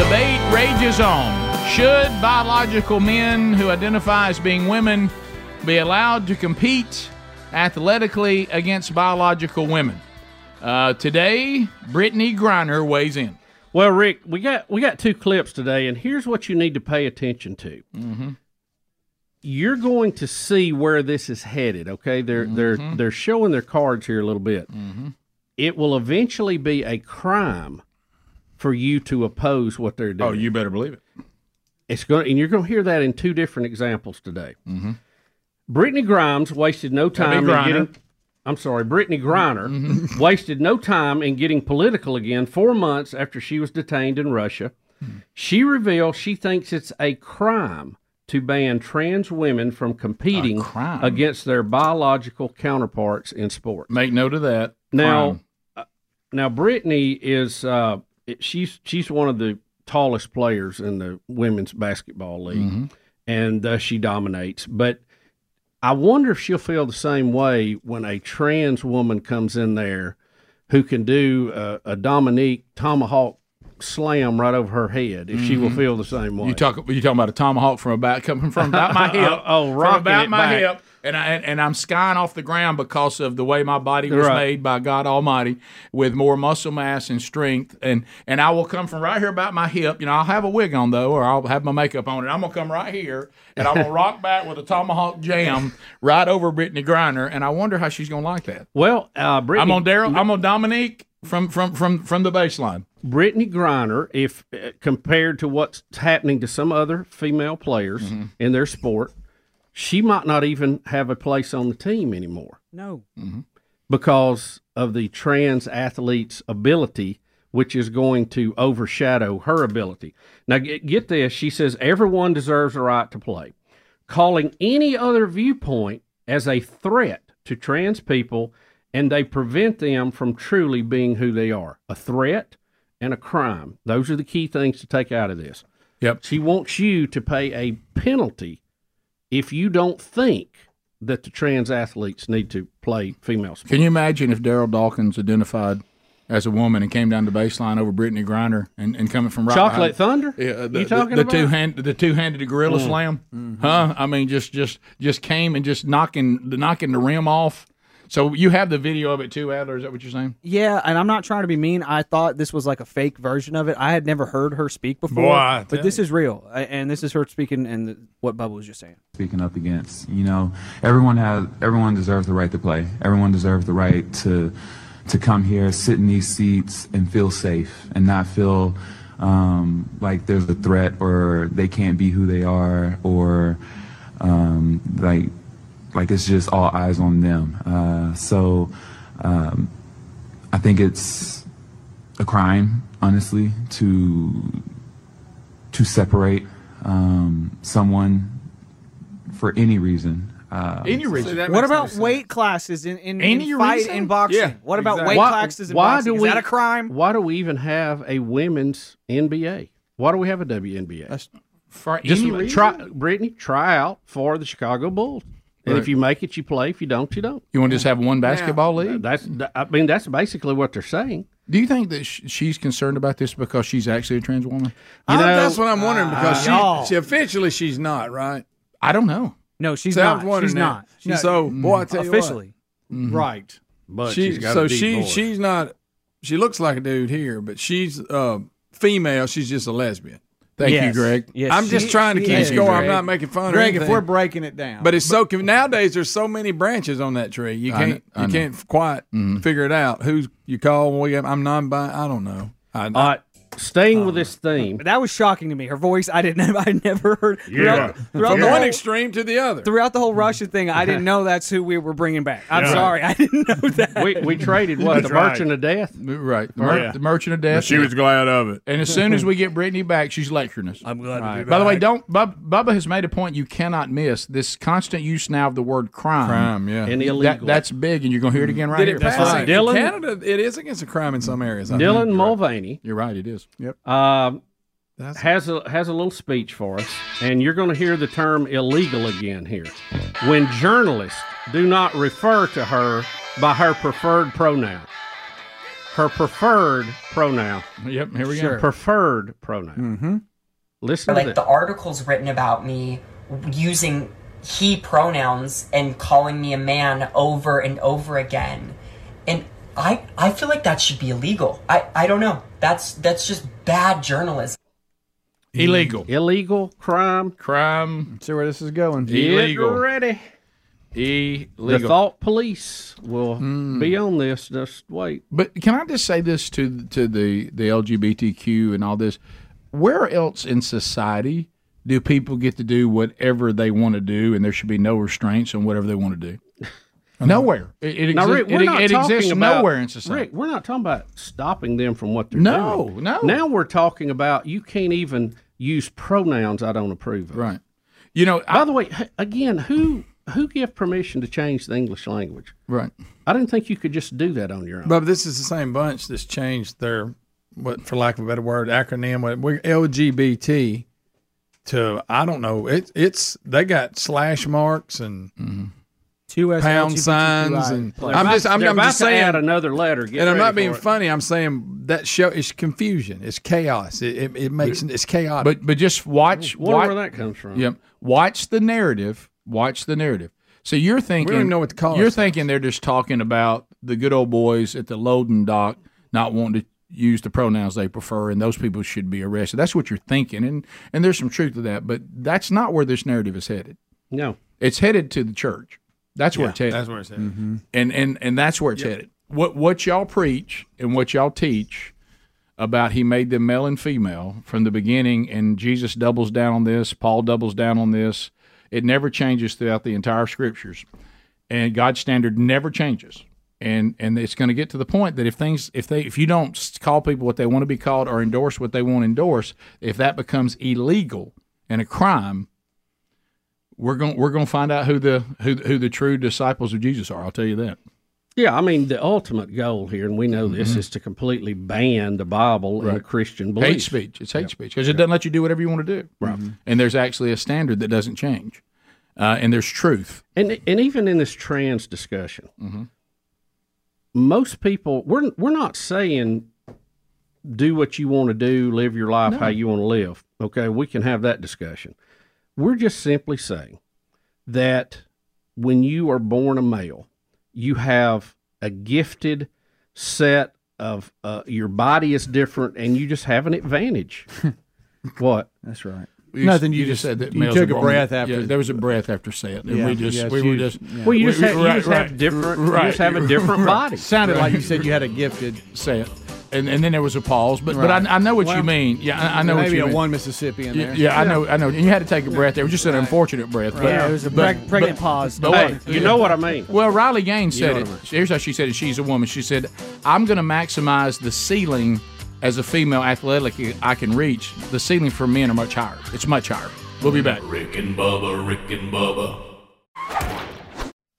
Speaker 11: debate rages on. Should biological men who identify as being women be allowed to compete athletically against biological women? Uh, today, Brittany Griner weighs in.
Speaker 2: Well, Rick, we got we got two clips today, and here's what you need to pay attention to.
Speaker 1: Mm-hmm.
Speaker 2: You're going to see where this is headed. Okay, they're
Speaker 1: Mm-hmm.
Speaker 2: they're they're showing their cards here a little bit.
Speaker 1: Mm.
Speaker 2: It will eventually be a crime for you to oppose what they're doing. Oh, you
Speaker 1: better believe it.
Speaker 2: It's going, and you're going to hear that in two different examples today. Brittany Grimes wasted no time
Speaker 1: That'd be
Speaker 2: in
Speaker 1: Griner. Mm-hmm.
Speaker 2: getting. I'm sorry, Brittany Griner wasted no time in getting political again four months after she was detained in Russia.
Speaker 1: Hmm.
Speaker 2: She revealed she thinks it's a crime to ban trans women from competing against their biological counterparts in sports.
Speaker 1: Make note of that.
Speaker 2: Now,
Speaker 1: Crime.
Speaker 2: uh, now Brittany is uh, it- she's she's one of the tallest players in the women's basketball league,
Speaker 1: Mhm.
Speaker 2: and uh, she dominates. But I wonder if she'll feel the same way when a trans woman comes in there who can do uh, a Dominique tomahawk slam right over her head. If she will
Speaker 1: Mhm.
Speaker 2: feel the same way.
Speaker 1: You talk. You talking about a tomahawk from about coming from about my hip?
Speaker 2: Oh, oh,
Speaker 1: from
Speaker 2: rocking
Speaker 1: about
Speaker 2: it
Speaker 1: my
Speaker 2: back.
Speaker 1: hip. And I and, and I'm skying off the ground because of the way my body was
Speaker 2: Right.
Speaker 1: made by God Almighty, with more muscle mass and strength. And and I will come from right here about my hip. You know, I'll have a wig on though, or I'll have my makeup on, and I'm gonna come right here, and I'm gonna rock back with a tomahawk jam right over Brittany Griner. And I wonder how she's gonna like that.
Speaker 2: Well, uh, Brittany,
Speaker 1: I'm on Daryl. I'm on Dominique from from from from the baseline.
Speaker 2: Brittany Griner, if uh, compared to what's happening to some other female players
Speaker 1: Mm-hmm.
Speaker 2: in their sport, she might not even have a place on the team anymore
Speaker 8: No.
Speaker 2: because of the trans athlete's ability, which is going to overshadow her ability. Now, get, get this. She says everyone deserves a right to play. Calling any other viewpoint as a threat to trans people, and they prevent them from truly being who they are a threat and a crime. Those are the key things to take out of this.
Speaker 1: Yep.
Speaker 2: She wants you to pay a penalty if you don't think that the trans athletes need to play female sports.
Speaker 1: Can you imagine if Daryl Dawkins identified as a woman and came down the baseline over Brittany Griner and, and coming from right
Speaker 2: Chocolate Thunder?
Speaker 1: Yeah, uh, the,
Speaker 2: You talking
Speaker 1: the,
Speaker 2: about?
Speaker 1: two hand the two handed gorilla
Speaker 2: Mm.
Speaker 1: slam, huh? I mean, just just just came and just knocking the knocking the rim off. So you have the video of it too, Adler. Is that what you're saying?
Speaker 8: Yeah, and I'm not trying to be mean. I thought this was like a fake version of it. I had never heard her speak before,
Speaker 20: Boy, I tell
Speaker 8: but this is real, A- and this is her speaking. And what Bubba was just saying.
Speaker 20: speaking up against. You know, everyone has everyone deserves the right to play. Everyone deserves the right to to come here, sit in these seats, and feel safe, and not feel um, like there's a threat or they can't be who they are, or um, like like it's just all eyes on them. Uh, so um, I think it's a crime, honestly, to to separate um, someone for any reason. Uh,
Speaker 8: What about weight classes in in, in
Speaker 20: Any
Speaker 8: fight
Speaker 20: reason?
Speaker 8: in boxing?
Speaker 20: Yeah,
Speaker 8: what about weight
Speaker 2: Why-
Speaker 8: classes in
Speaker 2: why
Speaker 8: boxing?
Speaker 2: Do
Speaker 8: is
Speaker 2: we,
Speaker 8: that a crime?
Speaker 2: Why do we even have a women's NBA? Why do we have a WNBA?
Speaker 1: for
Speaker 2: Just
Speaker 1: any reason?
Speaker 2: try, Brittany, try out for the Chicago Bulls. And
Speaker 1: Right.
Speaker 2: if you make it, you play. If you don't, you don't.
Speaker 1: You want to just have one basketball league?
Speaker 2: That's. I mean, that's basically what they're saying.
Speaker 1: Do you think that sh- she's concerned about this because she's actually a trans woman?
Speaker 5: I- that's what I'm wondering because she,
Speaker 1: uh, y'all.
Speaker 5: she officially she's not right.
Speaker 1: I don't know.
Speaker 21: No, she's
Speaker 5: See, I was
Speaker 21: not.
Speaker 5: wondering
Speaker 21: She's
Speaker 5: that.
Speaker 21: not. She's not.
Speaker 5: so boy, I tell you what.
Speaker 21: Officially.
Speaker 1: Mm-hmm.
Speaker 21: Mhm. Right. But
Speaker 5: she,
Speaker 21: she's got a
Speaker 5: so
Speaker 21: deep
Speaker 5: she
Speaker 21: voice.
Speaker 5: she's not. She looks like a dude here, but she's uh, female. She's just a lesbian.
Speaker 1: Thank you, Yes. Greg. Yes,
Speaker 5: I'm just
Speaker 1: she-
Speaker 5: trying to
Speaker 1: she
Speaker 5: keep
Speaker 1: is.
Speaker 5: score. I'm
Speaker 1: Greg.
Speaker 5: not making fun
Speaker 6: Greg, if
Speaker 5: of anything.
Speaker 6: we're breaking it down,
Speaker 5: But it's so con- nowadays. There's so many branches on that tree. You
Speaker 1: I kn-
Speaker 5: can't
Speaker 1: I
Speaker 5: you
Speaker 1: know. Mm-hmm.
Speaker 5: can't quite figure it out. Who's you call? Well, yeah, I'm non-bi. I don't know. I,
Speaker 2: staying with this theme.
Speaker 21: That was shocking to me. Her voice, I didn't, I never heard. Throughout, throughout
Speaker 5: From
Speaker 21: the
Speaker 5: one
Speaker 21: whole-
Speaker 5: extreme to the other.
Speaker 21: Throughout the whole Russia thing, I didn't know that's who we were bringing back. I'm
Speaker 5: Yeah.
Speaker 21: sorry, I didn't know that.
Speaker 2: We, we traded what the Merchant of Death.
Speaker 1: Right. The,
Speaker 2: Oh,
Speaker 1: mer-
Speaker 2: yeah.
Speaker 1: the Merchant of Death.
Speaker 2: But she was uh,
Speaker 5: glad of it.
Speaker 1: And as soon as we get Brittany back, she's lecturing us.
Speaker 30: I'm glad
Speaker 1: By
Speaker 30: to be
Speaker 1: the way,
Speaker 30: back.
Speaker 1: don't Bub, Bubba has made a point you cannot miss this constant use now of the word crime.
Speaker 5: Crime, yeah. And
Speaker 1: That-
Speaker 5: illegal.
Speaker 1: that's big, and you're going to hear it again right
Speaker 5: Did
Speaker 1: here.
Speaker 5: it pass? In Canada, it is against a crime in some areas. I
Speaker 2: Dylan
Speaker 5: think.
Speaker 2: Mulvaney.
Speaker 1: You're right. It is.
Speaker 5: Yep.
Speaker 2: Um, has a has a little speech for us, and you're going to hear the term illegal again here. When journalists do not refer to her by her preferred pronoun, her preferred pronoun.
Speaker 1: Yep. Here
Speaker 2: we
Speaker 1: go.
Speaker 2: Preferred pronoun.
Speaker 1: Mm-hmm.
Speaker 2: Listen to
Speaker 25: like
Speaker 2: this.
Speaker 25: the articles written about me using he pronouns and calling me a man over and over again and i i feel like that should be illegal i i don't know that's that's just bad journalism
Speaker 1: Illegal.
Speaker 2: Illegal crime.
Speaker 1: Crime.
Speaker 6: See where this is going.
Speaker 2: Get ready.
Speaker 1: Illegal. Mm.
Speaker 2: The thought police will be on this. Just wait.
Speaker 1: But can I just say this to to the the LGBTQ and all this? Where else in society do people get to do whatever they want to do, and there should be no restraints on whatever they want to do? Nowhere. It, it
Speaker 2: Now,
Speaker 1: exists,
Speaker 2: Rick, we're
Speaker 1: it,
Speaker 2: not
Speaker 1: it
Speaker 2: talking
Speaker 1: exists
Speaker 2: about,
Speaker 1: nowhere in society.
Speaker 2: Rick, we're not talking about stopping them from what they're
Speaker 1: No,
Speaker 2: doing.
Speaker 1: no.
Speaker 2: Now we're talking about you can't even use pronouns I don't approve of.
Speaker 1: Right. You know.
Speaker 2: By the way, h- again, who who give permission to change the English language?
Speaker 1: Right.
Speaker 2: I didn't think you could just do that on your own.
Speaker 5: But this is the same bunch that's changed their, what for lack of a better word, acronym. what- We're LGBT to I don't know. It, it's they got slash marks and
Speaker 21: two
Speaker 5: pound signs and
Speaker 2: They're
Speaker 5: I'm
Speaker 2: about-
Speaker 5: just I'm,
Speaker 2: they're
Speaker 5: I'm
Speaker 2: about
Speaker 5: just
Speaker 2: to
Speaker 5: saying
Speaker 2: add another letter. Get
Speaker 5: and I'm
Speaker 2: ready
Speaker 5: not being
Speaker 2: for it.
Speaker 5: funny. I'm saying that show is confusion. It's chaos. It it, it makes it's chaotic.
Speaker 1: But but just watch.
Speaker 5: Wonder
Speaker 1: watch,
Speaker 5: where that comes from.
Speaker 1: Yep. Watch the narrative. Watch the narrative. So you're thinking
Speaker 5: even know what to call
Speaker 1: You're
Speaker 5: ourselves.
Speaker 1: thinking they're just talking about the good old boys at the loading dock not wanting to use the pronouns they prefer, and those people should be arrested. That's what you're thinking, and and there's some truth to that, but that's not where this narrative is headed.
Speaker 2: No,
Speaker 1: it's headed to the church. That's where
Speaker 5: Yeah,
Speaker 1: it's headed.
Speaker 5: that's where it's headed.
Speaker 1: And and and that's where it's
Speaker 5: Yep.
Speaker 1: headed. What what y'all preach and what y'all teach about he made them male and female from the beginning, and Jesus doubles down on this, Paul doubles down on this. It never changes throughout the entire scriptures, and God's standard never changes. And and it's going to get to the point that if things if they if you don't s- call people what they want to be called or endorse what they want to endorse, if that becomes illegal and a crime, we're going we're going to find out who the who who the true disciples of Jesus are. I'll tell you that.
Speaker 2: Yeah, I mean the ultimate goal here, and we know this,
Speaker 1: Mhm.
Speaker 2: is to completely ban the Bible and
Speaker 1: Right.
Speaker 2: Christian belief.
Speaker 1: Hate speech. It's hate speech because it doesn't let you do whatever you want to do. Right.
Speaker 2: Mm-hmm.
Speaker 1: Um, And there's actually a standard that doesn't change, uh, and there's truth. Mm-hmm.
Speaker 2: And and even in this trans discussion, most people we're we're not saying do what you want to do, live your life
Speaker 11: No.
Speaker 2: how you want to live. Okay, we can have that discussion. We're just simply saying that when you are born a male, you have a gifted set of uh, your body is different, and you just have an advantage. what?
Speaker 6: That's right.
Speaker 1: Nothing. You, just said that.
Speaker 6: you
Speaker 1: males
Speaker 6: took
Speaker 1: are
Speaker 6: a
Speaker 1: born-
Speaker 6: breath after-
Speaker 1: Yeah, there was a breath after saying. and
Speaker 6: Yeah,
Speaker 1: we just
Speaker 6: yeah,
Speaker 1: we
Speaker 6: it's
Speaker 1: were
Speaker 6: huge.
Speaker 1: just.
Speaker 6: Yeah. Well, you just had- you
Speaker 1: right,
Speaker 6: just have
Speaker 1: right.
Speaker 6: different- you
Speaker 1: Right.
Speaker 6: just have a different body.
Speaker 1: Sounded like
Speaker 6: Right.
Speaker 1: you said you had a gifted. Say it. And, and then there was a pause, but but
Speaker 6: Right.
Speaker 1: I, I know what you
Speaker 6: Well,
Speaker 1: mean. Yeah, I, I know what
Speaker 6: maybe
Speaker 1: you
Speaker 6: a
Speaker 1: mean.
Speaker 6: one Mississippi in
Speaker 1: Yeah,
Speaker 6: there.
Speaker 1: yeah, I know, I know. And you had to take a breath. It was just an unfortunate breath. But,
Speaker 6: Yeah, it was a preg-
Speaker 1: but-
Speaker 6: pregnant
Speaker 1: but-
Speaker 6: pause.
Speaker 1: but-
Speaker 6: Hey, you know what I mean.
Speaker 1: Well, Riley Gaines
Speaker 6: You know
Speaker 1: said it.
Speaker 6: what I mean.
Speaker 1: Here's how she said it. She's a woman. She said, "I'm going to maximize the ceiling as a female athletic I can reach. The ceiling for men are much higher. It's much higher. We'll be back.
Speaker 7: Rick and Bubba, Rick and Bubba.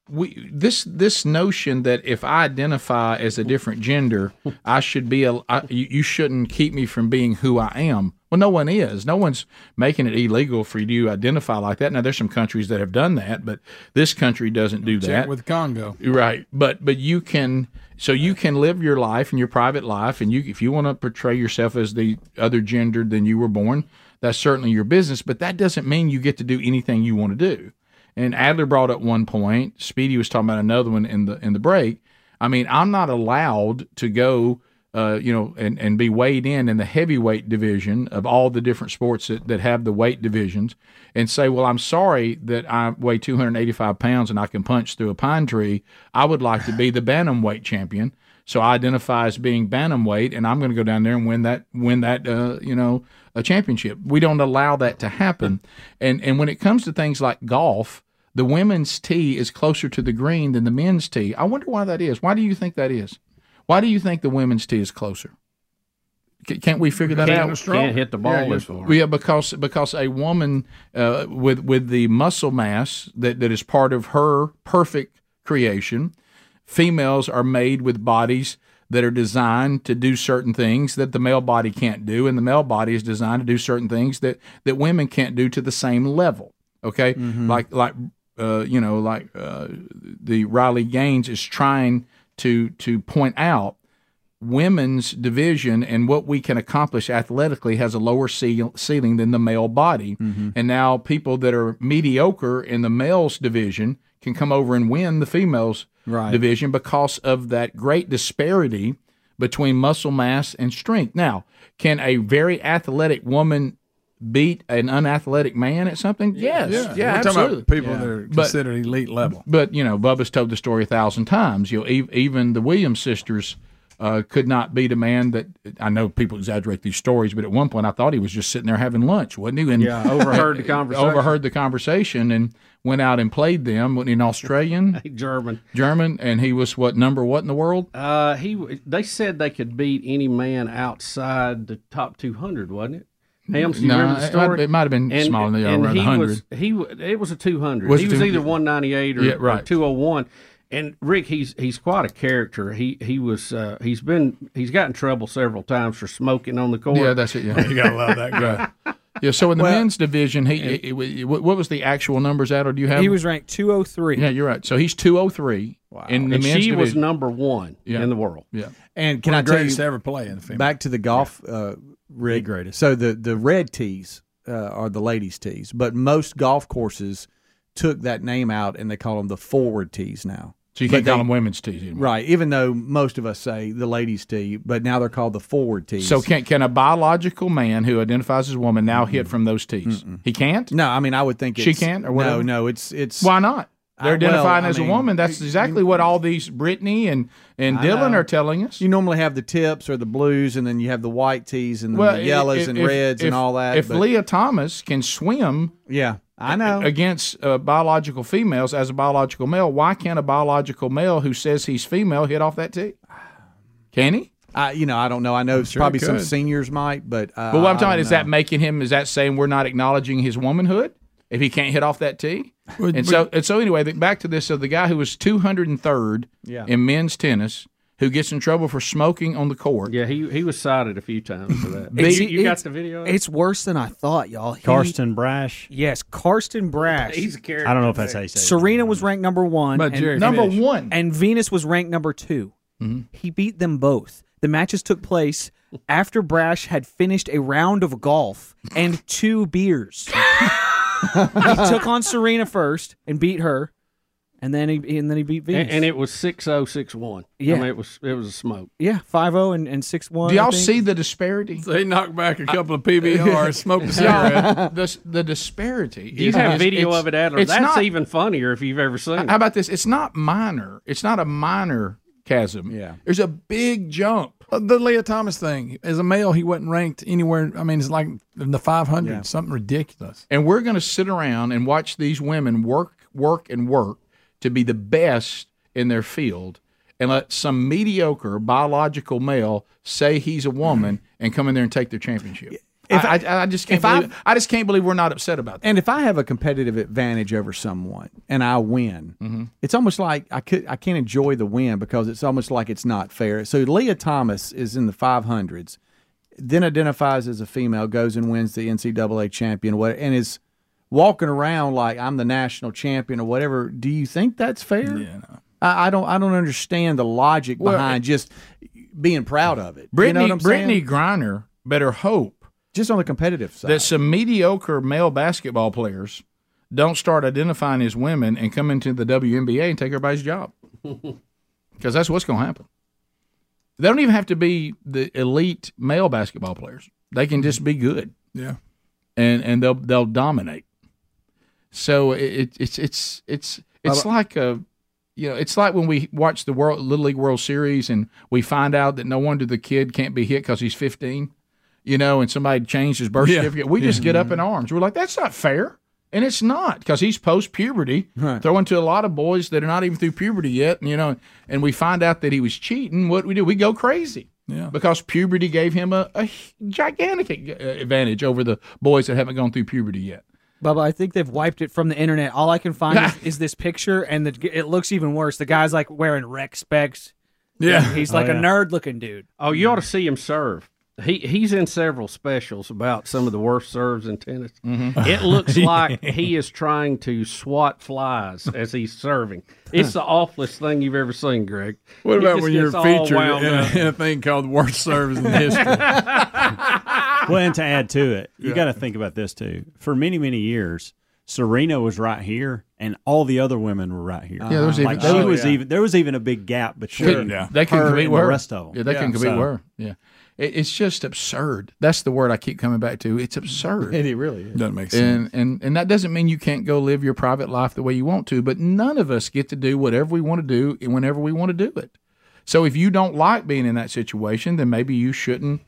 Speaker 1: We this this notion that if I identify as a different gender, I should be a I, you, you shouldn't keep me from being who I am. Well, no one is. No one's making it illegal for you to identify like that. Now, there's some countries that have done that, but this country doesn't do that.
Speaker 5: Check with Congo.
Speaker 1: Right, but but you can so you can live your life and your private life, and you if you want to portray yourself as the other gender than you were born, that's certainly your business. But that doesn't mean you get to do anything you want to do. And Adler brought up one point. Speedy was talking about another one in the in the break. I mean, I'm not allowed to go, uh, you know, and, and be weighed in in the heavyweight division of all the different sports that, that have the weight divisions and say, well, I'm sorry that I weigh 285 pounds and I can punch through a pine tree. I would like to be the bantamweight champion. So I identify as being bantamweight, and I'm going to go down there and win that win that uh, you know a championship. We don't allow that to happen, and and when it comes to things like golf, the women's tee is closer to the green than the men's tee. I wonder why that is. Why do you think that is? Why do you think the women's tee is closer? C- can't we figure that
Speaker 2: Can't-
Speaker 1: out?
Speaker 2: can't hit the ball
Speaker 1: yeah,
Speaker 2: as
Speaker 1: yeah.
Speaker 2: far.
Speaker 1: Yeah, because because a woman uh, with with the muscle mass that, that is part of her perfect creation, females are made with bodies that are designed to do certain things that the male body can't do, and the male body is designed to do certain things that that women can't do to the same level. Okay,
Speaker 2: Mm-hmm.
Speaker 1: like like uh, you know like uh, the Riley Gaines is trying to to point out women's division and what we can accomplish athletically has a lower ceil- ceiling than the male body. And now people that are mediocre in the males division can come over and win the females division because of that great disparity between muscle mass and strength. Now, can a very athletic woman beat an unathletic man at something? Yes. Yeah,
Speaker 5: We're
Speaker 1: absolutely.
Speaker 5: talking about people that are
Speaker 1: But-
Speaker 5: considered elite level.
Speaker 1: But you know, Bubba's told the story a thousand times. You know, ev- even the Williams sisters uh, could not beat a man that I know people exaggerate these stories, but at one point I thought he was just sitting there having lunch, wasn't he? And
Speaker 2: Yeah, overheard the conversation.
Speaker 1: Overheard the conversation and went out and played them. Wasn't he an Australian,
Speaker 2: German,
Speaker 1: German, and he was what number what in the world?
Speaker 2: Uh, he they said they could beat any man outside the top 200, wasn't it? Hams, do you
Speaker 1: No,
Speaker 2: remember the
Speaker 1: it might-
Speaker 2: story?
Speaker 1: it might have been smaller than
Speaker 2: and
Speaker 1: around
Speaker 2: he
Speaker 1: 100.
Speaker 2: Was, he wa- it was a 200.
Speaker 1: Was
Speaker 2: he
Speaker 1: it
Speaker 2: was
Speaker 1: two-
Speaker 2: either 198 or,
Speaker 1: Yeah,
Speaker 2: or
Speaker 1: right.
Speaker 2: 201. And Rick, he's he's quite a character. He he was uh, he's been he's got in trouble several times for smoking on the court.
Speaker 1: Yeah, that's it. Yeah, Right. Yeah. So in the men's division, he it, it, it- what what was the actual numbers at, or do you have?
Speaker 2: He
Speaker 1: them?
Speaker 2: was ranked 203.
Speaker 1: Yeah, you're right. So he's 203 wow. in the
Speaker 2: and
Speaker 1: men's
Speaker 2: she was
Speaker 1: division.
Speaker 2: number one in the world.
Speaker 1: Yeah.
Speaker 6: And can
Speaker 1: One
Speaker 6: I
Speaker 1: of
Speaker 6: tell
Speaker 1: greatest
Speaker 6: you,
Speaker 1: to ever play in the female.
Speaker 6: back to the golf uh, rig. Greatest. So the the red tees uh, are the ladies' tees, but most golf courses took that name out and they call them the forward tees now.
Speaker 1: So you
Speaker 6: But
Speaker 1: can't call
Speaker 6: they-
Speaker 1: them women's tees anymore.
Speaker 6: Right, even though most of us say the ladies' tee, but now they're called the forward tees.
Speaker 1: So can can a biological man who identifies as a woman now hit from those tees? He can't.
Speaker 6: No, I mean I would think
Speaker 1: she
Speaker 6: it's-
Speaker 1: can't or
Speaker 6: no,
Speaker 1: whatever.
Speaker 6: no, it's it's
Speaker 1: why not? They're
Speaker 6: I- Uh, well,
Speaker 1: identifying
Speaker 6: I
Speaker 1: as
Speaker 6: mean,
Speaker 1: a woman. That's exactly what all these Brittany and and
Speaker 6: I
Speaker 1: Dylan
Speaker 6: know.
Speaker 1: are telling us.
Speaker 6: You normally have the tips or the blues, and then you have the white tees and then the
Speaker 1: i-
Speaker 6: mm, yellows
Speaker 1: i-
Speaker 6: and
Speaker 1: if-
Speaker 6: reds
Speaker 1: if-
Speaker 6: and all that.
Speaker 1: If
Speaker 6: but-
Speaker 1: Leah Thomas can swim,
Speaker 6: yeah, I know
Speaker 1: against uh, biological females as a biological male, why can't a biological male who says he's female hit off that tee? Can he?
Speaker 6: I, you know, I don't know. I know it's
Speaker 1: sure
Speaker 6: probably
Speaker 1: he
Speaker 6: some
Speaker 1: could.
Speaker 6: seniors might, but uh,
Speaker 1: But what
Speaker 6: I
Speaker 1: I'm talking
Speaker 6: don't
Speaker 1: about is
Speaker 6: know.
Speaker 1: that making him is that saying we're not acknowledging his womanhood if he can't hit off that tee? and so and so anyway, the, back to this of the guy who was 203rd
Speaker 2: Yeah.
Speaker 1: in men's tennis who gets in trouble for smoking on the court.
Speaker 2: Yeah, he he was cited a few times for that.
Speaker 1: It's-
Speaker 2: you, you got
Speaker 1: it's-
Speaker 2: the video?
Speaker 21: It's worse than I thought, y'all. He-
Speaker 12: Karsten Brash.
Speaker 21: Yes, Karsten Brash.
Speaker 2: He's a character.
Speaker 12: I don't know if that's how you say it.
Speaker 21: Serena was ranked number one.
Speaker 12: But Jerry
Speaker 1: Number Fish. one. Mm-hmm.
Speaker 21: And Venus was ranked number 2 He beat them both. The matches took place after Brash had finished a round of golf and two beers. he took on Serena first and beat her, and then he and then he beat Venus.
Speaker 2: And, and it was six oh six one.
Speaker 21: Yeah.
Speaker 2: I mean, it was it was a smoke.
Speaker 21: yeah, five zero and and six one.
Speaker 1: Do y'all see the disparity?
Speaker 5: They knocked back a couple of PBRs, smoked a cigarette.
Speaker 1: the, the disparity.
Speaker 2: You
Speaker 1: is-
Speaker 2: have
Speaker 1: is-
Speaker 2: video
Speaker 1: it's-
Speaker 2: of it, Adler.
Speaker 1: it's
Speaker 2: That's
Speaker 1: not-
Speaker 2: even funnier if you've ever seen it.
Speaker 1: How about this? It's not minor. It's not a minor chasm. Yeah. There's a big jump.
Speaker 5: Uh, The Leah Thomas thing. As a male, he wasn't ranked anywhere. I mean, it's like in the 500, something ridiculous.
Speaker 1: And we're going to sit around and watch these women work, work, and work to be the best in their field and let some mediocre biological male say he's a woman and come in there and take their championship. If I, I, I just can't
Speaker 6: if I-
Speaker 1: believe, I just can't believe we're not upset about that.
Speaker 6: And if I have a competitive advantage over someone and I win,
Speaker 1: Mm-hmm.
Speaker 6: it's almost like I could I can't enjoy the win because it's almost like it's not fair. So Leah Thomas is in the 500s. then identifies as a female, goes and wins the NCAA champion, what and is walking around like I'm the national champion or whatever. Do you think that's fair? Yeah. I, I don't. I don't understand the logic
Speaker 5: Well,
Speaker 6: behind just being proud of it. you know
Speaker 1: Brittany
Speaker 6: what I'm
Speaker 1: Brittany
Speaker 6: saying?
Speaker 1: Griner better hope
Speaker 6: just on the competitive side
Speaker 1: that some mediocre male basketball players don't start identifying as women and come into the WNBA and take everybody's job because that's what's going to happen. They don't even have to be the elite male basketball players. They can just be good.
Speaker 5: Yeah.
Speaker 1: and and they'll they'll dominate. So it, it's it's it's it's
Speaker 5: Well,
Speaker 1: like a you know it's like when we watch the world little league world series and we find out that no wonder the kid can't be hit because he's 15 you know and somebody changed his birth
Speaker 5: Yeah.
Speaker 1: certificate we just
Speaker 5: Yeah.
Speaker 1: get up in arms we're like that's not fair and it's not because he's post puberty throwing to a lot of boys that are not even through puberty yet and you know and we find out that he was cheating what do we do we go crazy
Speaker 5: Yeah.
Speaker 1: because puberty gave him a, a gigantic uh, advantage over the boys that haven't gone through puberty yet
Speaker 8: Bubba, I think they've wiped it from the internet. All I can find is, is this picture, and the, it looks even worse. The guy's like wearing rec specs.
Speaker 2: Yeah.
Speaker 8: he's
Speaker 2: Oh,
Speaker 8: like
Speaker 2: yeah.
Speaker 8: a nerd looking dude.
Speaker 2: Oh, you ought to see him serve. He he's in several specials about some of the worst serves in tennis.
Speaker 1: Mm-hmm.
Speaker 2: It looks like he is trying to swat flies as he's serving. It's the awfulest thing you've ever seen, Greg. He
Speaker 1: What about
Speaker 2: just
Speaker 1: when you're
Speaker 2: gets all
Speaker 1: featured
Speaker 2: wound
Speaker 1: in
Speaker 2: up.
Speaker 1: a, in a thing called Worst Service in History?
Speaker 12: well, and to add to it, you
Speaker 1: Yeah.
Speaker 12: got to think about this too. For many, many years, Serena was right here, and all the other women were right here.
Speaker 17: Uh-huh.
Speaker 1: Yeah, there was even-
Speaker 12: like she
Speaker 1: oh,
Speaker 12: was
Speaker 1: yeah.
Speaker 12: even there was even a big gap between
Speaker 1: Couldn't- They can
Speaker 12: her
Speaker 1: compete
Speaker 12: and
Speaker 1: with
Speaker 12: the
Speaker 1: her.
Speaker 12: rest of them.
Speaker 1: Yeah, they can compete
Speaker 12: So-
Speaker 1: with her. Yeah. It, it's just absurd. That's the word I keep coming back to. It's absurd.
Speaker 6: And it really is.
Speaker 5: Doesn't make
Speaker 1: And,
Speaker 5: sense.
Speaker 1: and, and that doesn't mean you can't go live your private life the way you want to, but none of us get to do whatever we want to do and whenever we want to do it. So if you don't like being in that situation, then maybe you shouldn't.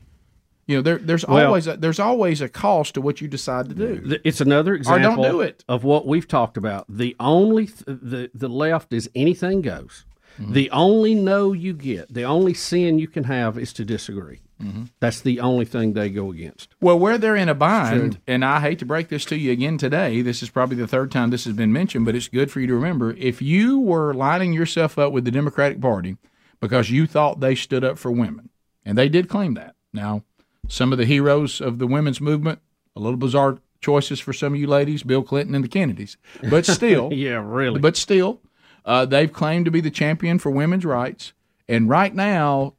Speaker 1: You know, there, there's
Speaker 2: Well-
Speaker 1: always a, there's always a cost to what you decide to do.
Speaker 2: Th- It's another
Speaker 1: Or
Speaker 2: example
Speaker 1: don't do it.
Speaker 2: of what we've talked about. The only th- the the left is anything goes.
Speaker 1: Mm-hmm.
Speaker 2: The only no you get, the only sin you can have is to disagree.
Speaker 1: Mm-hmm.
Speaker 2: That's the only thing they go against.
Speaker 1: Well, where they're in a bind,
Speaker 2: True.
Speaker 1: and I hate to break this to you again today, this is probably the third time this has been mentioned, but it's good for you to remember. If you were lining yourself up with the Democratic Party because you thought they stood up for women, and they did claim that. Now, some of the heroes of the women's movement, a little bizarre choices for some of you ladies, Bill Clinton and the Kennedys, but still,
Speaker 2: yeah, really.
Speaker 1: But still, uh, they've claimed to be the champion for women's rights, and right now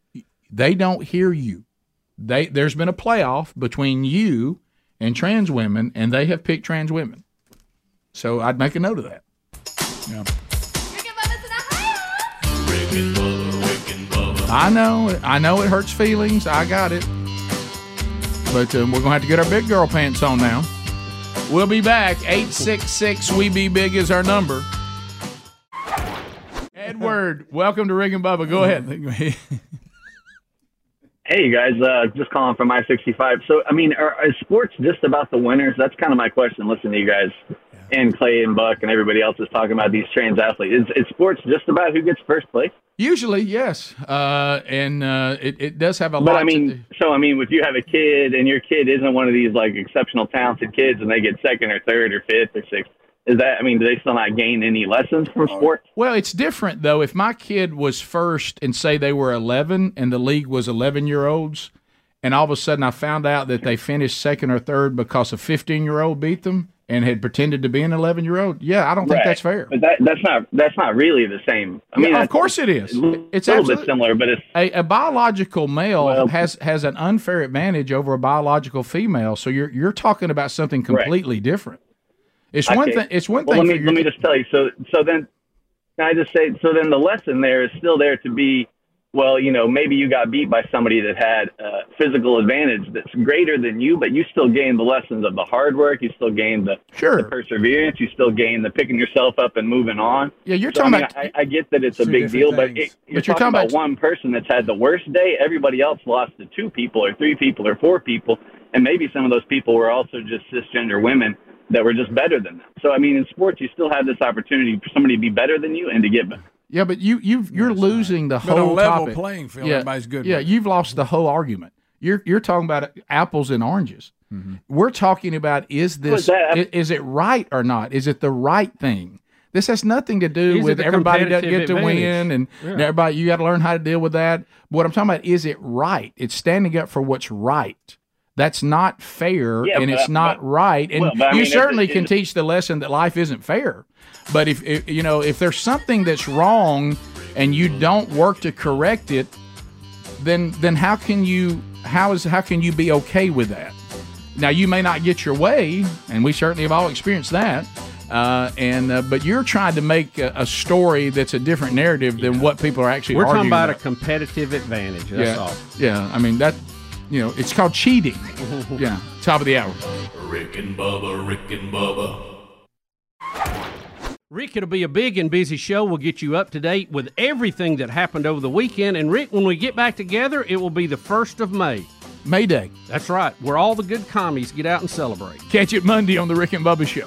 Speaker 1: they don't hear you. They there's been a playoff between you and trans women, and they have picked trans women. So I'd make a note of that. Yeah. I know, I know it hurts feelings. I got it. But um, we're going to have to get our big girl pants on now. We'll be back. 866 We Be Big is our number. Edward, welcome to Rick and Bubba. Go ahead.
Speaker 30: Hey, you guys, uh, just calling from I-65. So, I mean, are, is sports just about the winners? That's kind of my question. Listening to you guys and Clay and Buck and everybody else is talking about these trans athletes. Is, is sports just about who gets first place?
Speaker 1: Usually, yes. Uh, and uh, it, it does have a
Speaker 30: but
Speaker 1: lot
Speaker 30: I
Speaker 1: to do.
Speaker 30: mean, so I mean, if you have a kid and your kid isn't one of these like exceptional talented kids and they get second or third or fifth or sixth, is that? I mean, do they still not gain any lessons from
Speaker 1: Oh,
Speaker 30: sports?
Speaker 1: Well, it's different though. If my kid was first and say they were 11 and the league was 11 year olds, and all of a sudden I found out that they finished second or third because a 15 year old beat them and had pretended to be an 11 year old, yeah, I don't think
Speaker 30: Right.
Speaker 1: that's fair.
Speaker 30: But that, that's not that's not really the same. I mean,
Speaker 1: Yeah, of
Speaker 30: that's-
Speaker 1: course it is.
Speaker 30: It's a little
Speaker 1: It's absolutely-
Speaker 30: bit similar, but it's
Speaker 1: A, a biological male has has an unfair advantage over a biological female. So you're you're talking about something completely different. It's one
Speaker 30: Okay.
Speaker 1: thing. It's one
Speaker 30: Well,
Speaker 1: thing.
Speaker 30: Let me,
Speaker 1: for your-
Speaker 30: let me just tell you. So so then, can I just say? So then the lesson there is still there to be. Well, you know, maybe you got beat by somebody that had a physical advantage that's greater than you, but you still gained the lessons of the hard work. You still gained the, the perseverance. You still gained the picking yourself up and moving on.
Speaker 1: Yeah, you're
Speaker 30: So,
Speaker 1: talking
Speaker 30: I mean,
Speaker 1: about-
Speaker 30: I, I get that it's a
Speaker 1: Two
Speaker 30: big
Speaker 1: different
Speaker 30: deal, but,
Speaker 1: things.
Speaker 30: it,
Speaker 1: But
Speaker 30: you're, talking, about, one person that's had the worst day. Everybody else lost to two people or three people or four people, and maybe some of those people were also just cisgender women that were just better than them. So I mean, in sports, you still have this opportunity for somebody to be better than you and to get better.
Speaker 1: Yeah, but you you you're losing the
Speaker 30: But on
Speaker 1: whole
Speaker 30: level
Speaker 1: topic.
Speaker 30: playing field,
Speaker 1: Yeah,
Speaker 30: everybody's good
Speaker 1: Yeah,
Speaker 30: with
Speaker 1: you've lost the whole argument. You're you're talking about apples and oranges.
Speaker 30: Mm-hmm.
Speaker 1: We're talking about is
Speaker 30: Well,
Speaker 1: this
Speaker 30: that-
Speaker 1: i- is it right or not? Is it the right thing? This has nothing to do
Speaker 5: These are
Speaker 1: with
Speaker 5: the
Speaker 1: everybody doesn't get
Speaker 5: competitive
Speaker 1: to win, and
Speaker 5: advantage. Yeah.
Speaker 1: everybody you got to learn how to deal with that. What I'm talking about is it right? It's standing up for what's right. That's not fair,
Speaker 5: Yeah,
Speaker 1: and
Speaker 5: but-
Speaker 1: it's not
Speaker 5: but-
Speaker 1: right. And
Speaker 5: well, but I
Speaker 1: you
Speaker 5: mean,
Speaker 1: certainly
Speaker 5: it's-
Speaker 1: can
Speaker 5: it's-
Speaker 1: teach the lesson that life isn't fair. But if, if you know if there's something that's wrong and you don't work to correct it, then then how can you how is how can you be okay with that? Now you may not get your way, and we certainly have all experienced that. Uh, and uh, but you're trying to make a, a story that's a different narrative than what people are actually.
Speaker 2: We're talking
Speaker 1: arguing
Speaker 2: about a competitive advantage. That's
Speaker 1: yeah,
Speaker 2: all.
Speaker 1: yeah. I mean that. You know, it's called cheating. yeah. Top of the hour.
Speaker 7: Rick and Bubba, Rick and Bubba.
Speaker 2: Rick, it'll be a big and busy show. We'll get you up to date with everything that happened over the weekend. And Rick, when we get back together, it will be the first of May.
Speaker 1: May Day.
Speaker 2: That's right, where all the good commies get out and celebrate.
Speaker 1: Catch it Monday on the Rick and Bubba Show.